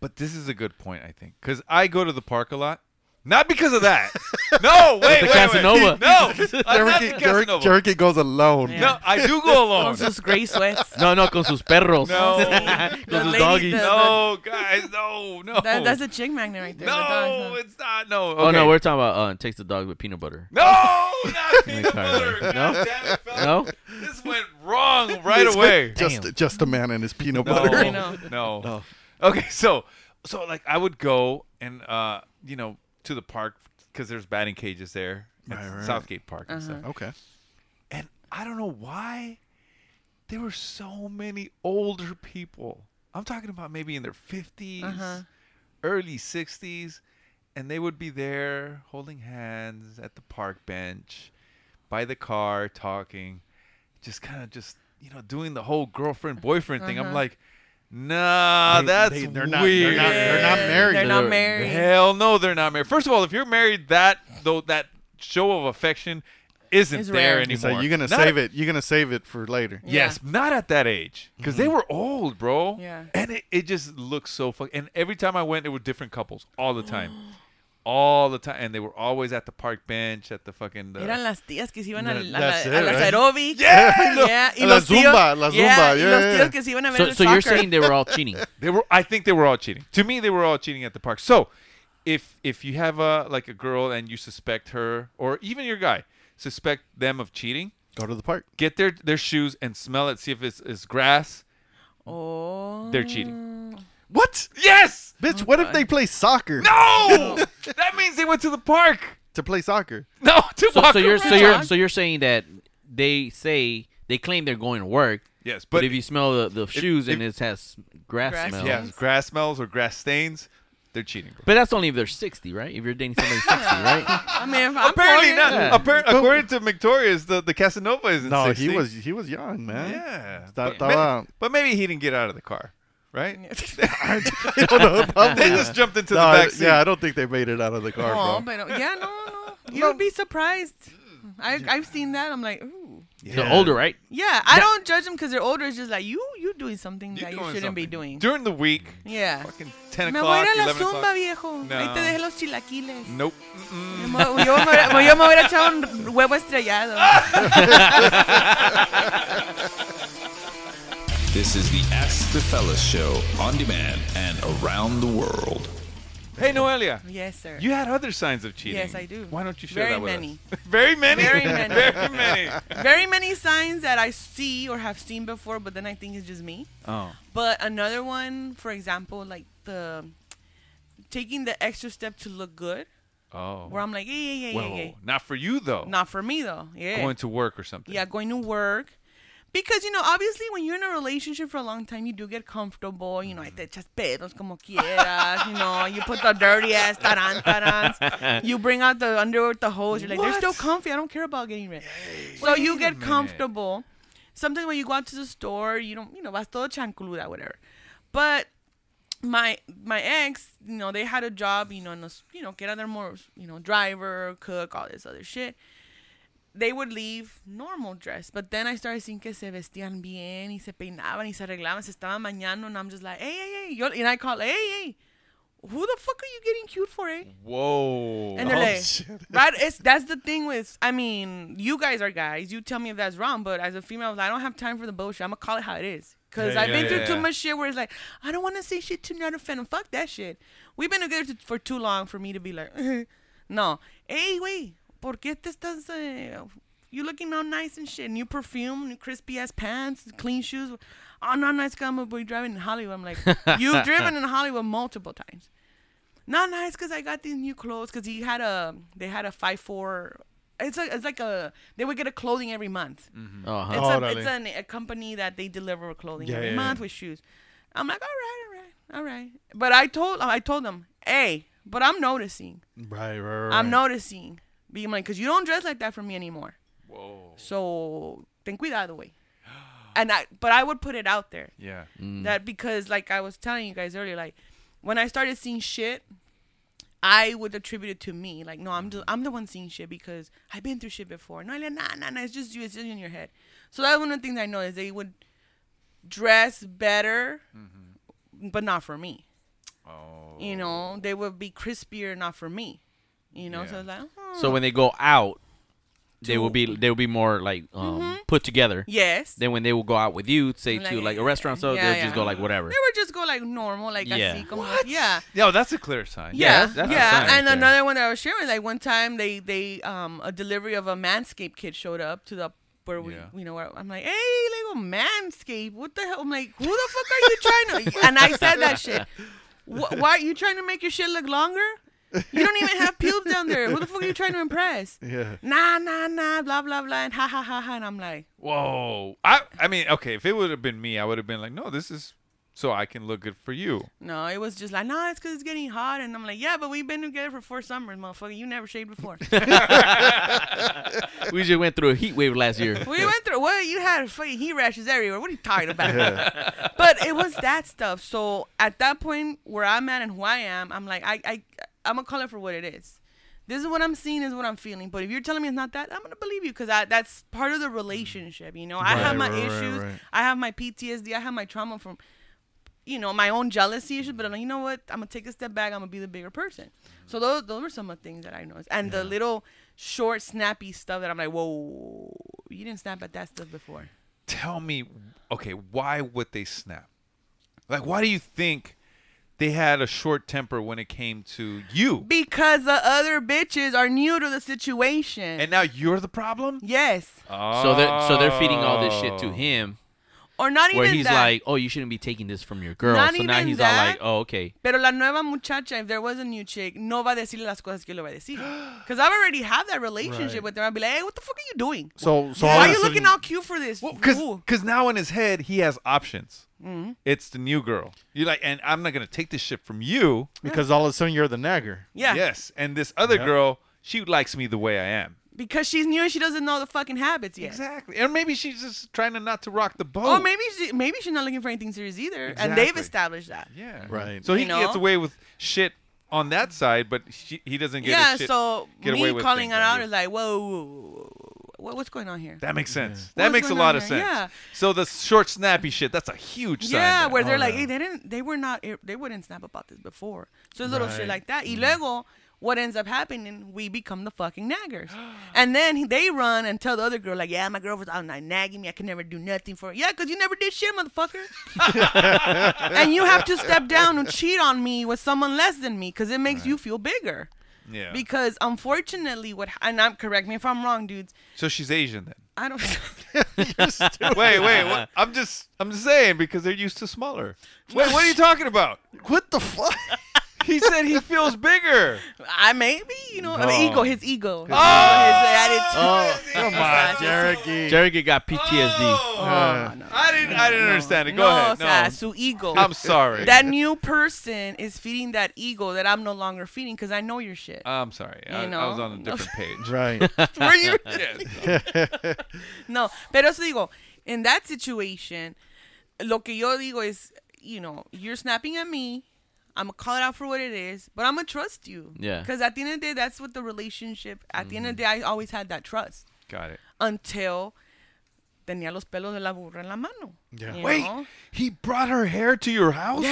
Speaker 5: But this is a good point, I think, because I go to the park a lot. Not because of that. *laughs* no, wait,
Speaker 8: the
Speaker 5: wait,
Speaker 8: Casanova.
Speaker 5: wait. No, I'm
Speaker 8: *laughs*
Speaker 5: not the
Speaker 6: Jerky, Jer-
Speaker 5: Casanova.
Speaker 6: Jerky goes alone.
Speaker 7: Yeah.
Speaker 5: No, I do go
Speaker 7: con
Speaker 6: Oh.
Speaker 5: alone.
Speaker 7: sus
Speaker 6: *laughs*
Speaker 7: gray sweats.
Speaker 8: No, no, con
Speaker 7: *laughs*
Speaker 8: sus perros.
Speaker 5: No.
Speaker 8: *laughs*
Speaker 7: The *laughs*
Speaker 8: Those
Speaker 7: lady-
Speaker 8: doggies.
Speaker 7: the- the- *laughs*
Speaker 5: No, guys, no, no.
Speaker 7: that- that's a chick magnet right there. the dog,
Speaker 5: no,
Speaker 7: huh?
Speaker 5: it's not. No.
Speaker 8: Oh no,
Speaker 5: okay.
Speaker 8: we're talking about uh, takes the dog with peanut
Speaker 7: *laughs*
Speaker 8: butter.
Speaker 5: No, not peanut
Speaker 8: sorry.
Speaker 5: butter.
Speaker 8: No?
Speaker 5: God damn it, fella.
Speaker 8: No,
Speaker 5: This went wrong right
Speaker 6: It's
Speaker 5: away.
Speaker 6: like Just just a man and his peanut
Speaker 8: *laughs*
Speaker 5: No,
Speaker 6: butter.
Speaker 7: I know.
Speaker 5: No. Okay, so so like I would go and uh you know to the park because there's batting cages there, at
Speaker 6: Right, right.
Speaker 5: Southgate Park
Speaker 7: Uh-huh.
Speaker 5: and stuff.
Speaker 6: Okay.
Speaker 5: And I don't know why there were so many older people. I'm talking about maybe in their 50s,
Speaker 7: Uh-huh.
Speaker 5: early 60s, and they would be there holding hands at the park bench, by the car, talking, just kind of just, you know, doing the whole girlfriend boyfriend thing.
Speaker 7: Uh-huh.
Speaker 5: I'm like, nah,
Speaker 6: They-
Speaker 5: that's
Speaker 6: they-
Speaker 5: they're
Speaker 6: they're
Speaker 5: weird.
Speaker 6: not- they're not- they're not married.
Speaker 7: They're not
Speaker 8: They're-
Speaker 7: married.
Speaker 5: Hell no, they're not married. First of all, if you're married, that though that show of affection isn't
Speaker 7: It's
Speaker 5: there
Speaker 7: rare.
Speaker 5: anymore.
Speaker 6: So you're gonna
Speaker 5: Not-
Speaker 6: save it. You're gonna save it for later.
Speaker 7: Yeah. Mm.
Speaker 5: Yes, not at that age because they were old, bro.
Speaker 7: Yeah.
Speaker 5: and it, it just looked so fuck. And every time I went, it were different couples all the time,
Speaker 7: *gasps*
Speaker 5: all the time, and they were always at the park bench at the fucking. Uh,
Speaker 7: Eran las tías que se iban a, la- a,
Speaker 6: That's
Speaker 7: la- a
Speaker 6: it,
Speaker 7: las
Speaker 6: right? *laughs*
Speaker 7: aerobics.
Speaker 5: Yeah, no.
Speaker 7: Yeah, y
Speaker 6: A la
Speaker 7: los tíos,
Speaker 6: zumba, la zumba,
Speaker 7: y
Speaker 6: yeah,
Speaker 7: los
Speaker 6: yeah,
Speaker 7: tíos
Speaker 6: yeah.
Speaker 7: que se iban a ver
Speaker 8: so
Speaker 7: el
Speaker 8: so you're
Speaker 7: soccer.
Speaker 8: saying they were
Speaker 7: *laughs*
Speaker 8: all cheating?
Speaker 5: They were. I think they were all cheating. To me, they were all cheating at the park. So, if if you have a like a girl and you suspect her or even your guy suspect them of cheating,
Speaker 6: Go to the park.
Speaker 5: get their their shoes and smell it, see if it's, it's grass.
Speaker 7: Oh.
Speaker 5: They're cheating.
Speaker 6: What?
Speaker 5: Yes.
Speaker 6: Bitch, what if they play soccer?
Speaker 5: No. that means they went to the park.
Speaker 6: To play soccer.
Speaker 5: No. To
Speaker 8: So,
Speaker 5: walk
Speaker 8: so you're so
Speaker 5: around.
Speaker 8: you're so you're saying that they say they claim they're going to work.
Speaker 5: Yes,
Speaker 8: But,
Speaker 5: but-
Speaker 8: if you smell the, the shoes and
Speaker 5: if-
Speaker 8: it has grass,
Speaker 7: Grass.
Speaker 8: smell.
Speaker 5: Yeah, grass smells or grass stains, they're cheating, bro.
Speaker 8: But that's only if they're 60, right? If you're dating
Speaker 7: *laughs*
Speaker 8: somebody 60, right?
Speaker 7: I mean, if I'm
Speaker 5: Apparently
Speaker 7: foreign-
Speaker 5: not.
Speaker 8: Yeah.
Speaker 5: Appar- according to Victoria's, the, the Casanova is in
Speaker 6: No,
Speaker 5: 60.
Speaker 6: he was he was young, man. uh,
Speaker 5: Yeah,
Speaker 6: That-
Speaker 5: but,
Speaker 6: that
Speaker 5: may-
Speaker 6: was-
Speaker 5: but maybe he didn't get out of the car, right?
Speaker 6: *laughs* I don't know *laughs* about
Speaker 5: *laughs* They
Speaker 6: that.
Speaker 5: just jumped into
Speaker 6: No,
Speaker 5: the
Speaker 6: I,
Speaker 5: back seat.
Speaker 6: yeah, I don't think they made it out of the car,
Speaker 7: Oh,
Speaker 6: bro.
Speaker 7: but yeah,
Speaker 5: *laughs*
Speaker 7: no, no. You'd be surprised. I, I've seen that. I'm like, ooh.
Speaker 8: They're older, right?
Speaker 7: Yeah, I don't judge them because they're older. It's just like you, you doing something
Speaker 5: You're
Speaker 7: that you
Speaker 5: doing
Speaker 7: shouldn't be
Speaker 5: something.
Speaker 7: doing.
Speaker 5: during the week.
Speaker 7: yeah.
Speaker 5: Fucking ten
Speaker 7: Me voy a
Speaker 5: o'clock,
Speaker 7: ir a la
Speaker 5: eleven
Speaker 7: zumba,
Speaker 5: o'clock.
Speaker 7: viejo. Ahí te
Speaker 5: No. Mm.
Speaker 7: dejé los chilaquiles.
Speaker 5: Nope. Mm-mm.
Speaker 7: Me mo- Yo me hubiera- yo me hubiera echado un huevo estrellado.
Speaker 5: Ah!
Speaker 1: This is the Ask the Fellas show on demand and around the world.
Speaker 5: Hey, Noelia,
Speaker 7: Yes, sir.
Speaker 5: you had other signs of cheating.
Speaker 7: Yes, I do.
Speaker 5: Why don't you share
Speaker 7: Very
Speaker 5: that with
Speaker 7: many.
Speaker 5: us? *laughs* Very many.
Speaker 7: Very
Speaker 5: *laughs*
Speaker 7: many.
Speaker 5: Very
Speaker 7: *laughs*
Speaker 5: many.
Speaker 7: Very many signs that I see or have seen before, but then I think it's just me.
Speaker 5: Oh.
Speaker 7: But another one, for example, like the taking the extra step to look good,
Speaker 5: Oh.
Speaker 7: where I'm like, yeah, yeah, yeah, yeah, yeah.
Speaker 5: Whoa. Not for you though.
Speaker 7: Not for me though. Yeah.
Speaker 5: going to work or something.
Speaker 7: yeah, going to work. Because, you know, obviously when you're in a relationship for a long time, you do get comfortable. You know, te echas pedos como quieras. You know, you put the dirty ass tarantarans. You bring out the underwear with the hose. You're like, they're still comfy. I don't care about getting rid. So you get comfortable. Sometimes when you go out to the store, you don't, you know, vas todo chancluda, whatever. But my my ex, you know, they had a job, you know, and those, you know, get out there more, you know, driver, cook, all this other shit. They would leave normal dress, but then I started seeing que se vestían bien y se peinaban y se arreglaban, se estaban mañana, and I'm just like, hey, hey, hey, Yo, and I call, hey, hey, who the fuck are you getting cute for, eh?
Speaker 5: Whoa.
Speaker 7: And they're like, right? It's that's the thing with. I mean, you guys are guys. You tell me if that's wrong, but as a female, I don't have time for the bullshit. I'm gonna call it how it is. Cause
Speaker 5: Yeah,
Speaker 7: I've
Speaker 5: yeah,
Speaker 7: been
Speaker 5: yeah,
Speaker 7: through
Speaker 5: yeah.
Speaker 7: too much shit where it's like, I don't want to say shit to not offend. 'em. Fuck that shit. We've been together for too long for me to be like, *laughs* no. Hey, wait, por qué te estás? eh, you looking all nice and shit. New perfume, new crispy ass pants, clean shoes. oh no, nice because I'm a boy driving in
Speaker 5: *laughs*
Speaker 7: Hollywood. I'm like, you've driven in Hollywood multiple times. Not nice because I got these new clothes because he had a they had a five four. It's like it's like a they would get a clothing every month.
Speaker 8: Uh-huh.
Speaker 7: It's, a,
Speaker 6: Órale.
Speaker 7: it's an, a company that they deliver clothing
Speaker 6: Mm-hmm. Oh, Yeah,
Speaker 7: every
Speaker 6: yeah,
Speaker 7: month
Speaker 6: yeah.
Speaker 7: with shoes. I'm like, all right, all right, all right. But I told I told them, hey, but I'm noticing,
Speaker 6: Right, right, right.
Speaker 7: I'm noticing, being like, because you don't dress like that for me anymore. Whoa. So ten cuidado, way. And I, but I would put it out there
Speaker 5: Yeah.
Speaker 8: Mm.
Speaker 7: that because like I was telling you guys earlier, like when I started seeing shit, I would attribute it to me. Like, no, I'm
Speaker 8: Mm-hmm.
Speaker 7: the, I'm the one seeing shit because I've been through shit before. No, Elia, nah, nah, nah, it's just you, it's just in your head. So that's one of the things I know is they would dress better,
Speaker 8: Mm-hmm.
Speaker 7: but not for me.
Speaker 5: Oh.
Speaker 7: You know, they would be crispier, not for me. You know, so
Speaker 5: Yeah.
Speaker 7: it's like, oh,
Speaker 8: So when they go out, they will be they will be more like um, put together.
Speaker 7: yes.
Speaker 8: Then when they will go out with you, say
Speaker 7: Mm-hmm. Like,
Speaker 8: to like a restaurant, so
Speaker 7: yeah,
Speaker 8: they'll just
Speaker 7: yeah.
Speaker 8: go like whatever.
Speaker 7: they would just go like normal, like
Speaker 8: Yeah.
Speaker 7: así, como, yeah.
Speaker 5: Yeah, well, that's a clear sign.
Speaker 7: Yeah,
Speaker 8: that's- that's a
Speaker 7: yeah.
Speaker 8: sign right
Speaker 7: and
Speaker 8: there.
Speaker 7: another one that I was sharing, like one time they they um a delivery of a manscape kit showed up to the where we
Speaker 5: Yeah.
Speaker 7: you know where I'm like, hey, little manscape, what the hell? I'm like, who the fuck are you
Speaker 8: *laughs*
Speaker 7: trying to? And I said that shit. Wh- why are you trying to make your shit look longer? You don't even have pubes down there. Who the fuck are you trying to impress?
Speaker 6: Yeah.
Speaker 7: Nah, nah, nah, blah, blah, blah, and ha, ha, ha, ha. And I'm like,
Speaker 5: Whoa. I I mean, okay, if it would have been me, I would have been like, no, this is so I can look good for you.
Speaker 7: no, it was just like, nah, it's because it's getting hot. And I'm like, yeah, but we've been together for four summers, motherfucker. You never
Speaker 8: *laughs*
Speaker 7: shaved before.
Speaker 8: we just went through a heat wave last year.
Speaker 7: We went through. Well, you had fucking heat rashes everywhere. What are you talking about? But it was that stuff. So at that point, where I'm at and who I am, I'm like, I, I, I'm gonna call it for what it is. This is what I'm seeing. This is what I'm feeling. But if you're telling me it's not that, I'm gonna believe you because that's part of the relationship. You know, I have
Speaker 6: Right,
Speaker 7: my
Speaker 6: right, right,
Speaker 7: issues.
Speaker 6: right.
Speaker 7: I have my PTSD. I have my trauma from, you know, my own jealousy issues. But I'm like, you know what? I'm gonna take a step back. I'm gonna be the bigger person. So those those were some of the things that I noticed, and the little short, snappy stuff that I'm like, whoa, you didn't snap at that stuff before.
Speaker 5: Tell me, okay, why would they snap? Like, why do you think they had a short temper when it came to you?
Speaker 7: Because the other bitches are new to the situation.
Speaker 5: And now you're the problem?
Speaker 7: yes,
Speaker 6: Uh,
Speaker 8: So they're so they're feeding all this shit
Speaker 5: Oh.
Speaker 8: to him,
Speaker 7: or not
Speaker 8: where
Speaker 7: even
Speaker 8: he's
Speaker 7: that.
Speaker 8: like, "Oh, you shouldn't be taking this from your girl."
Speaker 7: Not
Speaker 8: so now
Speaker 7: even
Speaker 8: he's
Speaker 7: that.
Speaker 8: all like, "Oh, okay."
Speaker 7: Pero la nueva muchacha, if there was a new chick, no va a decirle las cosas que yo le voy a decir. Because I've already had that relationship
Speaker 6: Right.
Speaker 7: with her. I'd be like, hey, what the fuck are you doing?
Speaker 6: So, so all
Speaker 7: Why
Speaker 6: of
Speaker 7: are
Speaker 6: a
Speaker 7: you
Speaker 6: sudden-
Speaker 7: looking all cute for this?
Speaker 5: because
Speaker 7: Ooh.
Speaker 5: because now in his head he has options.
Speaker 7: Mm-hmm.
Speaker 5: It's the new girl. You like, and I'm not gonna take this shit from you.
Speaker 6: Because all of a sudden you're the nagger.
Speaker 7: yeah.
Speaker 5: Yes, and this other girl, she likes me the way I am.
Speaker 7: Because she's new and she doesn't know the fucking habits yet.
Speaker 5: Exactly. And maybe she's just trying to not to rock the boat.
Speaker 7: Or maybe she, maybe she's not looking for anything serious either, and they've
Speaker 5: Exactly.
Speaker 7: established that.
Speaker 5: Yeah.
Speaker 6: Right.
Speaker 5: So he
Speaker 7: You know?
Speaker 5: gets away with shit on that side, but she, he doesn't get. his
Speaker 7: yeah.
Speaker 5: shit-
Speaker 7: So
Speaker 5: get away
Speaker 7: me
Speaker 5: with
Speaker 7: calling
Speaker 5: things
Speaker 7: her
Speaker 5: on
Speaker 7: out
Speaker 5: you.
Speaker 7: is like, whoa, whoa, whoa, whoa, whoa, what's going on here?
Speaker 5: That makes sense.
Speaker 7: What's
Speaker 5: That makes a
Speaker 7: going
Speaker 5: lot
Speaker 7: on
Speaker 5: of
Speaker 7: here?
Speaker 5: sense.
Speaker 7: Yeah.
Speaker 5: So the short, snappy shit—that's a huge sign.
Speaker 7: yeah,
Speaker 5: there.
Speaker 7: where they're like, hey, they didn't, they were not, eh, they wouldn't snap about this before. So it's little shit
Speaker 6: Right.
Speaker 7: like that. Y luego, what ends up happening, we become the fucking naggers, and then he, they run and tell the other girl like, yeah, my girl was out and nagging me. I could never do nothing for her. Yeah, because you never did shit, motherfucker. and you have to step down and cheat on me with someone less than me because it makes you feel bigger.
Speaker 5: yeah.
Speaker 7: Because unfortunately, what and I'm correct me if I'm wrong, dudes.
Speaker 5: *laughs* so she's Asian
Speaker 7: *laughs*
Speaker 5: then.
Speaker 7: I don't.
Speaker 5: *laughs* wait, wait. What? I'm just, I'm just saying because they're used to smaller. Wait, what are
Speaker 7: *laughs*
Speaker 5: you talking about?
Speaker 6: What the fuck?
Speaker 5: He said he feels
Speaker 7: *laughs*
Speaker 5: bigger.
Speaker 7: I maybe you know the
Speaker 6: No.
Speaker 7: ego, his ego. Oh, his attitude.
Speaker 8: Oh,
Speaker 6: Come on, Jerky.
Speaker 8: Jerry got PTSD.
Speaker 5: Oh!
Speaker 6: Uh,
Speaker 5: I didn't, I didn't understand it. Go
Speaker 7: no,
Speaker 5: ahead.
Speaker 7: o
Speaker 5: No,
Speaker 7: sea, su ego.
Speaker 5: I'm sorry.
Speaker 7: that new person is feeding that ego that I'm no longer feeding because I know
Speaker 5: *laughs*
Speaker 7: your shit. *laughs*
Speaker 5: I'm sorry. I,
Speaker 7: You know?
Speaker 5: I was on a
Speaker 7: *laughs*
Speaker 5: different page.
Speaker 6: Right.
Speaker 7: Were you?
Speaker 5: Yes.
Speaker 7: *laughs* No, pero eso digo, in that situation, lo que yo digo is, you know, you're snapping at me. I'm gonna call it out for what it is, but I'm gonna trust you.
Speaker 8: Yeah.
Speaker 7: Because at the end of the day, that's what the relationship. At the end of the day, I always had that trust
Speaker 5: Got it.
Speaker 7: until tenía los pelos de la burra en la mano.
Speaker 6: Yeah.
Speaker 7: you
Speaker 5: Wait,
Speaker 7: know?
Speaker 5: he brought her hair to your house?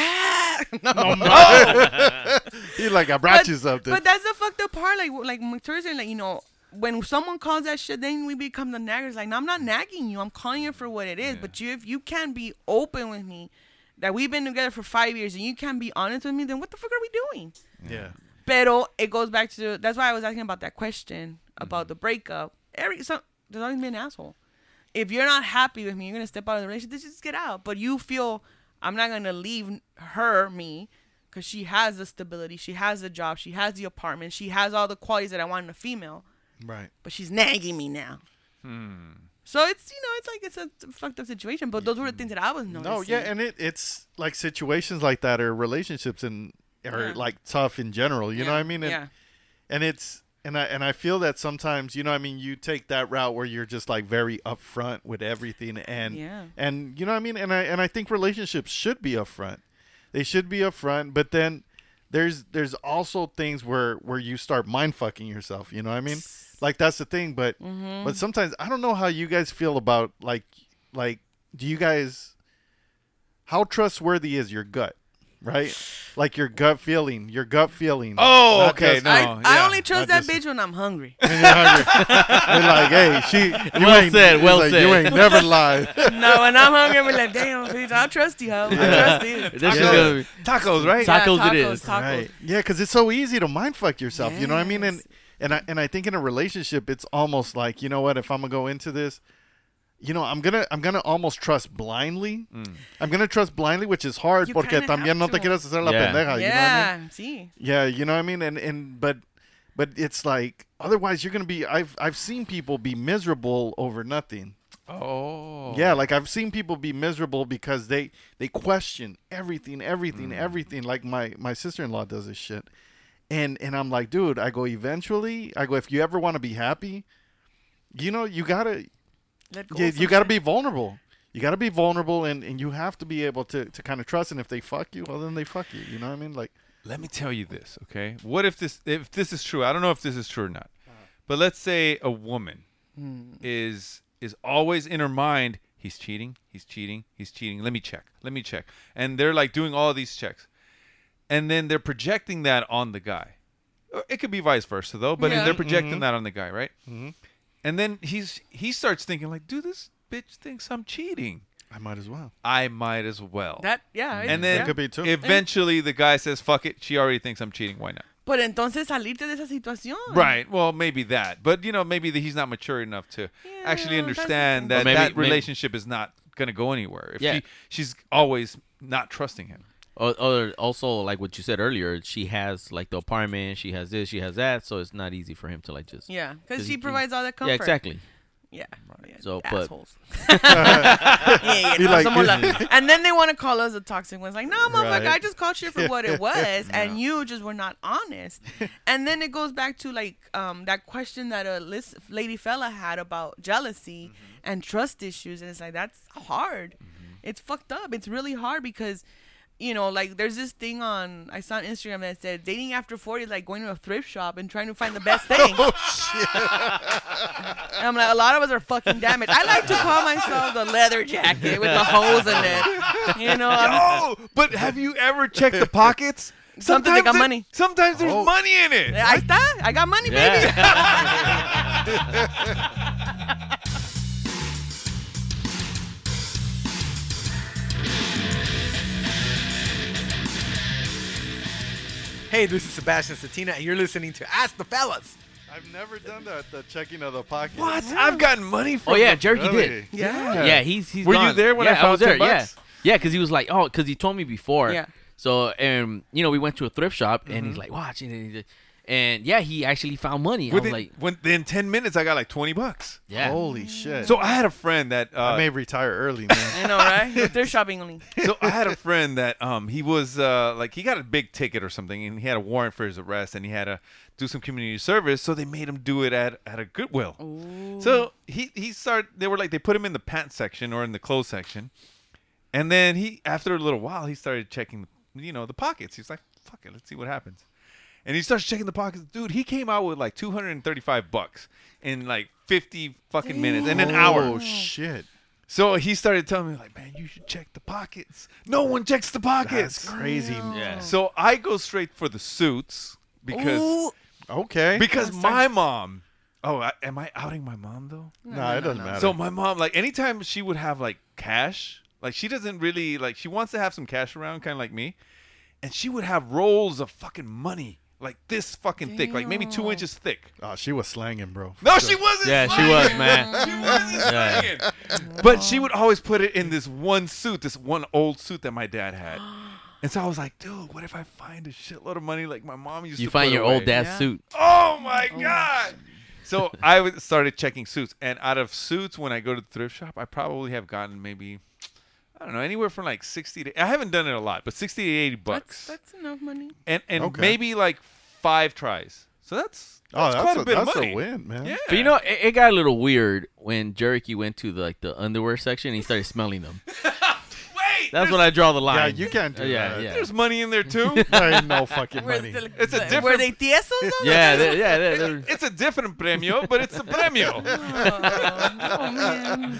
Speaker 6: He like I brought you
Speaker 7: but-
Speaker 6: something.
Speaker 7: But that's the fucked up part. Like, like Victoria said, like you know, when someone calls that shit, then we become the naggers. Like, no, I'm not nagging you. I'm calling it for what it is. But you, if you can't be open with me, that we've been together for five years, and you can't be honest with me, then what the fuck are we doing?
Speaker 6: yeah.
Speaker 7: Pero it goes back to
Speaker 5: Mm-hmm.
Speaker 7: that's why I was asking about that question about the breakup. Every so there's always been an asshole. if you're not happy with me, you're gonna step out of the relationship. Just get out. But you feel I'm not gonna leave her me because she has the stability, she has the job, she has the apartment, she has all the qualities that I want in a female.
Speaker 6: Right.
Speaker 7: But she's nagging me now.
Speaker 5: Hmm.
Speaker 7: So it's you know it's like it's a t- fucked up situation. But those were the things that I was noticing.
Speaker 6: No, yeah, and it, it's like situations like that or relationships and are
Speaker 7: Yeah.
Speaker 6: like tough in general. You know
Speaker 7: Yeah,
Speaker 6: what I mean? And,
Speaker 7: yeah.
Speaker 6: and it's and I and I feel that sometimes, you know, what I mean, you take that route where you're just like very upfront with everything and
Speaker 7: Yeah.
Speaker 6: and you know what I mean? And I and I think relationships should be upfront. They should be upfront, but then there's there's also things where where you start mind fucking yourself, you know what I mean? Like that's the thing, but but sometimes I don't know how you guys feel about like like do you guys how trustworthy is your gut? Right? Like your gut feeling, your gut feeling.
Speaker 5: Oh,
Speaker 6: Not
Speaker 5: okay,
Speaker 6: just-
Speaker 5: no.
Speaker 7: I,
Speaker 5: Oh,
Speaker 7: I
Speaker 5: yeah.
Speaker 7: only chose
Speaker 6: I
Speaker 7: that
Speaker 6: just-
Speaker 7: bitch when I'm hungry.
Speaker 6: when you're hungry. They're like, hey,
Speaker 8: *laughs*
Speaker 6: she. You
Speaker 8: Well
Speaker 6: ain't,
Speaker 8: said,
Speaker 6: it's
Speaker 8: well
Speaker 6: like,
Speaker 8: said.
Speaker 6: You ain't never
Speaker 7: *laughs*
Speaker 6: lied.
Speaker 7: no, when I'm hungry, I'm like, damn, bitch, I'll trust you, hoe. I trust you.
Speaker 8: This
Speaker 6: Yeah.
Speaker 8: is gonna be-
Speaker 5: Tacos, right?
Speaker 7: Yeah,
Speaker 8: Tacos it
Speaker 7: tacos,
Speaker 8: is.
Speaker 7: Tacos.
Speaker 6: Right. Oh, Yeah, because it's so easy to mind fuck yourself. You know what I mean? And and I and I think in a relationship, it's almost like you know what? If I'm gonna go into this, you know, I'm gonna I'm gonna almost trust blindly.
Speaker 8: Mm.
Speaker 6: I'm gonna trust blindly, which is hard
Speaker 7: You
Speaker 6: porque
Speaker 7: kinda
Speaker 6: también
Speaker 7: have
Speaker 6: no te
Speaker 7: to.
Speaker 6: quieres hacer la
Speaker 8: Yeah.
Speaker 6: pendeja. You know what I mean?
Speaker 7: yeah, see.
Speaker 6: Yeah, you know what I mean, and and but but it's like otherwise you're gonna be. I've I've seen people be miserable over nothing.
Speaker 5: Oh.
Speaker 6: Yeah, like I've seen people be miserable because they they question everything, everything, everything. Like my my sister in law does this shit, and and I'm like, dude, I go eventually. I go if you ever want to be happy, you know, you gotta
Speaker 7: Let go
Speaker 6: you,
Speaker 7: of
Speaker 6: you gotta
Speaker 7: something.
Speaker 6: be vulnerable. You gotta be vulnerable, and and you have to be able to to kind of trust. And if they fuck you, well, then they fuck you. You know what I mean? Like,
Speaker 5: Let me tell you this, okay? What if this if this is true? I don't know if this is true or not.
Speaker 7: Uh-huh.
Speaker 5: But let's say a woman
Speaker 7: Hmm.
Speaker 5: is is always in her mind, he's cheating, he's cheating, he's cheating. Let me check. Let me check. And they're like doing all these checks. And then they're projecting that on the guy. Or It could be vice versa though, but
Speaker 7: Yeah. Mm-hmm.
Speaker 5: they're projecting that on the guy, right? And then he's he starts thinking like, dude, this bitch thinks I'm cheating.
Speaker 6: I might as well.
Speaker 5: I might as well.
Speaker 7: That yeah,
Speaker 5: and
Speaker 7: it-
Speaker 5: then
Speaker 7: yeah.
Speaker 6: could be too.
Speaker 5: eventually the guy says, "Fuck it, she already thinks I'm cheating. Why not?"
Speaker 7: But entonces salirte de esa situación.
Speaker 5: *laughs* Right. Well, maybe that, but you know, maybe that he's not mature enough to actually
Speaker 7: Yeah, that's the thing.
Speaker 5: understand that
Speaker 8: Or maybe-
Speaker 5: that
Speaker 8: maybe-
Speaker 5: relationship is not gonna go anywhere. If
Speaker 8: Yeah.
Speaker 5: she, she's always not trusting him.
Speaker 8: Or, or also like what you said earlier, she has like the apartment, she has this, she has that, so it's not easy for him to like just
Speaker 7: Yeah, because
Speaker 8: he
Speaker 7: she
Speaker 8: can-
Speaker 7: provides all that comfort.
Speaker 8: yeah exactly.
Speaker 7: Yeah. yeah
Speaker 8: So,
Speaker 6: *laughs*
Speaker 8: but-
Speaker 7: assholes. *laughs* yeah, yeah, no,
Speaker 6: like-
Speaker 7: somos la- and then they want to call us the toxic ones. Like, no, motherfucker,
Speaker 6: Right.
Speaker 7: I just called you for what it was, and you just were not honest. and then it goes back to like um, that question that a lis- lady fella had about jealousy and trust issues, and it's like that's hard. It's fucked up. It's really hard because. You know, like there's this thing on I saw on Instagram that said dating after forty is like going to a thrift shop and trying to find the best thing. And I'm like, a lot of us are fucking damaged. I like to call myself the leather jacket with the holes in it. You know, I'm,
Speaker 5: Oh, but have you ever checked
Speaker 7: *laughs*
Speaker 5: the pockets?
Speaker 7: Sometimes they got
Speaker 5: it-
Speaker 7: money.
Speaker 5: Sometimes there's
Speaker 10: Oh.
Speaker 5: money in it.
Speaker 7: I, I, I got money, baby.
Speaker 8: Yeah.
Speaker 10: Hey, this is Sebastian Satina, and you're listening to Ask the Fellas.
Speaker 6: *laughs* I've never done that. The checking of the pocket.
Speaker 5: What? I've gotten money from.
Speaker 8: Oh yeah, Jerky did.
Speaker 6: Really?
Speaker 8: Yeah. he's he's.
Speaker 5: Were you
Speaker 8: gone.
Speaker 5: there when I
Speaker 8: yeah,
Speaker 5: found
Speaker 8: was there?
Speaker 5: 10
Speaker 8: Yeah,
Speaker 5: bucks?
Speaker 8: yeah, because he was like, oh, because he told me before.
Speaker 7: Yeah.
Speaker 8: So and you know we went to a thrift shop and he's like, watch and, he did- and yeah, he actually found money. I
Speaker 5: Within,
Speaker 8: was like,
Speaker 5: within ten minutes, I got like twenty bucks.
Speaker 8: yeah.
Speaker 6: Holy shit.
Speaker 5: So I had a friend that uh,
Speaker 6: I may retire early, man.
Speaker 7: I know, right? If they're
Speaker 8: *laughs*
Speaker 7: shopping only.
Speaker 5: so I had a friend that um he was uh like he got a big ticket or something and he had a warrant for his arrest and he had to do some community service so they made him do it at at a Goodwill. So he he started they were like they put him in the pants section or in the clothes section. And then he after a little while he started checking you know the pockets. He's like fuck it, let's see what happens. And he starts checking the pockets. Dude, he came out with like 235 bucks in like 50 fucking minutes *laughs* in an hour.
Speaker 6: Oh shit.
Speaker 5: So he started telling me, like, man, you should check the pockets. No one checks the
Speaker 6: That's
Speaker 5: pockets.
Speaker 6: crazy.
Speaker 5: So I go straight for the suits because
Speaker 6: Okay.
Speaker 5: because my mom. Oh, I, am I outing my mom though?
Speaker 6: no, it doesn't matter.
Speaker 5: So my mom, like, anytime she would have like cash, like she doesn't really like she wants to have some cash around, kind of like me, and she would have rolls of fucking money like this fucking thick, like maybe two inches thick.
Speaker 6: Oh, she was slanging, bro.
Speaker 5: No, she wasn't.
Speaker 8: Yeah, she
Speaker 5: slanging.
Speaker 8: was, man.
Speaker 5: She wasn't
Speaker 7: *laughs*
Speaker 5: slanging. But she would always put it in this one suit, this one old suit that my dad
Speaker 7: *gasps*
Speaker 5: had. And so I was like, dude, what if I find a shitload of money like my mom used to
Speaker 8: You find
Speaker 5: put
Speaker 8: your
Speaker 5: away?
Speaker 8: old dad's
Speaker 7: Yeah.
Speaker 8: suit.
Speaker 5: Oh my god! So I w- started checking suits, and out of suits, when I go to the thrift shop, I probably have gotten maybe I don't know anywhere from like sixty to I haven't done it a lot, but sixty to eighty bucks,
Speaker 7: That's, that's enough money.
Speaker 5: and and
Speaker 6: Okay.
Speaker 5: maybe like five tries. So that's that's,
Speaker 6: Oh,
Speaker 5: quite
Speaker 6: that's,
Speaker 5: a,
Speaker 6: a,
Speaker 5: bit
Speaker 6: that's
Speaker 5: of money.
Speaker 6: a win, man.
Speaker 5: Yeah,
Speaker 8: But you know, it, it got a little weird when Jericho went to the, like the underwear section and he started smelling them.
Speaker 5: wait,
Speaker 8: That's
Speaker 5: there's,
Speaker 8: when I draw the
Speaker 6: Yeah,
Speaker 8: line.
Speaker 6: you can't do
Speaker 8: Yeah,
Speaker 6: that.
Speaker 8: yeah.
Speaker 5: there's money in there
Speaker 8: *laughs*
Speaker 5: too.
Speaker 6: There ain't no fucking money.
Speaker 5: It's a
Speaker 7: Were
Speaker 5: different-
Speaker 7: they tiesos? though?
Speaker 8: yeah, they- yeah, they- they're-
Speaker 5: it's a different premio, but it's a premio.
Speaker 7: Oh, man.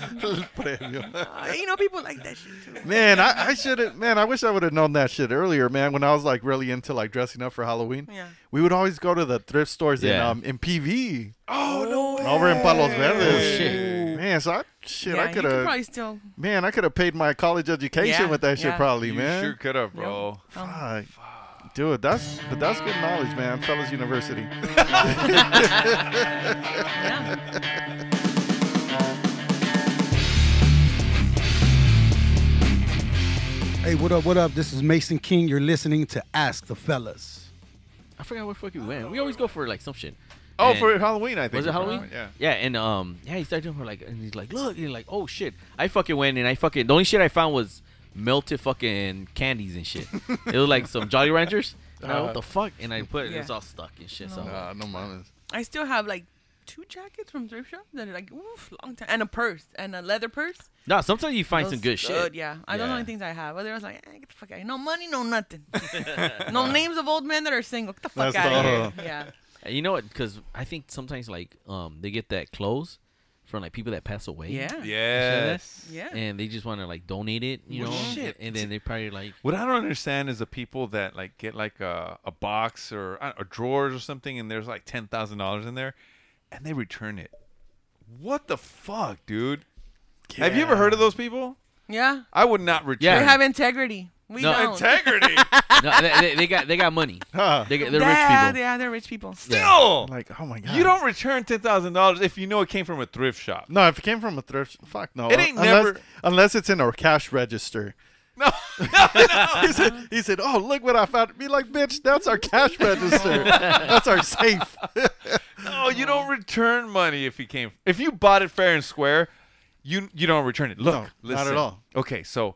Speaker 6: Premium.
Speaker 7: Uh, you know, people like that shit too.
Speaker 6: man, I, I should have. Man, I wish I would have known that shit earlier, man. When I was like really into like dressing up for Halloween,
Speaker 7: Yeah.
Speaker 6: we would always go to the thrift stores in
Speaker 8: Yeah.
Speaker 6: um in PV
Speaker 5: Oh no way!
Speaker 6: over in Palos Verdes.
Speaker 8: Oh, shit.
Speaker 6: Man, so I, shit,
Speaker 7: yeah,
Speaker 6: I could
Speaker 7: you could
Speaker 6: have.
Speaker 7: probably still.
Speaker 6: man, I could have paid my college education
Speaker 7: Yeah,
Speaker 6: with that shit,
Speaker 7: yeah.
Speaker 6: probably,
Speaker 5: You
Speaker 6: man.
Speaker 5: sure could have, bro. Oh.
Speaker 6: Fuck. Dude, that's but that's good knowledge, man. Fellas University.
Speaker 11: Hey, what up, what up? This is Mason King. You're listening to Ask the Fellas.
Speaker 8: I forgot where fucking went. We always go for like some shit.
Speaker 5: Oh,
Speaker 8: And-
Speaker 5: for Halloween, I think. Oh,
Speaker 8: was it Halloween?
Speaker 5: Yeah.
Speaker 8: Yeah, and um, yeah, he started doing her like, and he's like, look, and you're like, oh shit, I fucking went and I fucking the only shit I found was melted fucking candies and shit. it was like some Jolly Ranchers. And I, what the fuck? And I put it, it's
Speaker 7: Yeah.
Speaker 8: all stuck and shit. So
Speaker 6: Uh, no mames.
Speaker 7: I still have like two jackets from thrift shop that are like oof, long time, and a purse and a leather purse.
Speaker 8: no, sometimes you find some good
Speaker 7: Those-
Speaker 8: shit.
Speaker 7: Yeah, I don't know
Speaker 8: Yeah.
Speaker 7: any things I have. Otherwise, like, eh, get the fuck out. No money,
Speaker 8: *laughs*
Speaker 7: no nothing. no names of old men that are single. Get the fuck
Speaker 6: That's
Speaker 7: out
Speaker 6: the-
Speaker 7: of here. Yeah.
Speaker 8: And you know what? Because I think sometimes like um, they get that clothes from like people that pass away.
Speaker 7: Yeah.
Speaker 5: Yes.
Speaker 7: Yeah.
Speaker 8: And they just want to like donate it, you
Speaker 5: Well,
Speaker 8: know?
Speaker 5: shit.
Speaker 8: And then they probably like,
Speaker 5: What I don't understand is the people that like get like a, a box or uh, or drawers or something, and there's like ten thousand dollars in there, and they return it. What the fuck, dude? Have you ever heard of those people?
Speaker 7: Yeah.
Speaker 5: I would not
Speaker 8: Yeah.
Speaker 7: They
Speaker 5: return.
Speaker 7: have integrity. We
Speaker 8: No.
Speaker 6: *laughs*
Speaker 7: don't.
Speaker 5: integrity.
Speaker 8: no, they, they, they got they got money. They got, they're rich
Speaker 7: yeah,
Speaker 8: people.
Speaker 7: yeah, they're rich people.
Speaker 5: Still,
Speaker 6: Like, oh my god.
Speaker 5: you don't return ten thousand dollars if you know it came from a thrift shop.
Speaker 6: No, if it came from a thrift, fuck no.
Speaker 5: It ain't
Speaker 6: unless,
Speaker 5: never-
Speaker 6: unless it's in a cash register. *laughs*
Speaker 5: No,
Speaker 6: he said, he said, oh look what I found. Be like, bitch, that's our cash register. that's
Speaker 5: *laughs*
Speaker 6: our safe.
Speaker 5: no, Oh, you don't return money if you came. If you bought it fair and square, you you don't return it. Look,
Speaker 6: No, not at
Speaker 5: listen.
Speaker 6: all.
Speaker 5: Okay, so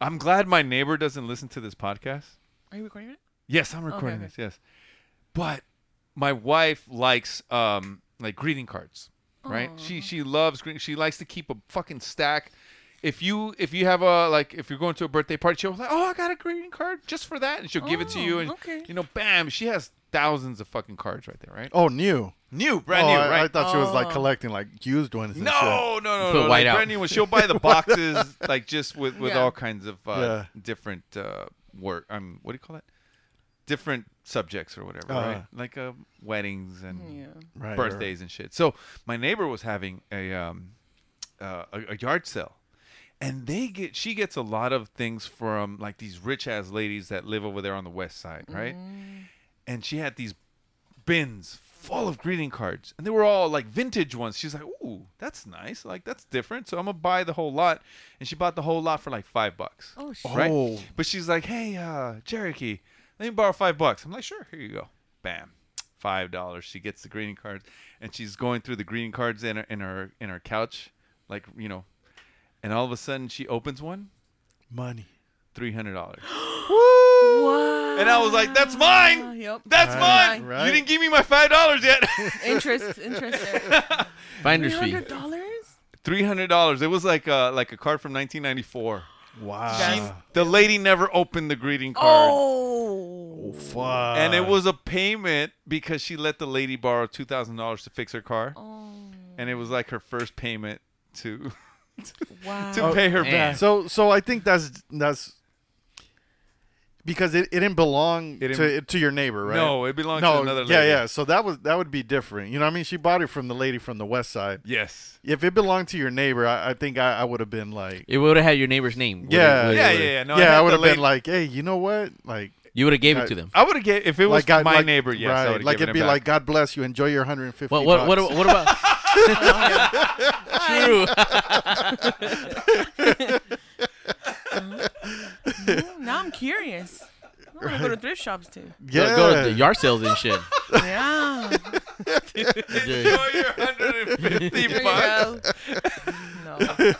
Speaker 5: I'm glad my neighbor doesn't listen to this podcast.
Speaker 7: Are you recording it?
Speaker 5: Yes, I'm recording
Speaker 7: okay.
Speaker 5: this. Yes, but my wife likes um like greeting cards, right? She she loves greeting. She likes to keep a fucking stack. If you if you have a like if you're going to a birthday party, she'll be like, oh, I got a greeting card just for that, and she'll give it to you,
Speaker 7: Oh,
Speaker 5: and
Speaker 7: okay.
Speaker 5: you know, bam, she has thousands of fucking cards right there, right?
Speaker 6: Oh, new.
Speaker 5: New,
Speaker 6: oh,
Speaker 5: brand new,
Speaker 6: I,
Speaker 5: right? Oh.
Speaker 6: I thought she was like collecting like used ones. and
Speaker 5: no, no, no, no,
Speaker 8: Put
Speaker 5: like
Speaker 8: white out.
Speaker 5: brand new ones. She'll buy the
Speaker 8: *laughs*
Speaker 5: boxes like just with with
Speaker 7: Yeah.
Speaker 5: all kinds of uh,
Speaker 6: Yeah.
Speaker 5: different uh, work. Um, what do you call it? Different subjects or whatever,
Speaker 8: Uh-huh.
Speaker 5: right? Like uh, weddings and
Speaker 6: shit. Right, right.
Speaker 5: birthdays and shit. So my neighbor was having a um, uh, a, a yard sale, and they get she gets a lot of things from like these rich ass ladies that live over there on the west side, right? And she had these bins full of greeting cards, and they were all like vintage ones. She's like, "Ooh, that's nice. Like that's different." So I'm gonna buy the whole lot, and she bought the whole lot for like five bucks.
Speaker 7: Oh, shit.
Speaker 5: right?
Speaker 6: Oh.
Speaker 5: But she's like, "Hey, uh, Cherokee, let me borrow five bucks." I'm like, "Sure, here you go." Bam, five dollars. She gets the greeting cards, and she's going through the greeting cards in her in her in her couch, like you know, and all of a sudden she opens one,
Speaker 6: Money.
Speaker 5: three hundred dollars. And I was like, "That's mine.
Speaker 7: Yep.
Speaker 5: That's
Speaker 7: Right,
Speaker 5: mine.
Speaker 6: right.
Speaker 5: You didn't give me my five dollars yet." *laughs*
Speaker 8: *laughs*
Speaker 7: Interest, interest.
Speaker 8: Finder's fee.
Speaker 7: Hundred dollars.
Speaker 5: three hundred dollars. It was like a like a card from nineteen ninety four.
Speaker 6: Wow.
Speaker 5: The lady never opened the greeting card.
Speaker 7: Oh.
Speaker 6: Fuck.
Speaker 5: and it was a payment because she let the lady borrow two thousand dollars to fix her car,
Speaker 7: Oh.
Speaker 5: and it was like her first payment to *laughs*
Speaker 7: Wow.
Speaker 5: to pay
Speaker 6: Oh,
Speaker 5: her
Speaker 8: man.
Speaker 5: back.
Speaker 6: So so I think that's that's because it, it didn't belong
Speaker 5: didn't-
Speaker 6: to to your neighbor, right?
Speaker 5: No, it belonged to another
Speaker 6: Yeah,
Speaker 5: lady.
Speaker 6: yeah. So that was that would be different. You know what I mean? She bought it from the lady from the west side.
Speaker 5: Yes.
Speaker 6: If it belonged to your neighbor, I, I think I, I would have been like
Speaker 8: It would have had your neighbor's name.
Speaker 6: Oh, Yeah.
Speaker 5: Yeah, yeah, yeah. No, I
Speaker 6: Yeah,
Speaker 5: had
Speaker 6: I
Speaker 5: the
Speaker 6: would have
Speaker 5: lady-
Speaker 6: been like, Hey, you know what? Like
Speaker 8: You would have gave it to them.
Speaker 5: I would have gave if it was
Speaker 6: God-
Speaker 5: my neighbor. Yes, I
Speaker 6: right,
Speaker 5: would've
Speaker 6: like
Speaker 5: given
Speaker 6: it'd be
Speaker 5: back.
Speaker 6: like God bless you, enjoy your 150.
Speaker 8: What what what,
Speaker 6: bucks."
Speaker 8: what about True.
Speaker 7: now I'm curious. I'm gonna go to thrift
Speaker 8: *laughs*
Speaker 7: shops too.
Speaker 8: Go- Go, to the yard sales and shit.
Speaker 7: Yeah.
Speaker 5: *laughs*
Speaker 8: Enjoy
Speaker 5: your 150
Speaker 7: There you
Speaker 5: bucks.
Speaker 7: go. No.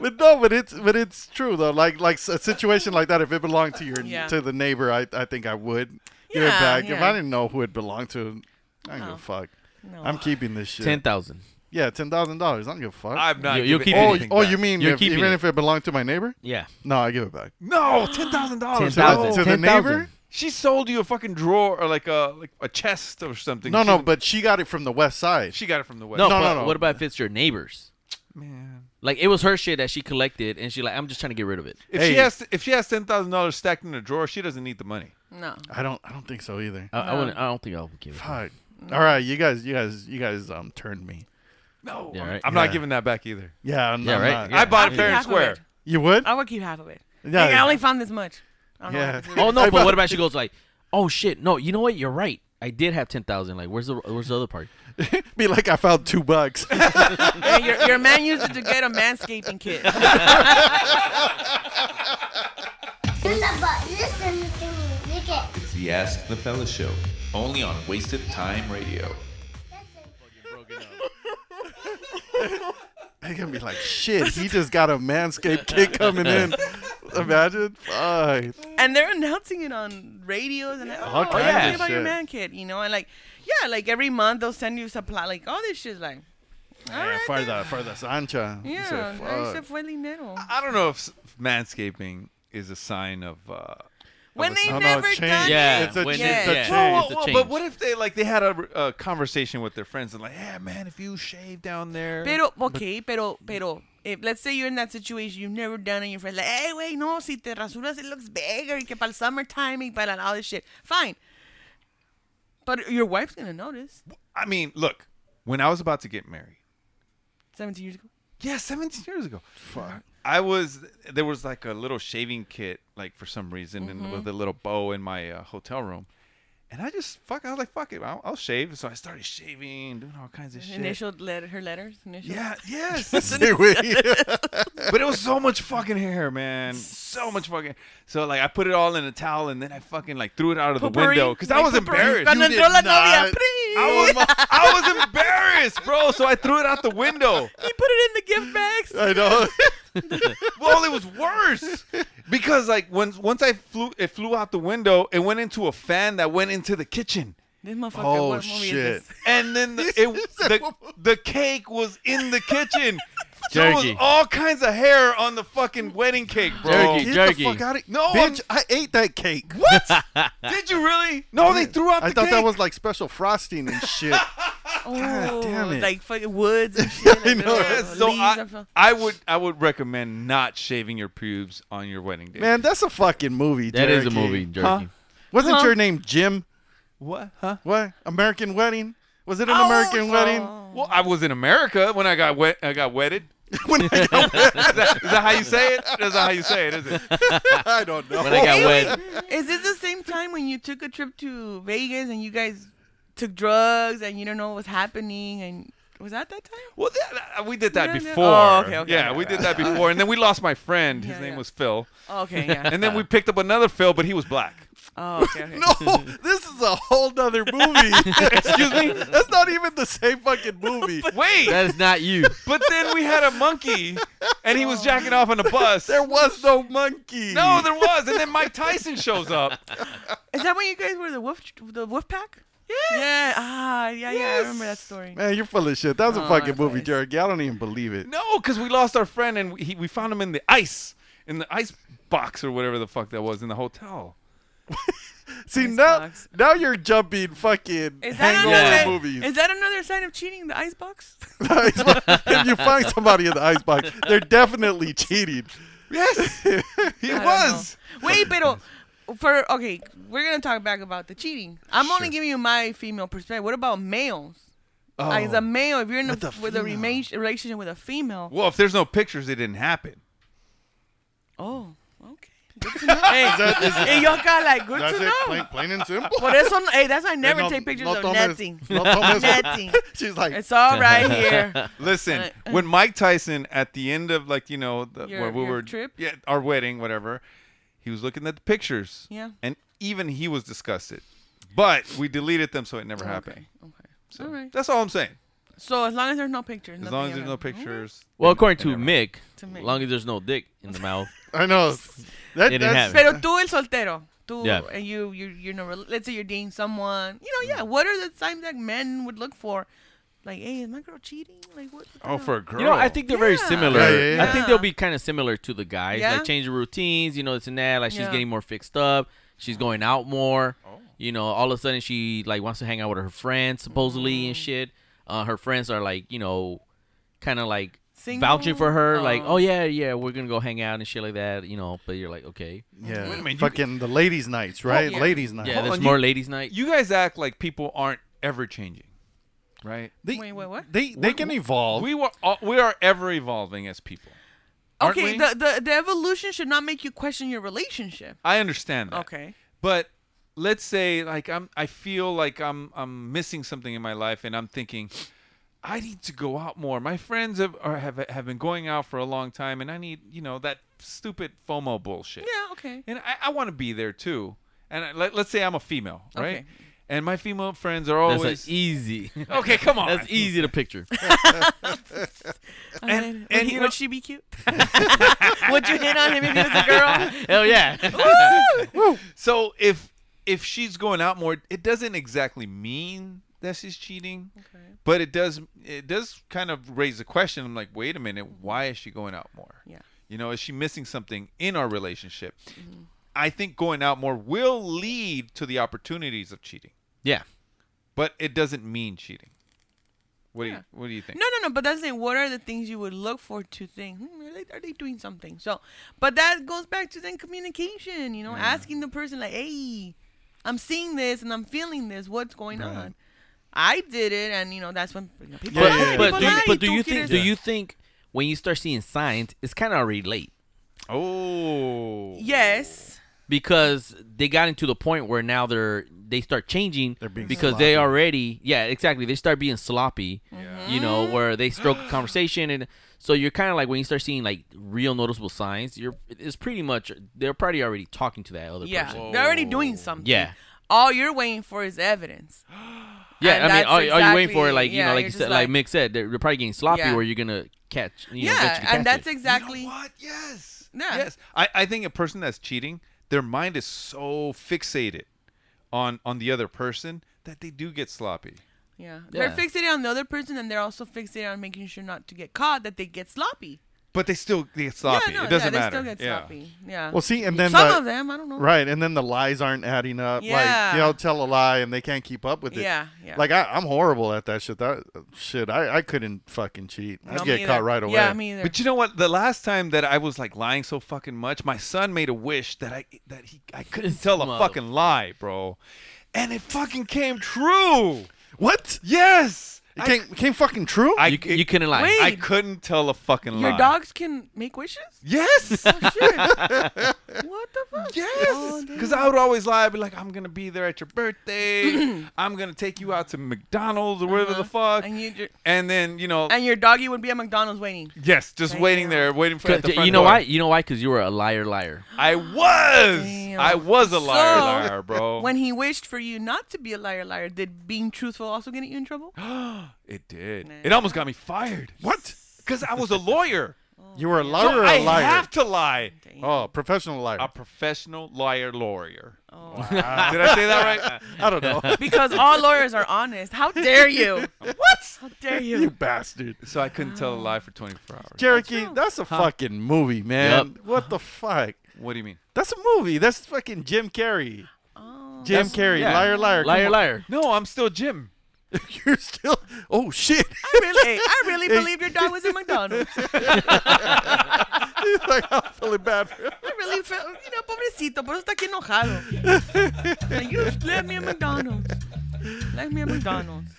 Speaker 6: but no, but it's but it's true though. Like like a situation like that, if it belonged to your
Speaker 7: Yeah.
Speaker 6: to the neighbor, I I think I would give it
Speaker 7: Yeah,
Speaker 6: back. If
Speaker 7: yeah. Oh.
Speaker 6: I didn't know who it belonged to, I don't give a fuck.
Speaker 7: No.
Speaker 6: I'm keeping this shit.
Speaker 8: Ten thousand.
Speaker 6: yeah, ten thousand dollars. I don't give a fuck.
Speaker 5: *laughs* I'm not.
Speaker 8: You- you'll
Speaker 5: giving
Speaker 8: keep
Speaker 6: oh,
Speaker 5: anything
Speaker 6: oh,
Speaker 5: back.
Speaker 6: you mean
Speaker 8: You're
Speaker 6: if,
Speaker 8: keeping
Speaker 6: even
Speaker 8: it.
Speaker 6: if it belonged to my neighbor?
Speaker 8: Yeah.
Speaker 6: No, I give it back.
Speaker 5: no ten thousand
Speaker 8: Ten
Speaker 5: dollars?
Speaker 8: thousand.
Speaker 6: to the
Speaker 8: Ten thousand.
Speaker 6: neighbor?
Speaker 5: She sold you a fucking drawer or like a like a chest or something.
Speaker 6: No,
Speaker 5: she,
Speaker 6: no, but she got it from the west side.
Speaker 5: she got it from the west.
Speaker 8: No,
Speaker 6: No,
Speaker 8: but
Speaker 6: no, no.
Speaker 8: what about if it's your neighbors?
Speaker 5: man.
Speaker 8: Like it was her shit that she collected and she like, I'm just trying to get rid of it.
Speaker 5: If
Speaker 6: Hey.
Speaker 5: she has if she has ten thousand dollars stacked in a drawer, she doesn't need the money.
Speaker 7: No.
Speaker 6: I don't. I don't think so either.
Speaker 8: I, I wouldn't I don't think I would give it.
Speaker 6: Fuck.
Speaker 7: Mm.
Speaker 6: All right, you guys, you guys, you guys, um, turned me.
Speaker 5: No,
Speaker 8: Yeah,
Speaker 5: I'm-
Speaker 8: right.
Speaker 5: I'm
Speaker 6: Yeah.
Speaker 5: not giving that back either.
Speaker 6: Yeah, I'm,
Speaker 8: Yeah,
Speaker 6: I'm
Speaker 8: right?
Speaker 6: not-
Speaker 8: Yeah.
Speaker 5: I bought it fair
Speaker 7: I'll keep
Speaker 5: and
Speaker 7: half of
Speaker 5: square.
Speaker 7: it.
Speaker 6: You would?
Speaker 7: I would keep half of it.
Speaker 6: Yeah.
Speaker 7: Like, I only found this much. I don't know
Speaker 6: Yeah.
Speaker 7: what to do.
Speaker 8: Oh no, but what about she goes like, Oh shit, no, you know what? You're right. I did have ten thousand. Like where's the where's the other part?
Speaker 6: *laughs* Be like, I found two bucks.
Speaker 8: *laughs*
Speaker 7: Hey, your, your man used it to get a manscaping kit.
Speaker 8: *laughs*
Speaker 2: Listen to me. You get
Speaker 1: It's the Ask the Fella Show, only on Wasted Time Radio.
Speaker 6: They're gonna be like, shit, he just got a manscape kid coming in. Imagine, fuck.
Speaker 7: and they're announcing it on radios and oh,
Speaker 6: All kinds
Speaker 7: yeah,
Speaker 6: of
Speaker 7: think about your
Speaker 6: shit.
Speaker 7: man kit, you know, and like yeah, like every month they'll send you supply, like all this shit's like, all
Speaker 6: Yeah,
Speaker 7: right,
Speaker 6: for
Speaker 7: then.
Speaker 6: the for the Sancha. He
Speaker 7: yeah,
Speaker 6: said, *laughs*
Speaker 7: ahí se
Speaker 6: fuck. Ah,
Speaker 7: fue el dinero.
Speaker 5: I don't know if s- manscaping is a sign of. Uh,
Speaker 7: When they
Speaker 6: No, no,
Speaker 7: never
Speaker 6: change.
Speaker 7: done
Speaker 8: Yeah,
Speaker 7: it,
Speaker 6: It's a,
Speaker 8: when
Speaker 6: it's
Speaker 7: it's-
Speaker 6: a
Speaker 7: yeah.
Speaker 6: change.
Speaker 5: Well,
Speaker 8: it's a
Speaker 5: well,
Speaker 8: change.
Speaker 5: but what if they like they had a, a conversation with their friends and like, yeah, man, if you shave down there,
Speaker 7: Pero, okay, pero, pero, if let's say you're in that situation, you've never done it, and your friend's like, hey, wait, no, si te rasuras, it looks bigger, y que para el summertime, y para all this shit. Fine. But your wife's going to notice.
Speaker 5: I mean, look, when I was about to get married,
Speaker 7: 17 years ago.
Speaker 5: yeah, 17 years ago, fuck, I was there was like a little shaving kit, like for some reason,
Speaker 8: Mm-hmm.
Speaker 5: and with a little bow in my uh, hotel room. And I just fuck. I was like, "Fuck it, I'll, I'll shave." So I started shaving, doing all kinds of shit.
Speaker 7: Initial letter, her letters. Initial.
Speaker 8: *laughs*
Speaker 5: Yeah, yes.
Speaker 6: Hey, wait. *laughs*
Speaker 5: but it was so much fucking hair, man. So much fucking. So like, I put it all in a towel, and then I fucking like threw it out of the
Speaker 7: Potpourri,
Speaker 5: window because I
Speaker 7: like
Speaker 5: was
Speaker 7: potpourri.
Speaker 5: embarrassed.
Speaker 7: Cuando
Speaker 6: You
Speaker 7: entró
Speaker 6: did
Speaker 7: la novia,
Speaker 6: not.
Speaker 7: please.
Speaker 5: I was, I was embarrassed, bro. So I threw it out the window.
Speaker 7: he put it in the gift bags.
Speaker 6: I know.
Speaker 5: Well, it was worse because like once once I flew it flew out the window, it went into a fan that went into the kitchen,
Speaker 7: This motherfucker,
Speaker 6: Oh,
Speaker 7: what movie is this?
Speaker 5: and then the, it the, the cake was in the kitchen. So it was
Speaker 8: Jerky.
Speaker 5: all kinds of hair on the fucking wedding cake, bro.
Speaker 8: Jerky.
Speaker 6: Get the
Speaker 8: Jerky.
Speaker 6: fuck out of
Speaker 5: No, I'm-
Speaker 6: bitch! I ate that cake.
Speaker 5: What? Did you really? No, they threw out the
Speaker 6: I thought
Speaker 5: cake.
Speaker 6: that was like special frosting and shit. *laughs*
Speaker 7: Oh,
Speaker 6: damn it.
Speaker 7: like fucking woods and shit. Like
Speaker 6: know.
Speaker 7: little
Speaker 5: Yes, *laughs* so
Speaker 7: leaves and
Speaker 5: I,
Speaker 7: stuff.
Speaker 5: I would I would recommend not shaving your pubes on your wedding day.
Speaker 6: Man, that's a fucking movie.
Speaker 8: That is a
Speaker 6: Cherokee.
Speaker 8: movie, jerky.
Speaker 5: Huh?
Speaker 6: Wasn't
Speaker 7: Huh?
Speaker 6: your name Jim?
Speaker 5: what? Huh?
Speaker 6: What? American Wedding? Was it an
Speaker 7: Oh,
Speaker 6: American
Speaker 7: oh.
Speaker 6: Wedding? *laughs*
Speaker 5: Well, I was in America when I got wet. I got wedded. is, that, is that how you say it? That's not how you say it, is it?
Speaker 6: I don't know.
Speaker 8: When I got wet.
Speaker 7: Is this the same time when you took a trip to Vegas and you guys took drugs and you don't know what was happening? And was that that time?
Speaker 5: Well, that, we did that
Speaker 7: No, no.
Speaker 5: before.
Speaker 7: Oh, okay, okay,
Speaker 5: yeah,
Speaker 7: okay,
Speaker 5: we
Speaker 7: okay.
Speaker 5: did that before, and then we lost my friend. His
Speaker 7: Yeah,
Speaker 5: name
Speaker 7: yeah.
Speaker 5: was Phil,
Speaker 7: Okay, yeah.
Speaker 5: *laughs* and then we picked up another Phil, but he was black.
Speaker 7: oh, okay,
Speaker 6: *laughs*
Speaker 7: okay.
Speaker 6: No, this is a whole nother movie.
Speaker 7: *laughs*
Speaker 6: Excuse me? That's not even the same fucking movie.
Speaker 5: Wait,
Speaker 8: That is not you.
Speaker 5: but then we had a monkey, and he was jacking off on a bus.
Speaker 6: There was no monkey.
Speaker 5: no, there was, and then Mike Tyson shows up.
Speaker 7: Is that when you guys were the wolf, the wolf pack? Yes. Yeah. Ah, yeah, yeah. I remember that story.
Speaker 6: Man, you're full of shit. That was a
Speaker 7: Oh,
Speaker 6: fucking movie,
Speaker 7: nice.
Speaker 6: Jerry. I don't even believe it.
Speaker 5: No, because we lost our friend, and we, he, we found him in the ice, in the ice box or whatever the fuck that was in the hotel.
Speaker 6: See,
Speaker 7: Nice
Speaker 6: now
Speaker 7: box.
Speaker 6: now you're jumping fucking
Speaker 7: Is that
Speaker 6: hangover
Speaker 7: another?
Speaker 6: movies. *laughs*
Speaker 7: Is that another sign of cheating? The icebox?
Speaker 6: if you find somebody in the icebox, they're definitely cheating. *laughs*
Speaker 5: Yes, he
Speaker 7: I don't
Speaker 5: was.
Speaker 7: know. Wait, pero for okay, we're gonna talk back about the cheating. I'm only giving you my female perspective. What about males? Like, as a male, if you're in a, with a rema- relationship with a female,
Speaker 5: Well, if there's no pictures, it didn't happen.
Speaker 7: oh, okay. Good to know. hey,
Speaker 6: that- is it-
Speaker 7: and y'all got like good
Speaker 6: That's
Speaker 7: to
Speaker 6: it,
Speaker 7: know.
Speaker 6: plain- plain and simple.
Speaker 7: Por eso, hey, that's why I
Speaker 6: And
Speaker 7: never
Speaker 6: no-
Speaker 7: take pictures
Speaker 6: no
Speaker 7: of
Speaker 6: tomes-
Speaker 7: nothing.
Speaker 6: no tomes-
Speaker 7: *laughs* nothing.
Speaker 6: *laughs* She's like-
Speaker 7: it's all right here.
Speaker 5: Listen, when Mike Tyson at the end of like you know the,
Speaker 7: Uh, Your-
Speaker 5: where we
Speaker 7: your
Speaker 5: were
Speaker 7: trip?
Speaker 5: yeah our wedding whatever, he was looking at the pictures.
Speaker 7: Yeah.
Speaker 5: and even he was disgusted, but we deleted them so it never happened.
Speaker 7: Okay. all right.
Speaker 5: That's all I'm saying.
Speaker 7: So as long as there's no pictures.
Speaker 5: As
Speaker 7: nothing
Speaker 5: long as there's
Speaker 7: ever-
Speaker 5: no pictures.
Speaker 8: Well, according to Mick,
Speaker 7: To Mick.
Speaker 8: as long as there's no dick in the mouth.
Speaker 6: I know.
Speaker 8: That- It didn't that's- happen.
Speaker 7: Pero tú el soltero. Tú
Speaker 8: Yeah.
Speaker 7: and you you you're no rel- let's say you're dating someone. You know, yeah, what are the signs that men would look for? Like, hey, is my girl cheating? Like what the
Speaker 5: Oh,
Speaker 7: hell?
Speaker 5: for a girl.
Speaker 8: You know, I think they're very
Speaker 7: Yeah.
Speaker 8: similar.
Speaker 5: Yeah, yeah, yeah.
Speaker 8: I think they'll be kind of similar to the guys.
Speaker 7: Yeah?
Speaker 8: Like change the routines, you know, this and that. Like she's
Speaker 7: Yeah.
Speaker 8: getting more fixed up. She's going out more.
Speaker 5: Oh.
Speaker 8: You know, all of a sudden she like wants to hang out with her friends supposedly
Speaker 7: Mm.
Speaker 8: and shit. Uh, her friends are like, you know, kind of like vouching for her.
Speaker 7: Single?
Speaker 8: Like,
Speaker 7: Oh.
Speaker 8: oh yeah, yeah, we're gonna go hang out and shit like that. You know, but you're like, okay,
Speaker 6: Yeah.
Speaker 5: Wait a minute, you-
Speaker 6: Fucking the ladies' nights, right?
Speaker 7: yeah.
Speaker 6: Ladies' night.
Speaker 8: yeah,
Speaker 5: Hold
Speaker 8: there's
Speaker 5: on,
Speaker 8: more
Speaker 5: you-
Speaker 8: ladies' night.
Speaker 5: you guys act like people aren't ever changing, right?
Speaker 6: They,
Speaker 7: Wait, wait, what?
Speaker 6: They they
Speaker 5: We-
Speaker 6: can evolve.
Speaker 5: We were all, we are ever evolving as people. aren't
Speaker 7: Okay,
Speaker 5: we?
Speaker 7: the, the the evolution should not make you question your relationship.
Speaker 5: I understand that.
Speaker 7: Okay.
Speaker 5: But let's say like I'm I feel like I'm I'm missing something in my life and I'm thinking I need to go out more. My friends have are, have have been going out for a long time and I need, you know, that stupid FOMO bullshit.
Speaker 7: Yeah, okay.
Speaker 5: And I, I want to be there too. And I, let, let's say I'm a female, right?
Speaker 7: Okay.
Speaker 5: And my female friends are
Speaker 8: That's
Speaker 5: always
Speaker 8: like easy. *laughs*
Speaker 5: Okay, come on. *laughs*
Speaker 8: That's easy to picture.
Speaker 7: And,
Speaker 5: and
Speaker 7: would, he-
Speaker 5: you
Speaker 7: would
Speaker 5: know-
Speaker 7: she
Speaker 5: *laughs*
Speaker 7: be cute? *laughs* would you hit on him if he was a girl?
Speaker 5: *laughs*
Speaker 8: Hell yeah.
Speaker 5: So if if she's going out more, it doesn't exactly mean that she's cheating, but it does it does kind of raise the question. I'm like, wait a minute, why is she going out more?
Speaker 7: Yeah.
Speaker 5: You know, is she missing something in our relationship? I think going out more will lead to the opportunities of cheating,
Speaker 8: yeah.
Speaker 5: but it doesn't mean cheating. What do you What do you think?
Speaker 7: No, no, no. But that's the thing. What are the things you would look for to think? Hmm, are, they, are they doing something? So, but that goes back to then communication. You know, asking the person like, "Hey, I'm seeing this and I'm feeling this. What's going on?" I did it, and you know that's when you know, people.
Speaker 6: Yeah,
Speaker 7: lie,
Speaker 6: yeah, yeah.
Speaker 8: but
Speaker 7: people
Speaker 8: do you,
Speaker 7: lie,
Speaker 8: but do
Speaker 7: tú
Speaker 8: you think
Speaker 7: quieres-
Speaker 8: do you think when you start seeing signs, it's kind of already late
Speaker 5: Oh.
Speaker 7: Yes.
Speaker 8: because they got into the point where now they're they start changing
Speaker 6: They're being
Speaker 8: because they already yeah exactly they start being sloppy you know where they stroke a conversation and so you're kind of like when you start seeing like real noticeable signs you're it's pretty much they're probably already talking to that other
Speaker 7: Yeah,
Speaker 8: person
Speaker 7: they're already doing something.
Speaker 8: Yeah.
Speaker 7: All you're waiting for
Speaker 8: *gasps*
Speaker 7: is evidence.
Speaker 8: yeah
Speaker 7: And
Speaker 8: I mean
Speaker 7: that's
Speaker 8: are, are you waiting for
Speaker 7: exactly-
Speaker 8: it like you
Speaker 7: yeah,
Speaker 8: know
Speaker 7: you're
Speaker 8: like you said
Speaker 7: just
Speaker 8: like,
Speaker 7: like-
Speaker 8: Mick said they're, they're probably getting sloppy
Speaker 7: Yeah.
Speaker 8: where you're gonna catch you know
Speaker 7: yeah,
Speaker 8: eventually catch
Speaker 7: and that's
Speaker 8: it.
Speaker 7: exactly.
Speaker 5: You know what? Yes.
Speaker 7: Yeah.
Speaker 5: Yes. I, I think a person that's cheating, their mind is so fixated on on the other person that they do get sloppy.
Speaker 7: Yeah.
Speaker 8: Yeah.
Speaker 7: they're fixated on the other person, and they're also fixated on making sure not to get caught, that they get sloppy.
Speaker 5: But they still they get sloppy.
Speaker 7: Yeah, no,
Speaker 5: it doesn't
Speaker 7: yeah,
Speaker 5: matter.
Speaker 7: They still get
Speaker 5: yeah.
Speaker 7: sloppy. Yeah.
Speaker 6: Well, see, and then
Speaker 7: some
Speaker 6: the-
Speaker 7: of them, I don't know.
Speaker 6: Right, and then the lies aren't adding up.
Speaker 7: Yeah.
Speaker 6: Like they'll tell a lie and they can't keep up with it.
Speaker 7: Yeah, yeah.
Speaker 6: Like I, I'm horrible at that shit. That shit, I, I couldn't fucking cheat.
Speaker 7: No,
Speaker 6: I'd
Speaker 7: me
Speaker 6: get
Speaker 7: either.
Speaker 6: caught right away.
Speaker 7: Yeah, me either.
Speaker 5: But you know what? The last time that I was like lying so fucking much, my son made a wish that I that he I couldn't tell a
Speaker 8: mother-
Speaker 5: fucking lie, bro. And it fucking came true.
Speaker 6: What?
Speaker 5: Yes.
Speaker 6: It came, came fucking true.
Speaker 5: I,
Speaker 8: you,
Speaker 5: it-
Speaker 8: you couldn't lie
Speaker 7: Wait.
Speaker 5: I couldn't tell a fucking lie.
Speaker 7: Your dogs can make wishes?
Speaker 5: *laughs*
Speaker 7: *laughs*
Speaker 5: Yes.
Speaker 7: Oh, shit. what the fuck? Oh,
Speaker 5: Yes, because I would always lie. I'd be like, "I'm gonna be there at your
Speaker 7: *clears throat*
Speaker 5: birthday. I'm gonna take you out to McDonald's or whatever the fuck."
Speaker 7: Uh-huh. And you ju-
Speaker 5: And then you know,
Speaker 7: And your doggy would be at McDonald's waiting.
Speaker 5: yes, just waiting there, waiting for at the front
Speaker 8: you know
Speaker 5: door.
Speaker 8: why you know why because you were a liar liar
Speaker 5: I was,
Speaker 7: Damn.
Speaker 5: I was a liar,
Speaker 7: So,
Speaker 5: liar, bro.
Speaker 7: *laughs* When he wished for you not to be a liar, liar, did being truthful also get you in trouble? *gasps*
Speaker 5: it did.
Speaker 7: Nah.
Speaker 5: It almost got me fifired. What? Because I was a lawyer.
Speaker 7: *laughs*
Speaker 6: you were a
Speaker 5: So
Speaker 6: liar or
Speaker 5: I
Speaker 6: a liar?
Speaker 5: have to lie.
Speaker 6: oh, professional liar.
Speaker 5: A
Speaker 7: *laughs*
Speaker 5: professional liar, lawyer.
Speaker 7: Oh.
Speaker 5: Wow. Did I say
Speaker 7: *laughs*
Speaker 5: that right?
Speaker 6: I don't know.
Speaker 7: Because all lawyers are honest. How dare you?
Speaker 5: *laughs* what?
Speaker 7: How dare
Speaker 6: you
Speaker 7: you?
Speaker 6: bastard.
Speaker 5: So I couldn't tell a lie for 24 hours.
Speaker 6: Cherokee, that's a fucking movie, man.
Speaker 8: Yup.
Speaker 6: What the fuck?
Speaker 5: What do you mean?
Speaker 6: That's a movie. That's fucking Jim Carrey.
Speaker 7: Oh.
Speaker 6: Jim
Speaker 8: That's-
Speaker 6: Carrey,
Speaker 8: yeah.
Speaker 6: liar, liar, come
Speaker 8: liar
Speaker 6: on.
Speaker 8: liar
Speaker 5: No, I'm still Jim.
Speaker 6: *laughs* You're still. Oh shit!
Speaker 7: I really, I
Speaker 6: *laughs*
Speaker 7: really believed your dog was at McDonald's.
Speaker 6: like I'm feeling bad for him.
Speaker 7: I really felt, you know, pobrecito, por eso está aquí enojado. Like, you left me at McDonald's. Left me at McDonald's.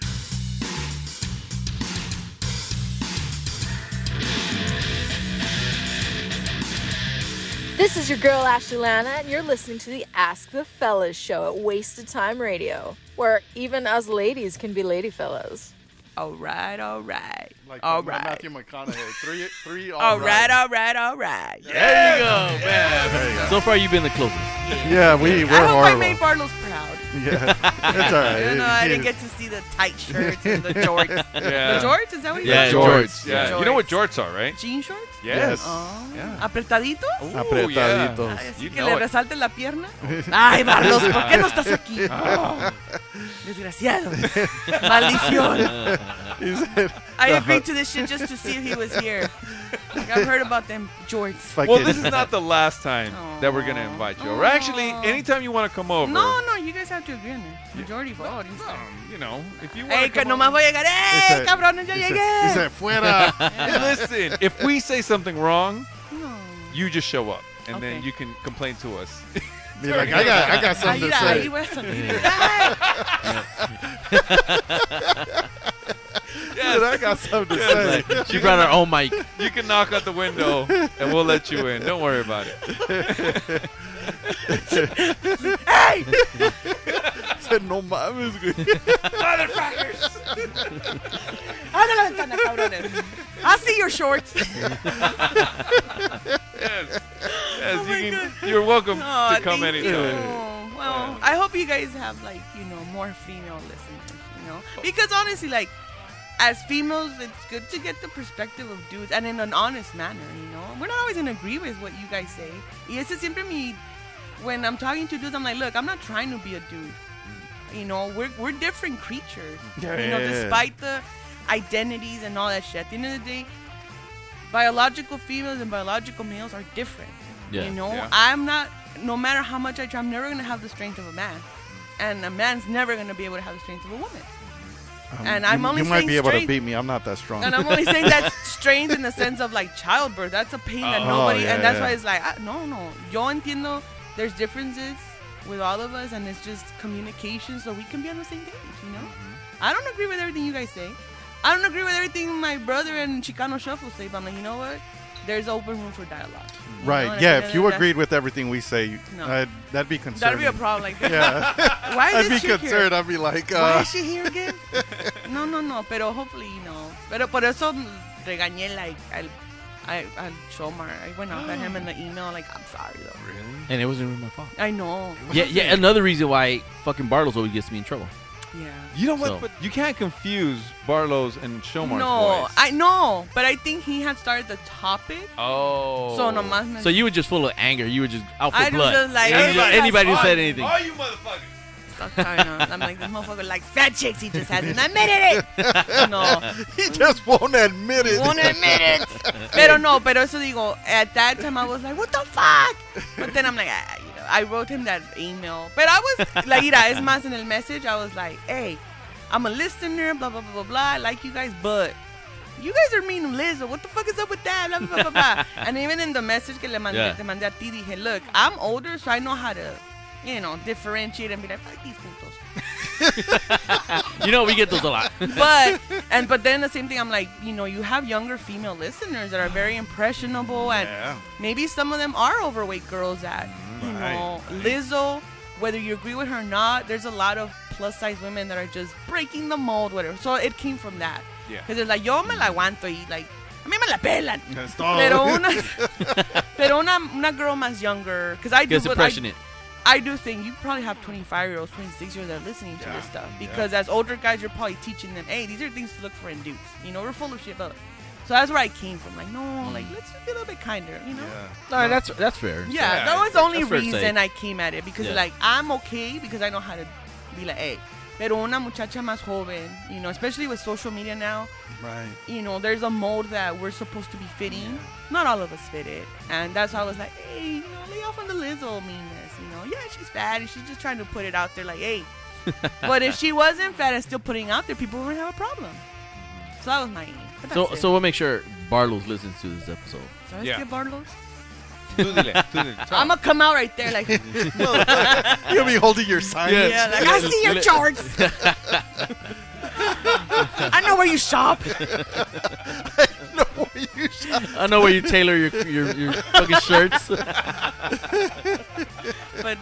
Speaker 12: This is your girl Ashley Lana, and you're listening to the Ask the Fellas show at Wasted Time Radio, where even us ladies can be lady fellas.
Speaker 7: All right, all right,
Speaker 6: Like
Speaker 7: all
Speaker 6: Ma-
Speaker 7: right.
Speaker 6: Matthew McConaughey. Three, three.
Speaker 7: all right, all right, all right.
Speaker 8: There you go, man.
Speaker 6: There you go.
Speaker 8: So far, you've been the closest.
Speaker 6: Yeah, we
Speaker 7: I
Speaker 6: we're
Speaker 7: hope I
Speaker 6: horrible.
Speaker 7: made Bartles proud.
Speaker 6: *laughs* Yeah, it's all right.
Speaker 7: You know, I didn't
Speaker 6: He-
Speaker 7: get to see the tight shirts and
Speaker 5: *laughs*
Speaker 7: the jorts. The jorts? Is that what you
Speaker 5: Yeah,
Speaker 7: call them?
Speaker 5: jorts. Yeah. You know what jorts are, right?
Speaker 7: Jean shorts?
Speaker 5: Yes.
Speaker 7: Oh. ¿Apretaditos?
Speaker 5: Apretaditos. yeah.
Speaker 7: Ay, así
Speaker 5: You
Speaker 7: que
Speaker 5: know
Speaker 7: le
Speaker 5: it.
Speaker 7: resalte la pierna.
Speaker 5: *laughs*
Speaker 7: Ay, Barlos, ¿por qué no estás aquí? Oh,
Speaker 5: Ah.
Speaker 7: Desgraciado. Maldición.
Speaker 6: *laughs* He said-
Speaker 7: I agreed to this shit just to see if he was here. Like, I've heard about them jorts.
Speaker 5: Well, this is
Speaker 6: *laughs*
Speaker 5: not the last time that we're gonna invite you. Or actually, anytime you want to come over. um,
Speaker 7: No, no, you guys have to agree on it. Majority vote.
Speaker 5: You know, if you
Speaker 7: Ey,
Speaker 5: want
Speaker 7: que nomás voy a llegar. Ey,
Speaker 5: Dice-
Speaker 7: cabrones, ya llegué. *laughs*
Speaker 5: *laughs* Listen, if we say something wrong,
Speaker 7: No.
Speaker 5: you just show up, and then you can complain to
Speaker 7: *laughs*
Speaker 5: us. *laughs*
Speaker 6: Be like, I got- I got something to Ahí- say. ahí voy a salir. Dude, I got something to say.
Speaker 5: You brought her own mic. You can knock out the window, and we'll let you in. Don't worry about
Speaker 7: Oh
Speaker 5: it.
Speaker 6: Hey! Said no mames, güey.
Speaker 7: Motherfuckers. Abre la ventana, cabrones. I see your shorts.
Speaker 5: Yes.
Speaker 7: Oh
Speaker 5: Yes, you can- you're welcome
Speaker 7: Aw,
Speaker 5: to come
Speaker 7: Oh, thank
Speaker 5: anytime.
Speaker 7: you. Well, I hope you guys have like you know more female listeners, you know, because honestly, like as females, it's good to get the perspective of dudes and in an honest manner, you know. We're not always gonna agree with what you guys say. Y ese siempre mi when I'm talking to dudes, I'm like, look, I'm not trying to be a dude. You know, we're we're different creatures.
Speaker 13: Yeah,
Speaker 7: you know,
Speaker 13: yeah, yeah.
Speaker 7: despite the identities and all that shit. At the end of the day, biological females and biological males are different.
Speaker 13: Yeah.
Speaker 7: You know,
Speaker 13: Yeah.
Speaker 7: I'm not. No matter how much I try, I'm never gonna have the strength of a man, and a man's never gonna be able to have the strength of a woman.
Speaker 6: Um,
Speaker 7: and
Speaker 6: you-
Speaker 7: I'm only
Speaker 6: You might
Speaker 7: saying
Speaker 6: be able to
Speaker 7: strength-
Speaker 6: beat me. I'm not that strong.
Speaker 7: and I'm only saying that's strange in the sense of like childbirth. That's a pain that
Speaker 6: Oh,
Speaker 7: nobody,
Speaker 6: yeah,
Speaker 7: and that's
Speaker 6: yeah.
Speaker 7: why it's like, I, no, no. Yo entiendo there's differences with all of us, and it's just communication so we can be on the same page, you know?
Speaker 6: Mm-hmm.
Speaker 7: I don't agree with everything you guys say. I don't agree with everything my brother and Chicano Shuffle say, but I'm like, you know what? There's open room for dialogue. you know? And
Speaker 6: *laughs* Right.
Speaker 7: at the
Speaker 6: Yeah.
Speaker 7: end of
Speaker 6: If
Speaker 7: the
Speaker 6: you
Speaker 7: day,
Speaker 6: agreed with everything we say, you-
Speaker 7: No.
Speaker 6: I'd, that'd be
Speaker 7: That'd
Speaker 6: concerning.
Speaker 7: be a problem. Like,
Speaker 6: *laughs*
Speaker 7: *laughs*
Speaker 6: yeah.
Speaker 7: why is
Speaker 6: I'd
Speaker 7: this
Speaker 6: be
Speaker 7: chick
Speaker 6: concerned.
Speaker 7: Here?
Speaker 6: I'd be like,
Speaker 7: why
Speaker 6: uh,
Speaker 7: is she here again? no, no, no. Pero hopefully, you know. Pero por eso regañé like al, al, al Shomar. I went off at him in the email. Like, I'm sorry though. Really?
Speaker 8: And it wasn't even my fault.
Speaker 7: I know.
Speaker 8: Yeah, yeah. Another reason why fucking Bartles always gets me in trouble.
Speaker 7: Yeah.
Speaker 5: You know what?
Speaker 8: So-
Speaker 5: But you can't confuse Barlow's and Shomar's
Speaker 7: No,
Speaker 5: voice.
Speaker 7: I know, but I think he had started the topic.
Speaker 5: Oh.
Speaker 7: So nomás me-
Speaker 8: So you were just full of anger. You were just out for
Speaker 7: I was
Speaker 8: blood.
Speaker 7: just like,
Speaker 8: And
Speaker 7: "Hey,
Speaker 8: anybody who
Speaker 7: guys,
Speaker 8: said
Speaker 7: why-
Speaker 8: anything.
Speaker 7: why you Stop trying on. I'm like, this motherfucker likes fat chicks. He just hasn't admitted it. No.
Speaker 6: uh, *laughs* he just won't admit it. *laughs*
Speaker 7: Won't admit it. Pero no, pero eso digo, at that time I was like, what the fuck? But then I'm like, ah, you know, I wrote him that email. But I was, like, mira, es más, in the message, I was like, hey, I'm a listener, blah, blah, blah, blah, blah. I like you guys, but you guys are mean to Liz. What the fuck is up with that? Blah, blah, blah, blah, blah. and even in the message que le mandé,
Speaker 13: Yeah.
Speaker 7: te mandé a ti, dije, look, I'm older, so I know how to, you know, differentiate and be like, fuck these putos.
Speaker 8: you know, we get those a lot. *laughs*
Speaker 7: but and but then the same thing i'm like you know you have younger female listeners that are very impressionable and
Speaker 13: Yeah. Mm,
Speaker 7: maybe some of them are overweight girls that you
Speaker 13: Right,
Speaker 7: know lizzo whether you agree with her or not there's a lot of plus size women that are just breaking the mold whatever so it came from that
Speaker 13: Yeah.
Speaker 7: because it's like yo me la aguanto y like a mí me la pelan
Speaker 13: That's all.
Speaker 7: pero una
Speaker 13: *laughs*
Speaker 7: pero una, una girl más younger because i do
Speaker 8: Gets
Speaker 7: but I-
Speaker 8: impression it.
Speaker 7: I do think you probably have 25 year olds, 26 year olds that are listening to this stuff because as older guys, you're probably teaching them, hey, these are things to look for in dudes. You know, we're full of shit, but so that's where I came from. Like,
Speaker 8: Mm.
Speaker 7: no, like let's just be a little bit kinder, you know?
Speaker 8: No, that's that's fair.
Speaker 7: Yeah, that was the only
Speaker 8: That's fair to say.
Speaker 7: reason I came at it because
Speaker 8: Yeah.
Speaker 7: like I'm okay because I know how to be like, hey. Pero una muchacha más joven, you know, especially with social media now,
Speaker 6: *laughs* Right.
Speaker 7: you know, there's a mold that we're supposed to be fitting. Not all of us fit it. And that's why I was like, hey, you know, lay off on the Lizzo meanness. You know, yeah, she's fat and she's just trying to put it out there
Speaker 8: *laughs*
Speaker 7: like, hey. but if she wasn't fat and still putting it out there, people wouldn't have a problem. So that was my aim. But
Speaker 8: So
Speaker 7: that's
Speaker 8: so
Speaker 7: it.
Speaker 8: we'll make sure Barlos listens to this episode.
Speaker 7: ¿Sabes qué, Barlos?
Speaker 8: Tú dile, tú dile, chao.
Speaker 7: I'm gonna come out right
Speaker 8: *laughs*
Speaker 7: there like.
Speaker 6: You'll be holding your sign. *laughs*
Speaker 7: Yeah, like I see
Speaker 8: *laughs*
Speaker 7: your charts. *laughs* I know where you shop. *laughs*
Speaker 6: I know where you shop.
Speaker 8: I know where you tailor your your, your fucking shirts.
Speaker 7: but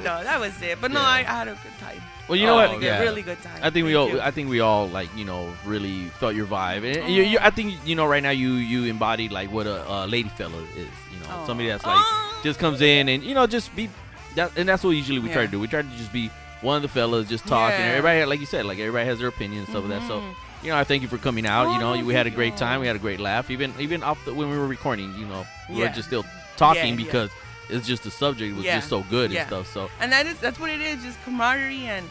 Speaker 7: no, that was it. But no, I, I had a good time.
Speaker 8: Well, you know
Speaker 7: I
Speaker 8: what?
Speaker 7: had a good- Oh, really good time.
Speaker 8: I think we all.
Speaker 7: Thank you.
Speaker 8: I think we all like you know really felt your vibe, and you, you,
Speaker 7: Oh.
Speaker 8: I think you know right now you you embody like what a, uh lady fella is. You know, somebody that's like just
Speaker 7: Oh.
Speaker 8: comes in and you know just be that, and that's what usually we try
Speaker 13: Yeah.
Speaker 8: to do. We try to just be one of the fellas, just talk, and
Speaker 13: Yeah.
Speaker 8: everybody like you said, like everybody has their opinion and stuff like that. So
Speaker 13: Mhm.
Speaker 7: Mm-hmm.
Speaker 8: you know, I thank you for coming out. you know,
Speaker 13: Oh,
Speaker 8: we had a
Speaker 13: thank
Speaker 8: great time. We had a great laugh. Even even off the, when we were recording, you know, we
Speaker 7: Yeah.
Speaker 8: were just still talking
Speaker 7: Yeah, yeah.
Speaker 8: because it's just the subject was just so good
Speaker 7: yeah.
Speaker 8: and stuff. So
Speaker 7: and that is that's what it is, just camaraderie and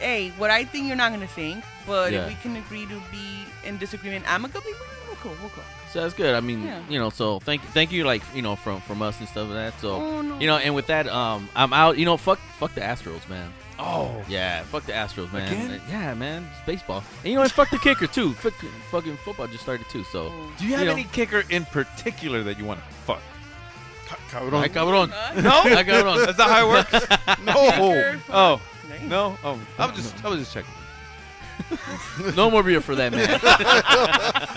Speaker 7: hey, what I think you're not gonna think, but
Speaker 8: Yeah.
Speaker 7: if we can agree to be in disagreement amicably, we're, we're cool, we're cool.
Speaker 8: So that's good. I mean,
Speaker 7: Yeah.
Speaker 8: you know, so thank thank you, like you know, from from us and stuff like that. So
Speaker 7: Oh, no.
Speaker 8: you know, and with that, um, I'm out. You know, fuck fuck the Astros, man.
Speaker 13: Oh.
Speaker 8: yeah, fuck the Astros, man.
Speaker 13: Again?
Speaker 8: Yeah, man, it's baseball. And you know, what? fuck the kicker too. Fuck, fucking football just started too. So
Speaker 5: Do you have
Speaker 8: know.
Speaker 5: any kicker in particular that you want to fuck?
Speaker 8: Cabrón. Ay, cabrón.
Speaker 5: No, *laughs*
Speaker 8: Ay, cabrón.
Speaker 5: That's not how it works. *laughs*
Speaker 7: *laughs*
Speaker 8: No.
Speaker 5: Oh, no. Oh, I was just, I was just checking.
Speaker 8: no more beer for that man. *laughs*
Speaker 6: Look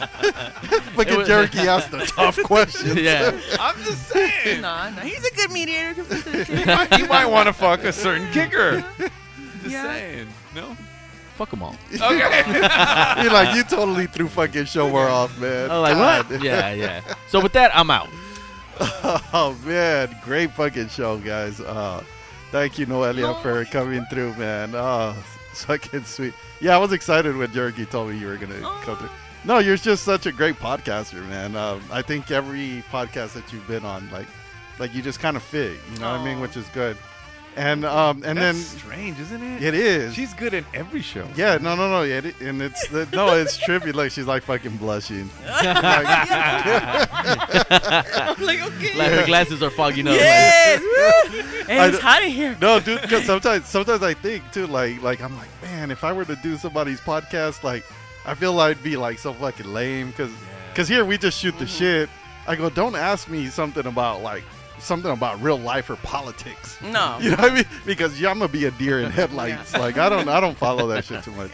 Speaker 6: at
Speaker 8: It was- *laughs*
Speaker 6: Jerky asked the tough questions. *laughs*
Speaker 7: *laughs*
Speaker 8: Yeah.
Speaker 5: I'm just *laughs* saying.
Speaker 7: Nah, nah, he's a good mediator.
Speaker 5: *laughs* You might, you might want to fuck a certain kicker. *laughs* Just
Speaker 7: Yeah. *laughs*
Speaker 5: saying. No. *laughs*
Speaker 8: Fuck them all.
Speaker 5: Okay.
Speaker 6: You're like, you totally threw fucking showwear off, man.
Speaker 8: I was like,
Speaker 6: Oh, God.
Speaker 8: what? yeah, yeah. So with that, I'm out.
Speaker 6: oh man, great fucking show, guys. Uh, thank you, Noelia,
Speaker 5: Oh,
Speaker 6: for coming through, man. Oh, *laughs* fucking sweet. Yeah, I was excited when Jerky told me you were gonna come
Speaker 5: Oh.
Speaker 6: through. No, you're just such a great podcaster, man. Um, I think every podcast that you've been on, like, like you just kind of fit. You know what I mean?
Speaker 5: Oh.
Speaker 6: Which is good. And um, and then
Speaker 5: That's strange, isn't it?
Speaker 6: it is.
Speaker 5: She's good in every show.
Speaker 6: Yeah, no, no, no. Yeah, it, and it's the, no, it's trippy. Like she's like fucking blushing. I'm
Speaker 7: like okay.
Speaker 8: Like her glasses are fogging up.
Speaker 7: Yes.
Speaker 6: I
Speaker 7: hey, it's
Speaker 6: d-
Speaker 7: hot in here.
Speaker 6: No, dude. Because sometimes, sometimes I think too. Like, like I'm like, man, if I were to do somebody's podcast, like, I feel like I'd be like so fucking lame. Because, here we just shoot the shit. I go, don't ask me something about like something about real life or politics.
Speaker 7: No.
Speaker 6: *laughs* You know what I mean? Because yeah, I'm gonna be a deer in headlights. Like, I don't, I don't follow that shit too much.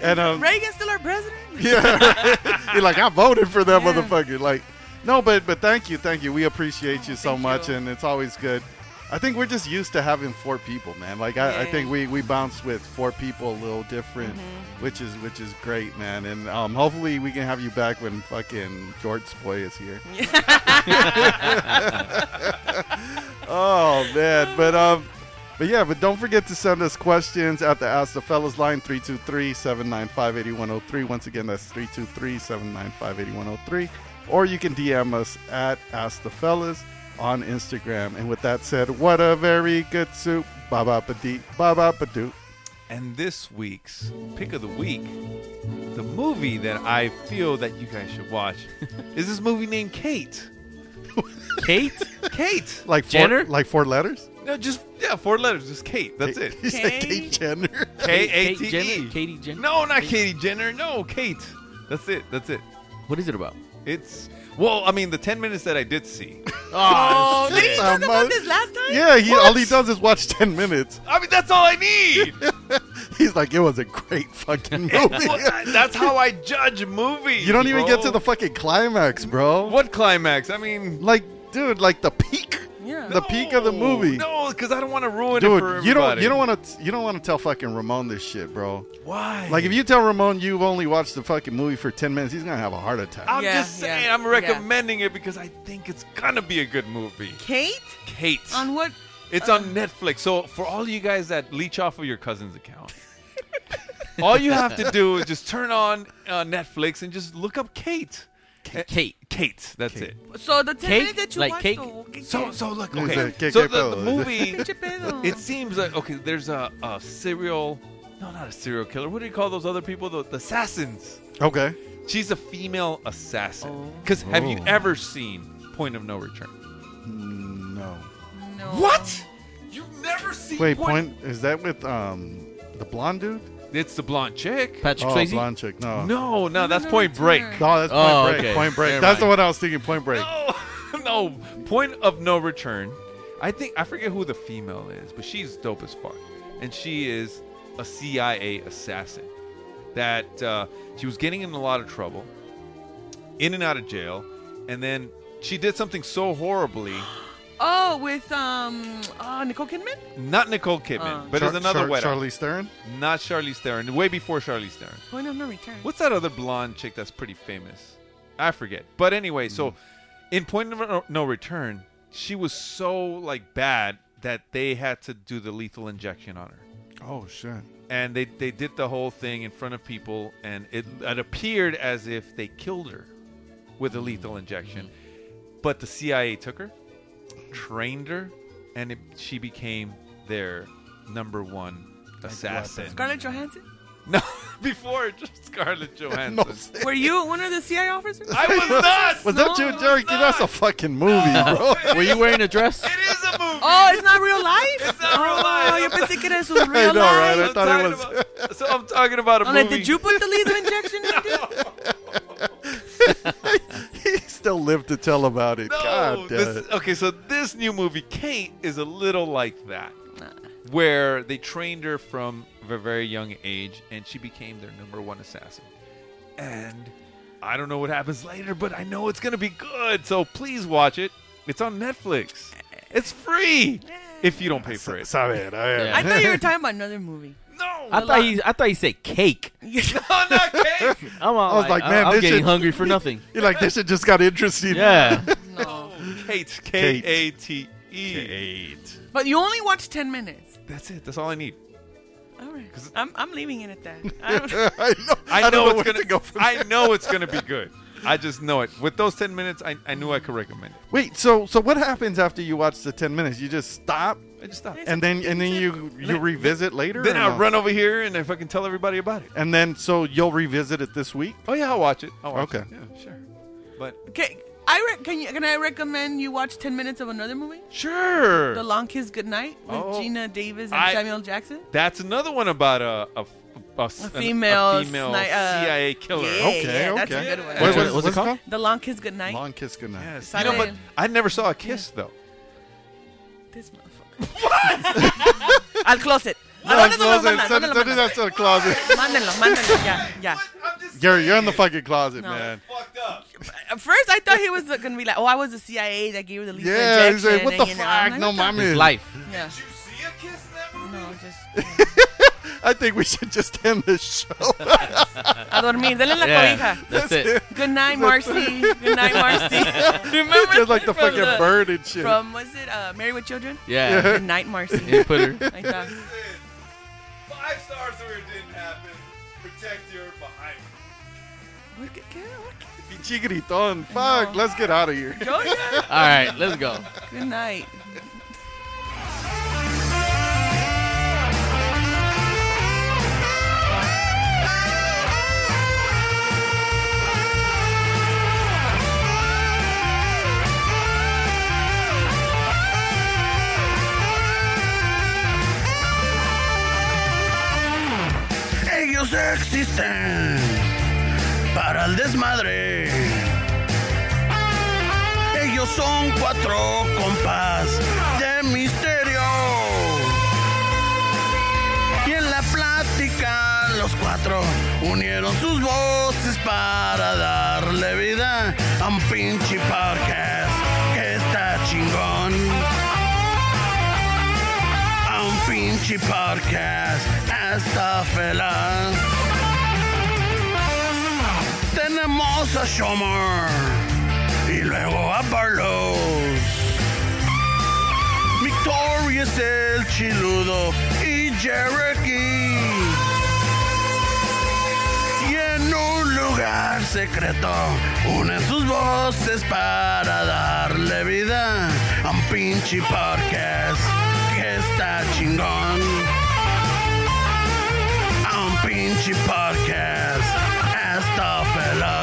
Speaker 6: And um,
Speaker 7: Reagan's still
Speaker 5: *laughs*
Speaker 7: our president. *laughs*
Speaker 6: *laughs* yeah. You're like, I voted for that motherfucker. Like, no, but but thank you, thank you. We appreciate you so much, and it's always good. I think we're just used to having four people, man. Like I, I
Speaker 13: Yeah.
Speaker 6: think we we bounce with four people a little different, which is which is great, man. And um, hopefully we can have you back when fucking George Boy is here. oh man, but um, but yeah, but don't forget to send us questions at the Ask the Fellas line 323-795-8103. Once again, that's 323-795-8103. Or you can DM us at Ask the Fellas on Instagram. And with that said, what a very good soup. Ba ba ba dee, ba ba ba doo.
Speaker 5: And this week's pick of the week, the movie that I feel that you guys should *laughs* watch is this movie named Kate.
Speaker 8: Kate?
Speaker 5: Kate.
Speaker 6: Like four,
Speaker 5: Jenner?
Speaker 6: like four letters.
Speaker 7: *laughs*
Speaker 5: No, just yeah, four letters. Just Kate. That's it.
Speaker 6: You said Kate Jenner.
Speaker 5: K A T E.
Speaker 8: Kate Jenner? Katie Jenner?
Speaker 5: No, not
Speaker 8: Kate-
Speaker 5: Katie Jenner. No, Kate. That's it. That's it.
Speaker 8: What is it about?
Speaker 5: It's well, I mean, the ten minutes that I did see.
Speaker 8: Oh,
Speaker 7: did he talk
Speaker 6: Um,
Speaker 7: about
Speaker 6: uh,
Speaker 7: this last time?
Speaker 6: Yeah, he, all
Speaker 5: What?
Speaker 6: he does is watch *laughs* 10 minutes.
Speaker 5: I mean, that's all I
Speaker 6: *laughs*
Speaker 5: need.
Speaker 6: He's like, it was a great
Speaker 7: *laughs*
Speaker 6: fucking movie.
Speaker 5: Well, that's how I judge movies.
Speaker 6: you don't even get to
Speaker 5: bro.
Speaker 6: the fucking climax, bro.
Speaker 5: What climax? I mean,
Speaker 6: Like, dude, like the peak.
Speaker 7: Yeah.
Speaker 6: The peak of the movie.
Speaker 5: No, because I don't want to ruin it for
Speaker 6: Dude,
Speaker 5: everybody.
Speaker 6: you don't you don't want to you don't want to tell fucking Ramon this shit, bro.
Speaker 5: Why?
Speaker 6: Like if you tell Ramon you've only watched the fucking movie for ten minutes, he's gonna have a heart attack.
Speaker 5: I'm just
Speaker 7: yeah,
Speaker 5: saying, I'm
Speaker 7: yeah.
Speaker 5: recommending it because I think it's gonna be a good movie.
Speaker 7: Kate?
Speaker 5: Kate.
Speaker 7: On what?
Speaker 5: It's on Netflix. So for all you guys that leech off of your cousin's account, all you have to do is just turn on uh, Netflix and just look up Kate. Uh,
Speaker 8: Kate.
Speaker 5: Kate. That's it.
Speaker 7: So the ten
Speaker 8: Cake?
Speaker 7: minutes that you
Speaker 8: Like
Speaker 7: watched.
Speaker 8: cake?
Speaker 7: though,
Speaker 5: So so look
Speaker 6: Is
Speaker 5: okay.
Speaker 6: it Kate
Speaker 5: so the, the
Speaker 6: Capello?
Speaker 5: movie,
Speaker 7: Pinche pedo.
Speaker 5: it seems like okay. There's a, a serial, no, not a serial killer. What do you call those other people? The, the assassins.
Speaker 6: *laughs* Okay.
Speaker 5: She's a female assassin. Because have you
Speaker 6: Oh.
Speaker 5: ever seen Point of No Return?
Speaker 6: No.
Speaker 5: What? You've never seen
Speaker 6: Wait, point is that with um the blonde dude?
Speaker 5: It's the blonde chick.
Speaker 8: Patrick
Speaker 6: oh,
Speaker 8: Swayze?
Speaker 6: blonde chick. No.
Speaker 5: No, no, that's Point Break.
Speaker 6: No, that's Point
Speaker 8: Oh,
Speaker 6: Break.
Speaker 8: okay.
Speaker 6: Point Break.
Speaker 8: Never
Speaker 6: That's
Speaker 8: mind.
Speaker 6: the one I was thinking. Point Break.
Speaker 5: Oh, *laughs* no, Point of No Return. I think I forget who the female is, but she's dope as fuck, and she is a CIA assassin. That uh, she was getting in a lot of trouble, in and out of jail, and then she did something so horribly
Speaker 7: Oh, with um, uh, Nicole Kidman.
Speaker 5: Not Nicole Kidman,
Speaker 7: Uh.
Speaker 5: but it's
Speaker 6: Char-
Speaker 5: another
Speaker 6: Char-
Speaker 5: wet out.
Speaker 6: Charlize Theron?
Speaker 5: Not Charlize Theron. Way before Charlize Theron.
Speaker 7: Point of no return.
Speaker 5: What's that other blonde chick that's pretty famous? I forget. But anyway, so in Point of No- No Return, she was so like bad that they had to do the lethal injection on her.
Speaker 6: Oh shit.
Speaker 5: And they, they did the whole thing in front of people, and it, it appeared as if they killed her with a lethal injection. But the CIA took her, trained her, and it, she became their number one assassin.
Speaker 7: Scarlett Johansson.
Speaker 5: *laughs* No, *laughs* before just Scarlett Johansson.
Speaker 7: Were you one of the CIA officers?
Speaker 5: I was
Speaker 6: *laughs*
Speaker 5: not.
Speaker 6: Was that you, Jerry? That's a fucking movie, bro. *laughs*
Speaker 14: Were you wearing a dress?
Speaker 7: Oh, it's not real life. it's not real life. Oh, yo pensé que era su real life.
Speaker 5: I thought it was. so I'm talking about a
Speaker 7: I'm
Speaker 5: movie.
Speaker 7: like, did you put the lethal injection in? dude?
Speaker 6: he still lived to tell about it.
Speaker 5: No,
Speaker 6: God damn
Speaker 5: this-
Speaker 6: it.
Speaker 5: okay, so this new movie, Kate, is a little like that, where they trained her from a very young age, and she became their number one assassin. And I don't know what happens later, but I know it's gonna be good. So please watch it. It's on Netflix. It's free if you don't pay for it.
Speaker 7: I thought you were talking about another movie. *laughs*
Speaker 5: No,
Speaker 14: I thought
Speaker 5: *laughs*
Speaker 14: he, I thought he said cake.
Speaker 5: no, not cake.
Speaker 14: I'm all
Speaker 6: I was like, man,
Speaker 14: uh, I'm
Speaker 6: this
Speaker 14: getting
Speaker 6: shit-
Speaker 14: hungry
Speaker 6: *laughs*
Speaker 14: for nothing.
Speaker 8: *laughs*
Speaker 6: You're like, this shit just got interesting.
Speaker 14: Yeah.
Speaker 7: No.
Speaker 5: Kate, K A T E.
Speaker 7: But you only watched 10 minutes.
Speaker 5: That's it. That's all I need.
Speaker 7: All right. I'm, I'm leaving it at that. I don't-
Speaker 6: I know.
Speaker 5: I know it's
Speaker 6: where
Speaker 5: gonna. *laughs* I know it's gonna be good. I just know it. With those ten minutes, I, I knew I could recommend it.
Speaker 6: Wait, so so what happens after you watch the ten minutes? You just stop,
Speaker 5: I just stopped.
Speaker 6: and then and then you you revisit later.
Speaker 5: then
Speaker 6: or
Speaker 5: I
Speaker 6: no?
Speaker 5: run over here and I fucking tell everybody about it.
Speaker 6: And then so you'll revisit it this week.
Speaker 5: Oh yeah, I'll watch it. I'll watch
Speaker 6: Okay.
Speaker 5: it. Yeah, sure. But
Speaker 7: Okay, I re- can, you, can I recommend you watch 10 minutes of another movie?
Speaker 5: sure.
Speaker 7: The Long Kiss Goodnight with
Speaker 5: Oh.
Speaker 7: Gina Davis and
Speaker 5: I-
Speaker 7: Samuel Jackson?
Speaker 5: That's another one about a a, a,
Speaker 7: A female,
Speaker 5: a female
Speaker 7: sni- uh,
Speaker 5: CIA killer. Oh,
Speaker 7: Yeah,
Speaker 6: Okay,
Speaker 7: yeah, That's
Speaker 6: okay.
Speaker 7: a good one.
Speaker 6: What- what- what's it called?
Speaker 7: The Long Kiss Goodnight.
Speaker 6: Long kiss goodnight.
Speaker 5: Yes. You
Speaker 7: Silent-
Speaker 5: know, but I never saw a kiss though.
Speaker 7: This motherfucker. What? Al closet.
Speaker 6: No,
Speaker 7: Ah, no,
Speaker 6: it's
Speaker 7: no, no,
Speaker 6: closet.
Speaker 7: no, no,
Speaker 6: Send-
Speaker 7: no, no,
Speaker 6: send
Speaker 7: no,
Speaker 6: it
Speaker 7: no.
Speaker 6: out to the closet.
Speaker 7: Mándenlo, mándenlo, ya, ya.
Speaker 6: Gary, you're in the fucking closet,
Speaker 7: No.
Speaker 6: man.
Speaker 7: At first, I thought he was gonna be like, "Oh, I was the CIA that gave her the lethal
Speaker 6: Yeah, he's
Speaker 7: injection."
Speaker 6: like, what
Speaker 7: and,
Speaker 6: the
Speaker 7: you know, I'm
Speaker 6: fuck?
Speaker 7: like,
Speaker 6: No,
Speaker 7: what the-
Speaker 6: mommy.
Speaker 14: His life.
Speaker 7: Yeah.
Speaker 5: Did you see a kiss in that movie?
Speaker 7: No, just
Speaker 6: I think we should just end this show.
Speaker 7: a dormir. Dale la
Speaker 14: Yeah,
Speaker 7: cobija.
Speaker 6: *laughs*
Speaker 14: that's it.
Speaker 7: Good night, Marcy. Good night, Marcy. Remember?
Speaker 6: just like the
Speaker 7: from
Speaker 6: fucking bird and shit.
Speaker 7: From was it uh, Married with Children?
Speaker 14: Yeah.
Speaker 7: Good night, Marcy.
Speaker 14: You put her.
Speaker 7: Like that.
Speaker 5: Five stars where it didn't happen. Protect your behind.
Speaker 7: Look at Kara, look at-
Speaker 6: Pinche gritón. Fuck, let's get out of here.
Speaker 7: Go, yeah.
Speaker 14: All right, let's go.
Speaker 7: Good night.
Speaker 8: Ellos existen para el desmadre. Ellos son cuatro compas de misterio. Y en la plática los cuatro unieron sus voces para darle vida a un pinche podcast que está chingón. A un pinche podcast está feliz. Tenemos a Shomer y luego a Barlos. Victoria es el chiludo y Jericho. Y en un lugar secreto unen sus voces para darle vida a un pinche podcast que está chingón. A un pinche podcast está feliz.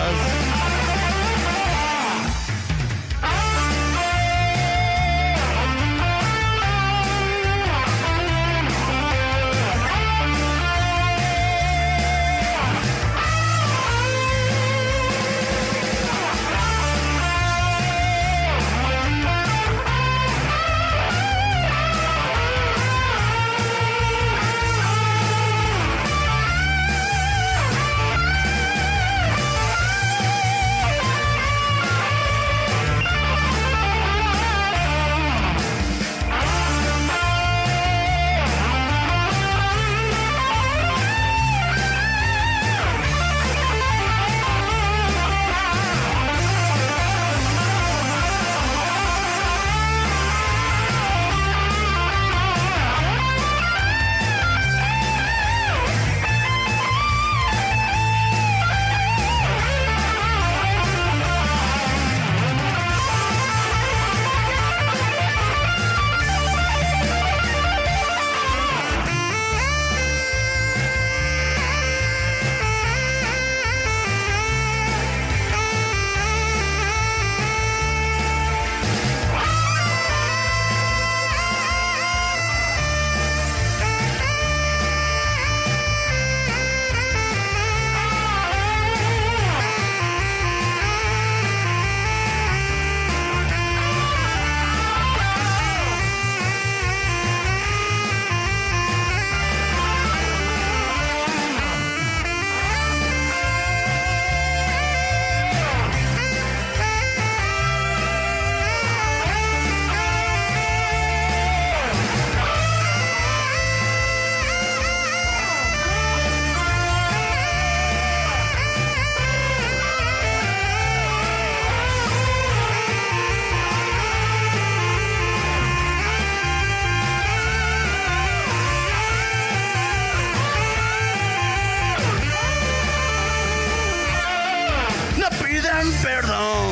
Speaker 8: perdón,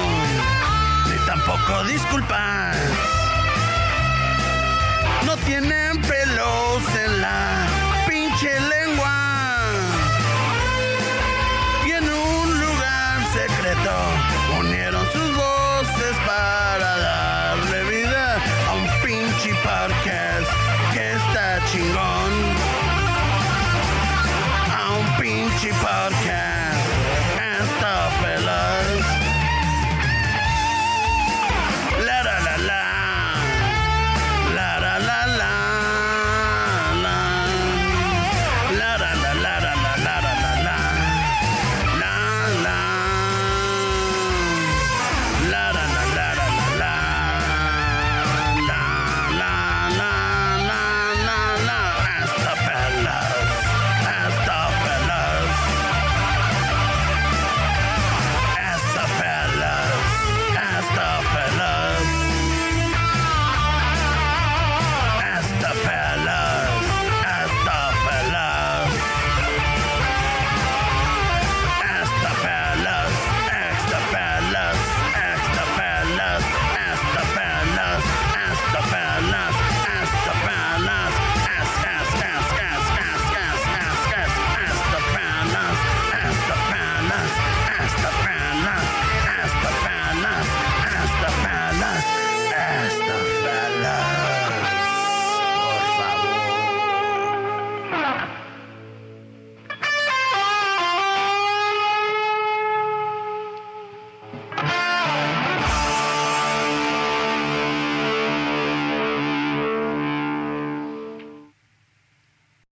Speaker 8: ni tampoco disculpas. No tienen pelos en la pinche lengua. Y en un lugar secreto unieron sus voces para...